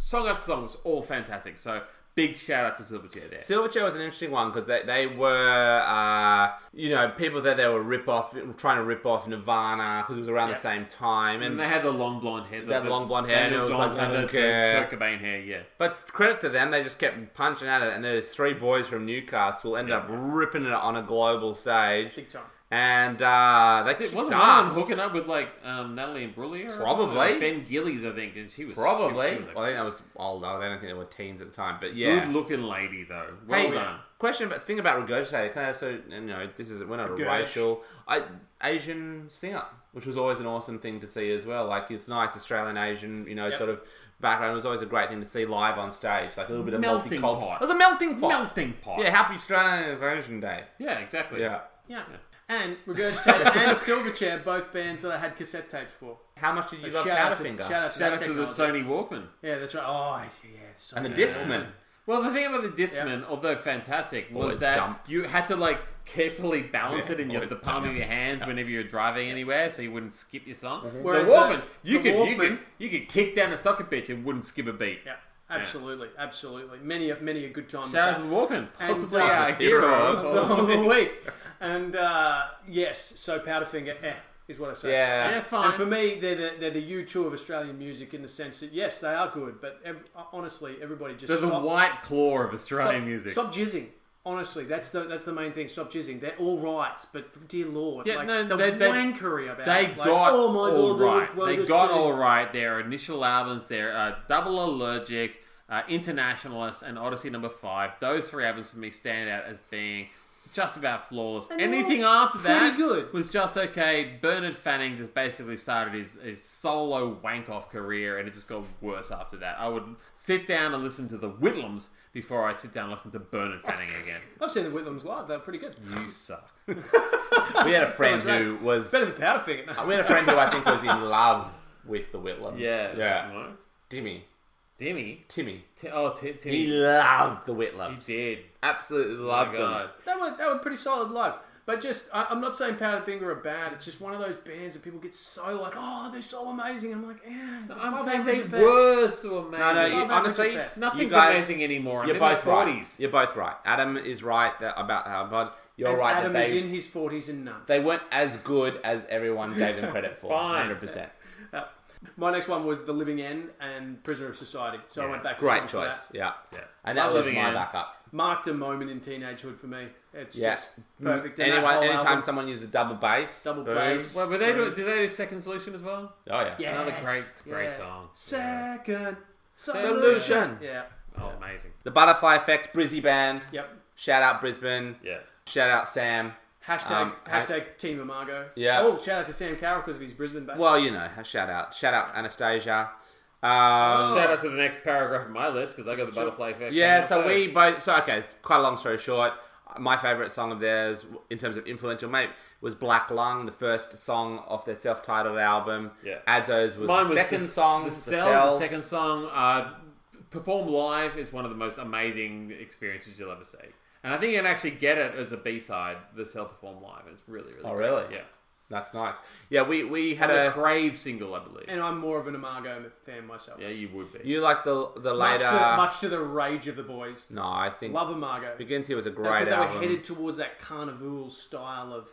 [SPEAKER 3] Song after song was all fantastic. So big shout out to Silverchair there.
[SPEAKER 2] Silverchair was an interesting one because they, they were, uh, you know, people that they were rip off, trying to rip off Nirvana because it was around the same time. And,
[SPEAKER 3] And they had the long blonde hair.
[SPEAKER 2] They had the long blonde hair, and it
[SPEAKER 3] Daniel
[SPEAKER 2] was like,
[SPEAKER 3] Johns
[SPEAKER 2] I
[SPEAKER 3] had the,
[SPEAKER 2] don't
[SPEAKER 3] the
[SPEAKER 2] care.
[SPEAKER 3] Kurt Cobain hair, yeah.
[SPEAKER 2] but credit to them, they just kept punching at it. And those three boys from Newcastle ended up ripping it on a global stage.
[SPEAKER 4] Big time.
[SPEAKER 2] and uh, they
[SPEAKER 3] It
[SPEAKER 2] kicked
[SPEAKER 3] wasn't one of
[SPEAKER 2] ass.
[SPEAKER 3] them hooking up with like um, Natalie and Brulia? or
[SPEAKER 2] Probably.
[SPEAKER 3] something? ben Gillies, I think, and she was
[SPEAKER 2] Probably.
[SPEAKER 3] She, she was a
[SPEAKER 2] Well, I think that was old. I don't think they were teens at the time, but yeah.
[SPEAKER 3] good-looking lady though. Well
[SPEAKER 2] Hey,
[SPEAKER 3] done.
[SPEAKER 2] question about thing about regurgitator. Can I also, you know, this is we're not a
[SPEAKER 4] Gurg.
[SPEAKER 2] racial I, Asian singer, which was always an awesome thing to see as well. Like it's nice Australian Asian, you know, sort of background. It was always a great thing to see live on stage, like a little bit of
[SPEAKER 3] Melting
[SPEAKER 2] multicultural.
[SPEAKER 3] pot.
[SPEAKER 2] It was a melting pot.
[SPEAKER 3] Melting pot.
[SPEAKER 2] Yeah, happy Australian Asian Day.
[SPEAKER 3] Yeah, exactly.
[SPEAKER 2] Yeah.
[SPEAKER 4] Yeah. And Regurgitator and Silverchair, both bands that I had cassette tapes for.
[SPEAKER 2] How much did you love
[SPEAKER 4] shout out to,
[SPEAKER 2] Powderfinger?
[SPEAKER 4] Shout out to,
[SPEAKER 3] Shout
[SPEAKER 4] that
[SPEAKER 3] out to the
[SPEAKER 4] technology.
[SPEAKER 3] Sony Walkman.
[SPEAKER 4] Yeah, that's right. Oh, yeah. It's so
[SPEAKER 2] and the
[SPEAKER 4] good.
[SPEAKER 2] Discman.
[SPEAKER 3] Well, the thing about the Discman, although fantastic, was
[SPEAKER 2] Always
[SPEAKER 3] that
[SPEAKER 2] jumped.
[SPEAKER 3] you had to like carefully balance
[SPEAKER 2] Yeah,
[SPEAKER 3] it in your,
[SPEAKER 2] always
[SPEAKER 3] the palm of
[SPEAKER 2] jumped.
[SPEAKER 3] your hands whenever you were driving anywhere, so you wouldn't skip your song.
[SPEAKER 4] Whereas
[SPEAKER 3] the
[SPEAKER 4] the-
[SPEAKER 3] Walkman, you
[SPEAKER 4] the
[SPEAKER 3] could you
[SPEAKER 4] Walkman-
[SPEAKER 3] could you could kick down a socket bitch and wouldn't skip a beat.
[SPEAKER 4] Yeah, absolutely. Absolutely. Many, a- many a good time. with
[SPEAKER 3] Shout out
[SPEAKER 4] that.
[SPEAKER 3] to the Walkman,
[SPEAKER 4] And,
[SPEAKER 3] possibly
[SPEAKER 4] uh,
[SPEAKER 3] our hero.
[SPEAKER 4] of the week. And uh, yes, so Powderfinger eh, is what I say.
[SPEAKER 2] Yeah.
[SPEAKER 3] Yeah, fine.
[SPEAKER 4] And for me, they're the, they're the U2 of Australian music in the sense that, yes, they are good, but ev- honestly, everybody just
[SPEAKER 3] They're the
[SPEAKER 4] stop,
[SPEAKER 3] white claw of Australian
[SPEAKER 4] stop,
[SPEAKER 3] music.
[SPEAKER 4] Stop jizzing. Honestly, that's the that's the main thing. Stop jizzing. They're all right, but dear lord,
[SPEAKER 3] Yeah,
[SPEAKER 4] like,
[SPEAKER 3] no,
[SPEAKER 4] the
[SPEAKER 3] they- they-
[SPEAKER 4] wankery about
[SPEAKER 3] They
[SPEAKER 4] it. Like,
[SPEAKER 3] got
[SPEAKER 4] oh my
[SPEAKER 3] all
[SPEAKER 4] god, they
[SPEAKER 3] right.
[SPEAKER 4] wrote
[SPEAKER 3] They,
[SPEAKER 4] this
[SPEAKER 3] got
[SPEAKER 4] thing.
[SPEAKER 3] all right. Their initial albums, their uh, Double Allergic, uh, Internationalist, and Odyssey Number Five. Those three albums for me stand out as being just about flawless.
[SPEAKER 4] And they're
[SPEAKER 3] Anything
[SPEAKER 4] all
[SPEAKER 3] after that
[SPEAKER 4] pretty good.
[SPEAKER 3] was just okay. Bernard Fanning just basically started his, his solo wank off career, and it just got worse after that. I would sit down and listen to the Whitlams before I sit down and listen to Bernard Fanning again.
[SPEAKER 4] I've seen the Whitlams live. They're pretty good.
[SPEAKER 3] You suck.
[SPEAKER 2] We had a friend
[SPEAKER 4] Sounds right.
[SPEAKER 2] who was.
[SPEAKER 4] Better than Powderfinger. No.
[SPEAKER 2] We had a friend who I think was in love with the Whitlams. Yeah.
[SPEAKER 3] What?
[SPEAKER 2] Timmy.
[SPEAKER 3] Dimmy.
[SPEAKER 2] Timmy.
[SPEAKER 3] T- oh, t- Timmy.
[SPEAKER 2] He loved the
[SPEAKER 3] He
[SPEAKER 2] Whitlams.
[SPEAKER 3] did.
[SPEAKER 2] Absolutely
[SPEAKER 3] Oh,
[SPEAKER 2] loved them.
[SPEAKER 3] God.
[SPEAKER 4] They were they were pretty solid live. But just I, I'm not saying Powderfinger are bad. It's just one of those bands that people get so like, oh, they're so amazing. I'm like, yeah.
[SPEAKER 3] I'm
[SPEAKER 4] above
[SPEAKER 3] saying
[SPEAKER 4] average
[SPEAKER 3] they
[SPEAKER 4] at best.
[SPEAKER 3] were so amazing.
[SPEAKER 2] No, no, you,
[SPEAKER 4] average
[SPEAKER 2] honestly,
[SPEAKER 4] at best.
[SPEAKER 3] nothing's
[SPEAKER 2] you guys-
[SPEAKER 3] amazing anymore. I'm
[SPEAKER 2] You're
[SPEAKER 3] in my
[SPEAKER 2] both right.
[SPEAKER 3] 40s.
[SPEAKER 2] You're both right. Adam is right that, about how Bud. You're
[SPEAKER 4] And
[SPEAKER 2] right
[SPEAKER 4] Adam
[SPEAKER 2] that
[SPEAKER 4] is
[SPEAKER 2] they
[SPEAKER 4] in his 40s and none.
[SPEAKER 2] they weren't as good as everyone gave them credit for.
[SPEAKER 3] Fine.
[SPEAKER 2] hundred percent.
[SPEAKER 4] Uh, my next one was The Living End and Prisoner of Society. So I went back to
[SPEAKER 2] Great
[SPEAKER 4] Song for
[SPEAKER 2] choice.
[SPEAKER 4] that.
[SPEAKER 2] Yeah.
[SPEAKER 3] Yeah.
[SPEAKER 2] And that
[SPEAKER 3] Love
[SPEAKER 2] was
[SPEAKER 3] Living
[SPEAKER 2] my
[SPEAKER 3] End.
[SPEAKER 2] backup.
[SPEAKER 4] Marked a moment in teenagehood for me. It's
[SPEAKER 2] Yeah.
[SPEAKER 4] just perfect. Mm. And that
[SPEAKER 2] Anyone,
[SPEAKER 4] whole
[SPEAKER 2] anytime
[SPEAKER 4] album-
[SPEAKER 2] someone uses double bass.
[SPEAKER 4] Double
[SPEAKER 2] boom.
[SPEAKER 4] bass.
[SPEAKER 3] Well, were they do, did they do Second Solution as well?
[SPEAKER 2] Oh yeah.
[SPEAKER 4] Yes.
[SPEAKER 3] Another great, great
[SPEAKER 4] yeah.
[SPEAKER 3] song.
[SPEAKER 4] Second
[SPEAKER 2] Solution.
[SPEAKER 4] solution. Yeah.
[SPEAKER 3] Oh, amazing.
[SPEAKER 2] The Butterfly Effect, Brizzy Band.
[SPEAKER 4] Yep.
[SPEAKER 2] Shout out Brisbane.
[SPEAKER 3] Yeah.
[SPEAKER 2] Shout out Sam.
[SPEAKER 4] Hashtag
[SPEAKER 2] Um, ha-
[SPEAKER 4] hashtag Team Amago.
[SPEAKER 2] Yeah.
[SPEAKER 4] Oh, shout out to Sam Carroll because of his Brisbane base.
[SPEAKER 2] Well, you know, shout out. Shout out Anastasia. Um,
[SPEAKER 3] Shout out to the next paragraph of my list because I got the butterfly effect.
[SPEAKER 2] Yeah,
[SPEAKER 3] coming up
[SPEAKER 2] so
[SPEAKER 3] too.
[SPEAKER 2] we both. So okay, quite a long story short. My favorite song of theirs, in terms of influential, mate, was Black Lung, the first song off their self-titled album.
[SPEAKER 3] Yeah.
[SPEAKER 2] Adzo's was
[SPEAKER 3] Mine
[SPEAKER 2] the
[SPEAKER 3] was
[SPEAKER 2] second
[SPEAKER 3] the,
[SPEAKER 2] song.
[SPEAKER 3] the cell, the second song. Uh, perform live is one of the most amazing experiences you'll ever see, and I think you can actually get it as a B side. The cell perform live, and it's really, really.
[SPEAKER 2] Oh,
[SPEAKER 3] great.
[SPEAKER 2] really?
[SPEAKER 3] Yeah.
[SPEAKER 2] That's nice. Yeah, we we had
[SPEAKER 3] The
[SPEAKER 2] a.
[SPEAKER 3] Crave single, I believe.
[SPEAKER 4] and I'm more of an Amago fan myself.
[SPEAKER 3] yeah, you would be.
[SPEAKER 2] You like the the
[SPEAKER 4] Much
[SPEAKER 2] later?
[SPEAKER 4] to, much to the rage of the boys.
[SPEAKER 2] no, I think
[SPEAKER 4] Love Amago.
[SPEAKER 2] Begins here was a great
[SPEAKER 4] Because they were
[SPEAKER 2] Mm. album.
[SPEAKER 4] headed towards that carnival style of.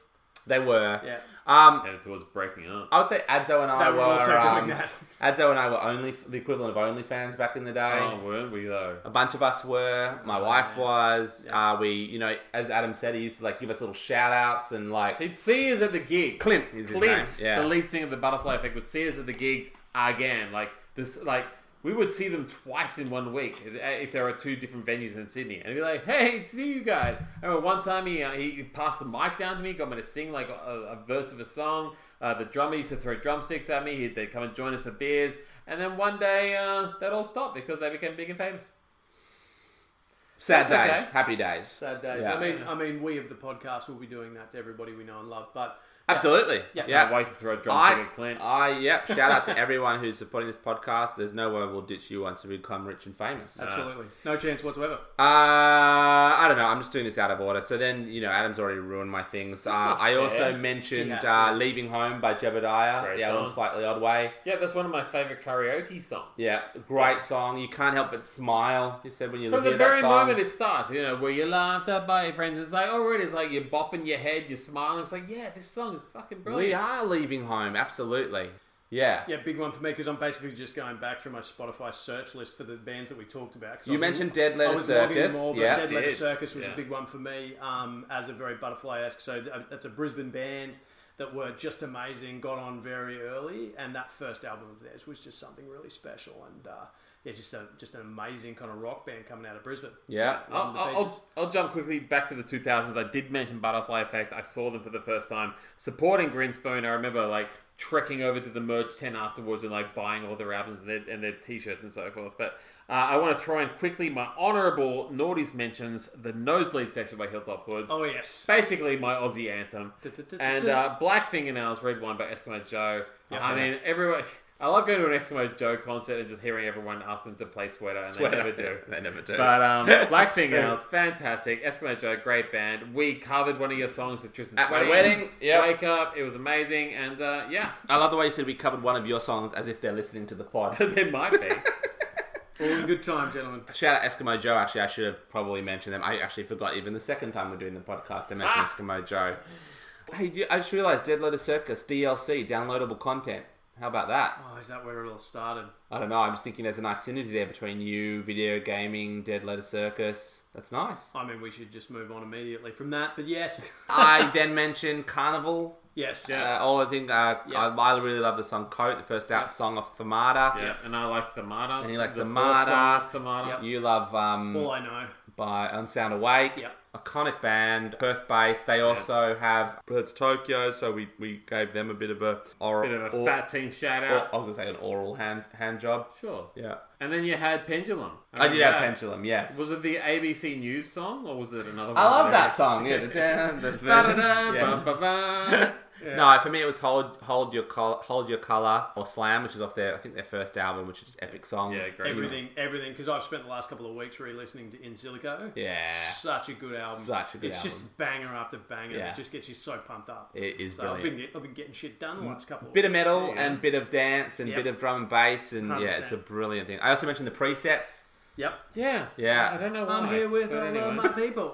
[SPEAKER 2] They were.
[SPEAKER 4] Yeah.
[SPEAKER 2] Um,
[SPEAKER 3] and towards breaking up.
[SPEAKER 2] I would say Adzo and I
[SPEAKER 4] They were also
[SPEAKER 2] um,
[SPEAKER 4] doing that.
[SPEAKER 2] Adzo and I were only the equivalent of OnlyFans back in the day.
[SPEAKER 3] Oh, weren't we though?
[SPEAKER 2] A bunch of us were. My wife was. Uh, we, you know, as Adam said, he used to like give us little shout outs and like.
[SPEAKER 3] He'd see us at the gig.
[SPEAKER 2] Clint is his
[SPEAKER 3] Clint,
[SPEAKER 2] name, yeah.
[SPEAKER 3] the lead singer of the Butterfly Effect, would see us at the gigs again. Like this, like we would see them twice in one week uh, if there were two different venues in Sydney, and he'd be like, "Hey, it's you guys." I remember one time he uh, he passed the mic down to me, got me to sing like a, a verse of a song. Uh, the drummer used to throw drumsticks at me. He'd, they'd come and join us for beers, and then one day uh, that all stopped because they became big and famous.
[SPEAKER 2] Sad
[SPEAKER 3] That's
[SPEAKER 2] days,
[SPEAKER 3] okay.
[SPEAKER 2] happy days.
[SPEAKER 4] Sad days.
[SPEAKER 2] Yeah.
[SPEAKER 4] I mean, I mean, we of the podcast will be doing that to everybody we know and love. But
[SPEAKER 2] Absolutely.
[SPEAKER 4] Yeah.
[SPEAKER 3] Can't wait to throw a drumstick
[SPEAKER 2] I,
[SPEAKER 3] at Clint.
[SPEAKER 2] I, yep. Shout out to everyone who's supporting this podcast. There's no way we'll ditch you once we become rich and famous.
[SPEAKER 4] absolutely, no chance whatsoever.
[SPEAKER 2] Uh, I don't know. I'm just doing this out of order. So then, you know, Adam's already ruined my things. Uh,
[SPEAKER 3] not
[SPEAKER 2] I
[SPEAKER 3] fair.
[SPEAKER 2] also mentioned
[SPEAKER 4] He has.
[SPEAKER 2] uh, "Leaving Home" by Jebediah,
[SPEAKER 3] Great
[SPEAKER 2] the album
[SPEAKER 3] song.
[SPEAKER 2] "Slightly Odd Way."
[SPEAKER 3] yeah, that's one of my favorite karaoke songs.
[SPEAKER 2] Yeah, great song. You can't help but smile. You said when you
[SPEAKER 3] From
[SPEAKER 2] hear
[SPEAKER 3] the very
[SPEAKER 2] that song.
[SPEAKER 3] moment it starts, you know, where you're laughed at by your friends, it's like, oh, it is like you're bopping your head, you're smiling. It's like, yeah, this song is fucking
[SPEAKER 2] we
[SPEAKER 3] brilliant.
[SPEAKER 2] are leaving home. Absolutely. Yeah.
[SPEAKER 4] Yeah, big one for me because I'm basically just going back through my Spotify search list for the bands that we talked about. 'Cause I
[SPEAKER 2] You
[SPEAKER 4] was-
[SPEAKER 2] mentioned Dead
[SPEAKER 4] I
[SPEAKER 2] Letter
[SPEAKER 4] was logging them
[SPEAKER 2] Circus.
[SPEAKER 4] all, but
[SPEAKER 2] yeah.
[SPEAKER 4] Dead Letter
[SPEAKER 3] did.
[SPEAKER 4] Circus was
[SPEAKER 3] Yeah.
[SPEAKER 4] a big one for me um, as a very butterfly esque. So th- that's a Brisbane band that were just amazing, got on very early, and that first album of theirs was just something really special. And uh, yeah, just a, just an amazing kind of rock band coming out of Brisbane.
[SPEAKER 2] yeah.
[SPEAKER 3] I'll,
[SPEAKER 4] the
[SPEAKER 3] I'll,
[SPEAKER 4] basis.
[SPEAKER 3] I'll- I'll jump quickly back to the 2000s. I did mention Butterfly Effect. I saw them for the first time supporting Grinspoon. I remember like trekking over to the merch tent afterwards and like buying all their albums and their, and their t-shirts and so forth. But uh, I want to throw in quickly my honourable naughties mentions: the Nosebleed section by Hilltop Hoods.
[SPEAKER 4] Oh, yes.
[SPEAKER 3] Basically, my Aussie anthem, and uh, Black Fingernails, Red Wine by Eskimo Joe. I mean, everyone. I love going to an Eskimo Joe concert and just hearing everyone ask them to play Sweater, and
[SPEAKER 2] Sweater.
[SPEAKER 3] they never do.
[SPEAKER 2] They never do.
[SPEAKER 3] But um, Black Fingernails, fantastic. Eskimo Joe, great band. We covered one of your songs at Tristan's
[SPEAKER 2] At my
[SPEAKER 3] wedding.
[SPEAKER 2] wedding, yep.
[SPEAKER 3] Wake up, it was amazing, and uh, yeah,
[SPEAKER 2] I love the way you said we covered one of your songs as if they're listening to the pod.
[SPEAKER 3] there might be.
[SPEAKER 4] All in good time, gentlemen.
[SPEAKER 2] Shout out Eskimo Joe. Actually, I should have probably mentioned them. I actually forgot even the second time we're doing the podcast to mention
[SPEAKER 3] Ah!
[SPEAKER 2] Eskimo Joe. Hey, do you- I just realised Dead Letter Circus DLC downloadable content. How about that?
[SPEAKER 4] Oh, is that where it all started?
[SPEAKER 2] I don't know. I'm just thinking there's a nice synergy there between you, video gaming, Dead Letter Circus. That's nice.
[SPEAKER 4] I mean, we should just move on immediately from that, but yes.
[SPEAKER 2] I then mentioned Carnival.
[SPEAKER 4] yes.
[SPEAKER 2] Uh, all I think, uh, I,
[SPEAKER 4] Yeah.
[SPEAKER 2] I really love the song Coat, the first out song off Thamada.
[SPEAKER 3] yeah, and I like the Marta. And
[SPEAKER 2] he likes the Marta.
[SPEAKER 3] The Marta.
[SPEAKER 2] You love um,
[SPEAKER 4] All I know.
[SPEAKER 2] by On Sound Awake.
[SPEAKER 4] Yeah.
[SPEAKER 2] Iconic band, Perth based. They also have Birds Tokyo, so we, we gave them a bit of a oral.
[SPEAKER 3] Bit of a
[SPEAKER 2] or-
[SPEAKER 3] fat team shout
[SPEAKER 2] or-
[SPEAKER 3] out.
[SPEAKER 2] I was gonna say an oral hand hand job.
[SPEAKER 3] Sure.
[SPEAKER 2] Yeah.
[SPEAKER 3] And then you had Pendulum. uh,
[SPEAKER 2] I did
[SPEAKER 3] remember
[SPEAKER 2] have
[SPEAKER 3] that.
[SPEAKER 2] Pendulum, yes.
[SPEAKER 3] Was it the ABC News song or was it another one?
[SPEAKER 2] I love that song. Yeah, the, the, the version. Yeah. No, for me it was hold hold your Col- hold your color or slam, which is off their I think their first album, which is just epic songs.
[SPEAKER 3] Yeah, great.
[SPEAKER 4] Everything, everything, because I've spent the last couple of weeks re-listening to In Silico.
[SPEAKER 2] Yeah.
[SPEAKER 4] such a good album.
[SPEAKER 2] Such a good
[SPEAKER 4] it's
[SPEAKER 2] album.
[SPEAKER 4] just banger after banger.
[SPEAKER 2] Yeah.
[SPEAKER 4] It just gets you so pumped up.
[SPEAKER 2] It is
[SPEAKER 4] so I've
[SPEAKER 2] brilliant. Mm.
[SPEAKER 4] been, I've been getting shit done the last couple. Of
[SPEAKER 2] bit of
[SPEAKER 4] weeks.
[SPEAKER 2] metal and bit of dance and
[SPEAKER 4] Yep.
[SPEAKER 2] bit of drum and bass and yeah,
[SPEAKER 4] 100%.
[SPEAKER 2] it's a brilliant thing. I also mentioned the presets.
[SPEAKER 4] Yep.
[SPEAKER 3] Yeah.
[SPEAKER 2] Yeah.
[SPEAKER 3] I don't know why.
[SPEAKER 4] I'm here with
[SPEAKER 3] but
[SPEAKER 4] all
[SPEAKER 3] anyway.
[SPEAKER 4] of my people.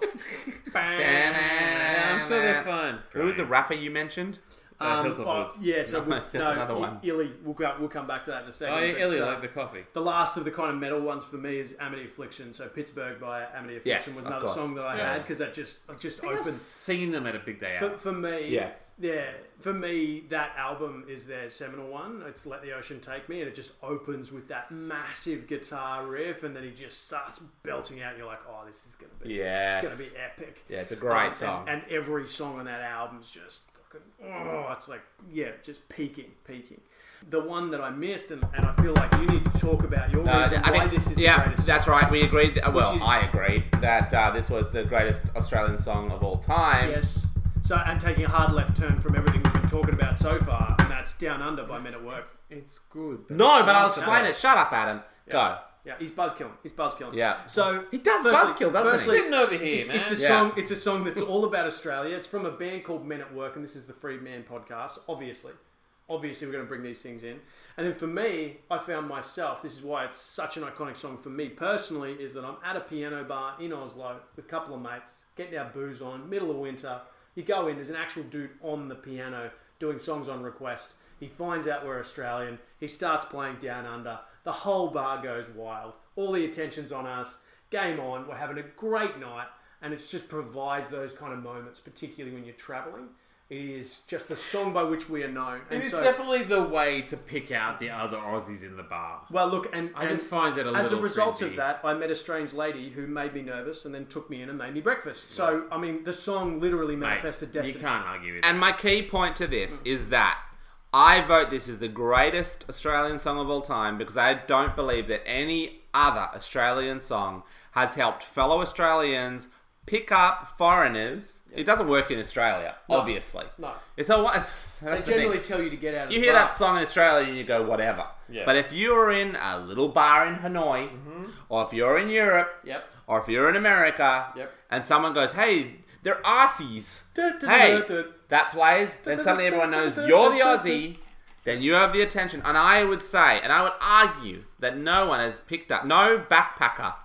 [SPEAKER 3] Yeah, I'm sure they're fun.
[SPEAKER 2] Who was the rapper you mentioned?
[SPEAKER 3] Uh,
[SPEAKER 4] Um,
[SPEAKER 3] Hilltop
[SPEAKER 4] oh,
[SPEAKER 3] Hoods.
[SPEAKER 4] yeah, so
[SPEAKER 2] No,
[SPEAKER 4] we'll,
[SPEAKER 2] that's
[SPEAKER 4] no,
[SPEAKER 2] another
[SPEAKER 4] I-
[SPEAKER 2] one.
[SPEAKER 4] Illy, we'll, go, we'll come back to that in a second.
[SPEAKER 3] Oh, yeah,
[SPEAKER 4] but,
[SPEAKER 3] Illy,
[SPEAKER 4] uh,
[SPEAKER 3] like the coffee.
[SPEAKER 4] the last of the kind of metal ones for me is Amity Affliction. So Pittsburgh by Amity Affliction
[SPEAKER 2] Yes,
[SPEAKER 4] was
[SPEAKER 2] of
[SPEAKER 4] another
[SPEAKER 2] course.
[SPEAKER 4] song that I
[SPEAKER 3] Yeah.
[SPEAKER 4] had because that just it just
[SPEAKER 3] I've
[SPEAKER 4] opened
[SPEAKER 3] seen them at a big day
[SPEAKER 4] For,
[SPEAKER 3] out.
[SPEAKER 4] for me,
[SPEAKER 2] Yes.
[SPEAKER 4] yeah, for me, that album is their seminal one. It's "Let the Ocean Take Me," and it just opens with that massive guitar riff, and then he just starts belting out. And you're like, "Oh, this is gonna be,
[SPEAKER 2] Yes.
[SPEAKER 4] it's gonna be epic."
[SPEAKER 2] Yeah, it's a great
[SPEAKER 4] Um,
[SPEAKER 2] song.
[SPEAKER 4] and, and every song on that album's just fucking, oh, it's like, yeah, just peaking, peaking. The one that I missed, and, and I feel like you need to talk about your
[SPEAKER 2] Uh,
[SPEAKER 4] reason
[SPEAKER 2] I
[SPEAKER 4] why
[SPEAKER 2] think-
[SPEAKER 4] this is the
[SPEAKER 2] yeah,
[SPEAKER 4] greatest.
[SPEAKER 2] that's right. We agreed. That, uh, well,
[SPEAKER 4] Which is-
[SPEAKER 2] I agreed that uh, this was the greatest Australian song of all time.
[SPEAKER 4] Yes. So, and taking a hard left turn from everything we've been talking about so far, and that's Down Under by Men at Work.
[SPEAKER 3] It's good.
[SPEAKER 2] No, but I'll explain it. Shut up, Adam. Go.
[SPEAKER 4] Yeah, he's buzzkilling. He's buzzkilling.
[SPEAKER 2] Yeah.
[SPEAKER 4] So
[SPEAKER 2] He does buzzkill, doesn't he?
[SPEAKER 4] firstly,
[SPEAKER 3] Sitting over here, man.
[SPEAKER 4] It's a
[SPEAKER 2] Yeah.
[SPEAKER 4] song. It's a song that's all about Australia. It's from a band called Men at Work, and this is the Free Man podcast. Obviously, obviously, we're going to bring these things in. And then for me, I found myself. This is why it's such an iconic song for me personally. Is that I'm at a piano bar in Oslo with a couple of mates, getting our booze on, middle of winter. You go in. There's an actual dude on the piano doing songs on request. He finds out we're Australian. He starts playing Down Under. The whole bar goes wild. All the attention's on us. Game on. We're having a great night and it just provides those kind of moments, particularly when you're traveling. It is just the song by which we are known. And
[SPEAKER 3] It's
[SPEAKER 4] so,
[SPEAKER 3] definitely the way to pick out the other Aussies in the bar.
[SPEAKER 4] well, look, and
[SPEAKER 3] I
[SPEAKER 4] and
[SPEAKER 3] just find it a
[SPEAKER 4] as a
[SPEAKER 3] little
[SPEAKER 4] result
[SPEAKER 3] cringy.
[SPEAKER 4] of that, I met a strange lady who made me nervous and then took me in and made me breakfast. So, I mean, the song literally
[SPEAKER 3] Mate,
[SPEAKER 4] manifested
[SPEAKER 3] you
[SPEAKER 4] destiny.
[SPEAKER 3] can't argue with
[SPEAKER 2] And my key point to this is that I vote this is the greatest Australian song of all time because I don't believe that any other Australian song has helped fellow Australians pick up foreigners. It doesn't work in Australia, obviously.
[SPEAKER 4] no.
[SPEAKER 2] It's a it's,
[SPEAKER 4] They
[SPEAKER 2] that's the
[SPEAKER 4] generally
[SPEAKER 2] thing.
[SPEAKER 4] tell you to get out. Of
[SPEAKER 2] You
[SPEAKER 4] the
[SPEAKER 2] hear
[SPEAKER 4] bar.
[SPEAKER 2] that song in Australia and you go whatever. But if you're in a little bar in Hanoi, or if you're in Europe,
[SPEAKER 4] Mm-hmm. Yep.
[SPEAKER 2] or if you're in America,
[SPEAKER 4] Yep.
[SPEAKER 2] and someone goes, "Hey, they're Aussies,"
[SPEAKER 4] Du- du-
[SPEAKER 2] hey,
[SPEAKER 4] du- du-
[SPEAKER 2] that plays, then suddenly everyone knows you're the Aussie. Then you have the attention, and I would say, and I would argue that no one has picked up no backpacker.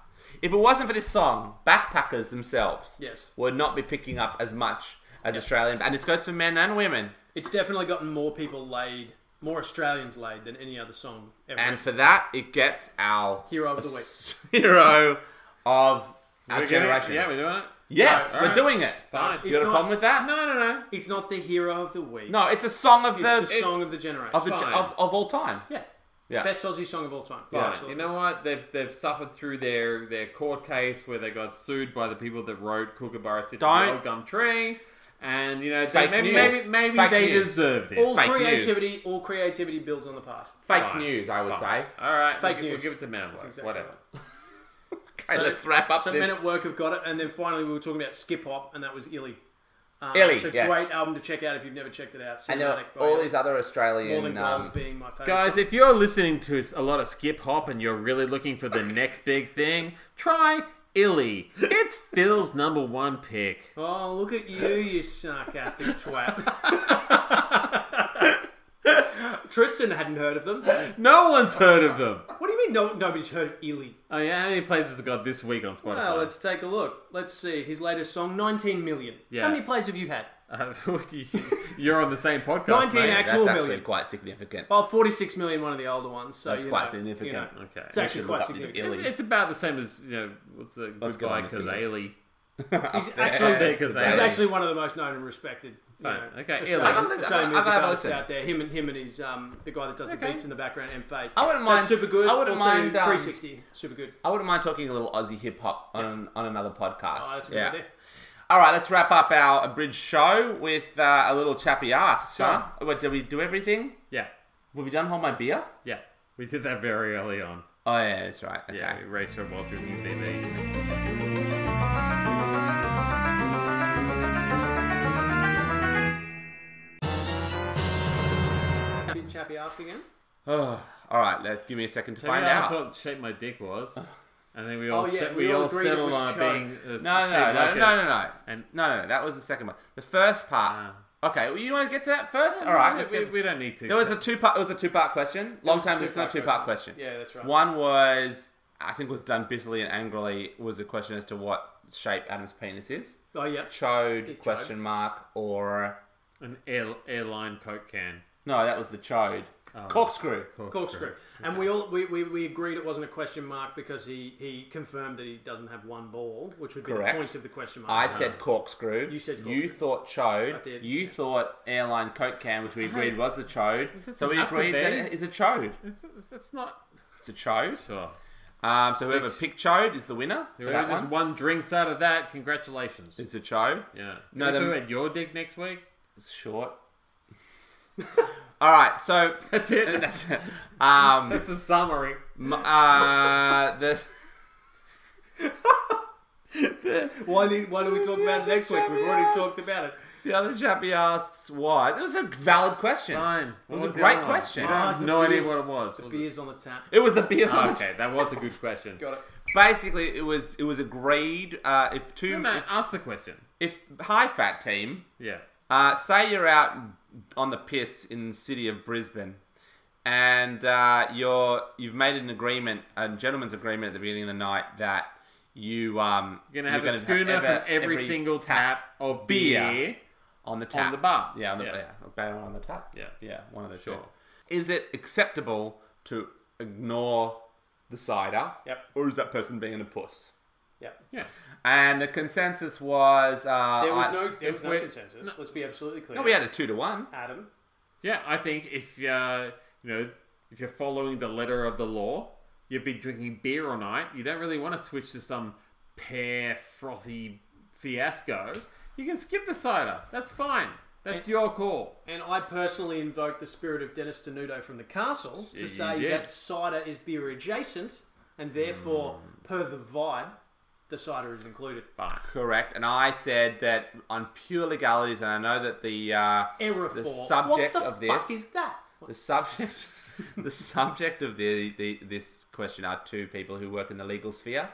[SPEAKER 2] If it wasn't for this song, backpackers themselves
[SPEAKER 4] Yes.
[SPEAKER 2] would not be picking up as much as Australian. And this goes for men and women.
[SPEAKER 4] It's definitely gotten more people laid more Australians laid than any other song ever.
[SPEAKER 2] And for that, it gets our
[SPEAKER 4] Hero of the week.
[SPEAKER 2] hero of our
[SPEAKER 3] We're doing it?
[SPEAKER 2] generation.
[SPEAKER 3] Yeah, we're doing it.
[SPEAKER 2] yes,
[SPEAKER 3] Right,
[SPEAKER 2] we're
[SPEAKER 3] alright.
[SPEAKER 2] doing it.
[SPEAKER 3] Fine.
[SPEAKER 2] You got a
[SPEAKER 4] not-
[SPEAKER 2] problem with that?
[SPEAKER 3] No, no, no.
[SPEAKER 4] It's not the hero of the week.
[SPEAKER 2] No, it's a song of
[SPEAKER 4] it's
[SPEAKER 2] the,
[SPEAKER 4] the,
[SPEAKER 2] it's
[SPEAKER 4] song of the generation.
[SPEAKER 2] of, the
[SPEAKER 3] fine.
[SPEAKER 2] of, of all time.
[SPEAKER 4] yeah.
[SPEAKER 2] Yeah.
[SPEAKER 4] Best Aussie song of all time.
[SPEAKER 3] Fine.
[SPEAKER 4] absolutely.
[SPEAKER 3] You know what? They've they've suffered through their their court case where they got sued by the people that wrote Kookaburra City
[SPEAKER 2] Don't-
[SPEAKER 3] Old Gum Tree, and you know they,
[SPEAKER 2] Fake
[SPEAKER 3] maybe
[SPEAKER 2] news.
[SPEAKER 3] maybe, maybe
[SPEAKER 2] Fake
[SPEAKER 3] they
[SPEAKER 2] news.
[SPEAKER 3] deserved this.
[SPEAKER 4] all
[SPEAKER 2] fake
[SPEAKER 4] creativity, all creativity builds on the past.
[SPEAKER 2] Fake
[SPEAKER 3] Fine.
[SPEAKER 2] news, I would
[SPEAKER 3] Fine.
[SPEAKER 2] say.
[SPEAKER 3] All right,
[SPEAKER 4] Fake
[SPEAKER 3] we'll, gi-
[SPEAKER 4] news.
[SPEAKER 3] We'll give it to Man
[SPEAKER 4] That's exactly
[SPEAKER 3] Whatever.
[SPEAKER 2] Okay, let's wrap up
[SPEAKER 4] So
[SPEAKER 2] this.
[SPEAKER 4] men at work have got it, and then finally we were talking about skip hop, and that was Illy. Um,
[SPEAKER 2] Illy,
[SPEAKER 4] so
[SPEAKER 2] yes.
[SPEAKER 4] great album to check out if you've never checked it out.
[SPEAKER 2] and there are
[SPEAKER 4] Cinematic by
[SPEAKER 2] all
[SPEAKER 4] Illy.
[SPEAKER 2] these other
[SPEAKER 4] oh, More Than
[SPEAKER 2] Australian.
[SPEAKER 4] Glove
[SPEAKER 2] Um,
[SPEAKER 4] being my favorite.
[SPEAKER 3] Guys,
[SPEAKER 4] song.
[SPEAKER 3] if you're listening to a lot of skip hop and you're really looking for the next big thing, try Illy. It's Phil's number one pick.
[SPEAKER 4] oh look at you, you sarcastic twat. Tristan hadn't heard of them. What
[SPEAKER 3] No one's heard of them.
[SPEAKER 4] do you mean no, nobody's heard of Illy?
[SPEAKER 3] Oh yeah, how many places have got this week on Spotify?
[SPEAKER 4] Well, let's take a look. Let's see his latest song, 19 million.
[SPEAKER 3] Yeah.
[SPEAKER 4] How many plays have you had?
[SPEAKER 3] Uh, you're on the same podcast.
[SPEAKER 4] 19
[SPEAKER 3] mate.
[SPEAKER 4] actual
[SPEAKER 2] that's actually
[SPEAKER 4] million.
[SPEAKER 2] quite significant.
[SPEAKER 4] Well, 46 million, one of the older ones. So
[SPEAKER 2] That's
[SPEAKER 4] you
[SPEAKER 2] quite
[SPEAKER 4] know,
[SPEAKER 2] significant.
[SPEAKER 4] you know.
[SPEAKER 3] Okay.
[SPEAKER 4] It's actually
[SPEAKER 2] should
[SPEAKER 4] quite
[SPEAKER 2] look up this
[SPEAKER 4] significant.
[SPEAKER 2] Illy.
[SPEAKER 3] It's, it's about the same as you know what's the
[SPEAKER 2] Let's
[SPEAKER 3] good
[SPEAKER 2] go
[SPEAKER 3] guy
[SPEAKER 2] on, this is
[SPEAKER 3] Kazali.
[SPEAKER 2] Up there.
[SPEAKER 4] actually- There,
[SPEAKER 3] 'cause
[SPEAKER 2] There.
[SPEAKER 4] He's
[SPEAKER 3] Illy.
[SPEAKER 4] actually one of the most known and respected. you
[SPEAKER 3] Fine.
[SPEAKER 4] know,
[SPEAKER 3] Okay,
[SPEAKER 4] Australian-
[SPEAKER 3] Illy. I've got
[SPEAKER 2] a listen.
[SPEAKER 4] Australian
[SPEAKER 2] I've- I've
[SPEAKER 4] music
[SPEAKER 2] had a
[SPEAKER 4] artists
[SPEAKER 2] listen.
[SPEAKER 4] out there. Him and him and his um, the guy that does the
[SPEAKER 3] Okay.
[SPEAKER 4] beats in the background, M Phase.
[SPEAKER 2] I wouldn't
[SPEAKER 4] so
[SPEAKER 2] mind-
[SPEAKER 4] Super good.
[SPEAKER 2] I wouldn't
[SPEAKER 4] also,
[SPEAKER 2] mind, um,
[SPEAKER 4] 360. Super good.
[SPEAKER 2] I wouldn't mind talking a little Aussie hip hop on on another podcast.
[SPEAKER 4] Oh, that's a good
[SPEAKER 2] yeah.
[SPEAKER 4] idea.
[SPEAKER 2] All right, let's wrap up our abridged show with uh, a little chappy asks. Huh? What did we do? Everything?
[SPEAKER 3] Yeah,
[SPEAKER 2] Have we done? Hold my beer.
[SPEAKER 3] yeah. We did that very early on.
[SPEAKER 2] Oh yeah, that's right. Okay.
[SPEAKER 3] Yeah, race her while drinking BB.
[SPEAKER 4] Did Chappie ask again?
[SPEAKER 2] Ugh. all right, let's give me a second to
[SPEAKER 3] Find
[SPEAKER 2] find
[SPEAKER 3] out
[SPEAKER 2] out.
[SPEAKER 3] what shape my dick was, and then we all
[SPEAKER 4] Oh, yeah,
[SPEAKER 3] set-
[SPEAKER 4] we
[SPEAKER 3] we,
[SPEAKER 4] all
[SPEAKER 3] all,
[SPEAKER 4] agreed it
[SPEAKER 3] settled
[SPEAKER 4] was
[SPEAKER 3] on it
[SPEAKER 4] chode.
[SPEAKER 3] being uh,
[SPEAKER 2] No,
[SPEAKER 3] shaped
[SPEAKER 2] no, no,
[SPEAKER 3] like a-
[SPEAKER 2] no, no, no.
[SPEAKER 3] and-
[SPEAKER 2] no, no, that was the second one. The first part. okay, well, you want to get to that first? All right, let's
[SPEAKER 3] we,
[SPEAKER 2] get.
[SPEAKER 3] we don't need to.
[SPEAKER 2] There was a two part. It was a two part question. Long time listener,
[SPEAKER 4] two-part
[SPEAKER 2] two part question.
[SPEAKER 4] Yeah, that's right.
[SPEAKER 2] One was, I think, was done bitterly and angrily. Was a question as to what shape Adam's penis is.
[SPEAKER 4] Oh yeah.
[SPEAKER 2] Chode?
[SPEAKER 4] chode.
[SPEAKER 2] Question mark or
[SPEAKER 3] an air, airline coke can.
[SPEAKER 2] no? That was the chode. Corkscrew.
[SPEAKER 4] Corkscrew. And we all we, we, we agreed it wasn't a question mark because he, he confirmed that he doesn't have one ball, which would be
[SPEAKER 2] Correct.
[SPEAKER 4] the point of the question mark.
[SPEAKER 2] I said corkscrew.
[SPEAKER 4] Uh-huh. You said
[SPEAKER 2] You
[SPEAKER 4] corkscrew.
[SPEAKER 2] thought chode.
[SPEAKER 4] I did.
[SPEAKER 2] You thought airline coke can, which we agreed was a chode.
[SPEAKER 3] doesn't
[SPEAKER 2] So we
[SPEAKER 3] have to
[SPEAKER 2] agreed that
[SPEAKER 3] be.
[SPEAKER 2] it is a chode.
[SPEAKER 3] It's, it's, that's not
[SPEAKER 2] It's a chode.
[SPEAKER 3] sure.
[SPEAKER 2] Um, so whoever picked chode is the winner. for
[SPEAKER 3] Whoever
[SPEAKER 2] that
[SPEAKER 3] just
[SPEAKER 2] one.
[SPEAKER 3] won drinks out of that, congratulations.
[SPEAKER 2] It's a chode.
[SPEAKER 3] yeah.
[SPEAKER 2] No,
[SPEAKER 3] No,
[SPEAKER 2] the-
[SPEAKER 3] talk about your dick next week.
[SPEAKER 2] It's short. All right, so that's it. um,
[SPEAKER 3] That's a summary.
[SPEAKER 2] m- uh, the
[SPEAKER 4] Why do, why do we talk about it next week? We've already talked about it.
[SPEAKER 2] the other chappy asks why. It was a valid question.
[SPEAKER 3] Fine. What
[SPEAKER 2] was a
[SPEAKER 3] the
[SPEAKER 2] great
[SPEAKER 3] other one?
[SPEAKER 2] question.
[SPEAKER 3] I
[SPEAKER 2] Ah,
[SPEAKER 4] it's
[SPEAKER 3] have
[SPEAKER 4] the
[SPEAKER 3] no idea
[SPEAKER 4] beers.
[SPEAKER 3] what it was.
[SPEAKER 4] The
[SPEAKER 3] was it?
[SPEAKER 4] beers on the tap.
[SPEAKER 2] It was the beers
[SPEAKER 3] Ah,
[SPEAKER 2] on the
[SPEAKER 3] okay, that was a good question.
[SPEAKER 4] Got it.
[SPEAKER 2] Basically, it was it was agreed. Uh, if two,
[SPEAKER 3] No, man, ask the question.
[SPEAKER 2] if, if high fat team,
[SPEAKER 3] Yeah.
[SPEAKER 2] uh, say you're out on the piss in the city of Brisbane, and uh, you're you've made an agreement, a gentleman's agreement at the beginning of the night that you um
[SPEAKER 3] You're gonna have
[SPEAKER 2] you're
[SPEAKER 3] a schooner
[SPEAKER 2] ever-
[SPEAKER 3] from every, single tap of beer.
[SPEAKER 2] beer. on the tap
[SPEAKER 3] the bar.
[SPEAKER 2] yeah on the
[SPEAKER 3] Yeah.
[SPEAKER 2] yeah, a beer on the tap
[SPEAKER 3] Yeah.
[SPEAKER 2] yeah one of the
[SPEAKER 3] Sure.
[SPEAKER 2] two. Is it acceptable to ignore the cider?
[SPEAKER 4] Yep.
[SPEAKER 2] Or is that person being a puss?
[SPEAKER 4] Yep.
[SPEAKER 3] Yeah.
[SPEAKER 2] And the consensus was uh,
[SPEAKER 4] There was
[SPEAKER 2] I-
[SPEAKER 4] no there was no
[SPEAKER 3] we're-
[SPEAKER 4] consensus. Let's be absolutely clear.
[SPEAKER 2] no, we had a two to one.
[SPEAKER 4] Adam.
[SPEAKER 3] Yeah, I think if uh, you know if you're following the letter of the law, you've been drinking beer all night. You don't really want to switch to some pear frothy fiasco. You can skip the cider. That's fine. That's your call.
[SPEAKER 4] And I personally invoke the spirit of Dennis Denudo from the castle to
[SPEAKER 3] you
[SPEAKER 4] say
[SPEAKER 3] did.
[SPEAKER 4] that cider is beer adjacent, and therefore,
[SPEAKER 2] Hmm.
[SPEAKER 4] per the vibe, the cider is included.
[SPEAKER 3] Fine.
[SPEAKER 2] Correct, and I said that on pure legalities, and I know that the uh,
[SPEAKER 4] Error
[SPEAKER 2] the
[SPEAKER 4] four.
[SPEAKER 2] subject
[SPEAKER 4] what the
[SPEAKER 2] of this
[SPEAKER 4] fuck is that?
[SPEAKER 2] the subject the subject of the, the this question are two people who work in the legal sphere,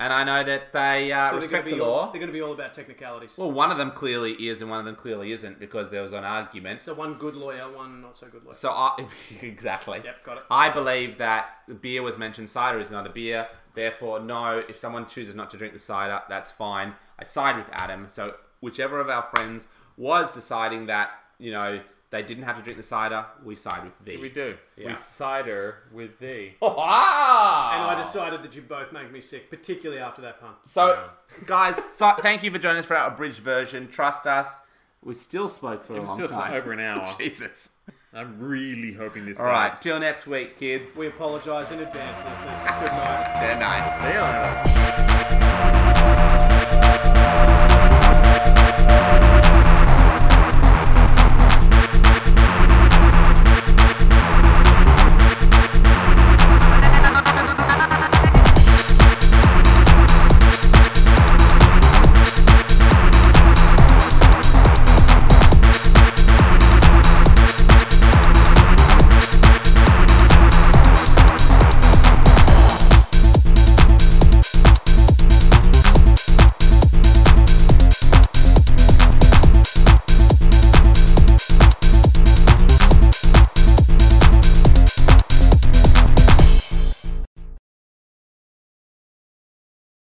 [SPEAKER 2] and I know that they uh,
[SPEAKER 4] So they're gonna
[SPEAKER 2] respect
[SPEAKER 4] be
[SPEAKER 2] the
[SPEAKER 4] all-
[SPEAKER 2] law.
[SPEAKER 4] they're going to be all about technicalities.
[SPEAKER 2] Well, one of them clearly is, and one of them clearly isn't, because there was an argument.
[SPEAKER 4] so one good lawyer, one not so good lawyer.
[SPEAKER 2] So I exactly.
[SPEAKER 4] Yep, got it.
[SPEAKER 2] I believe that the beer was mentioned. Cider is not a beer. Therefore, no. If someone chooses not to drink the cider, that's fine. I side with Adam. So whichever of our friends was deciding that you know They didn't have to drink the cider. We side with thee.
[SPEAKER 3] We do.
[SPEAKER 2] Yeah.
[SPEAKER 3] We cider with thee.
[SPEAKER 2] Ah!
[SPEAKER 4] And I decided that you both make me sick, particularly after that pun.
[SPEAKER 2] So, guys, so, thank you for joining us for our abridged version. Trust us, we still spoke for a long
[SPEAKER 3] still for
[SPEAKER 2] time.
[SPEAKER 3] over an hour.
[SPEAKER 2] Jesus.
[SPEAKER 3] I'm really hoping this.
[SPEAKER 2] All right, till next week, kids.
[SPEAKER 4] We apologise in advance, listeners. Good night.
[SPEAKER 2] Good night.
[SPEAKER 3] See you later.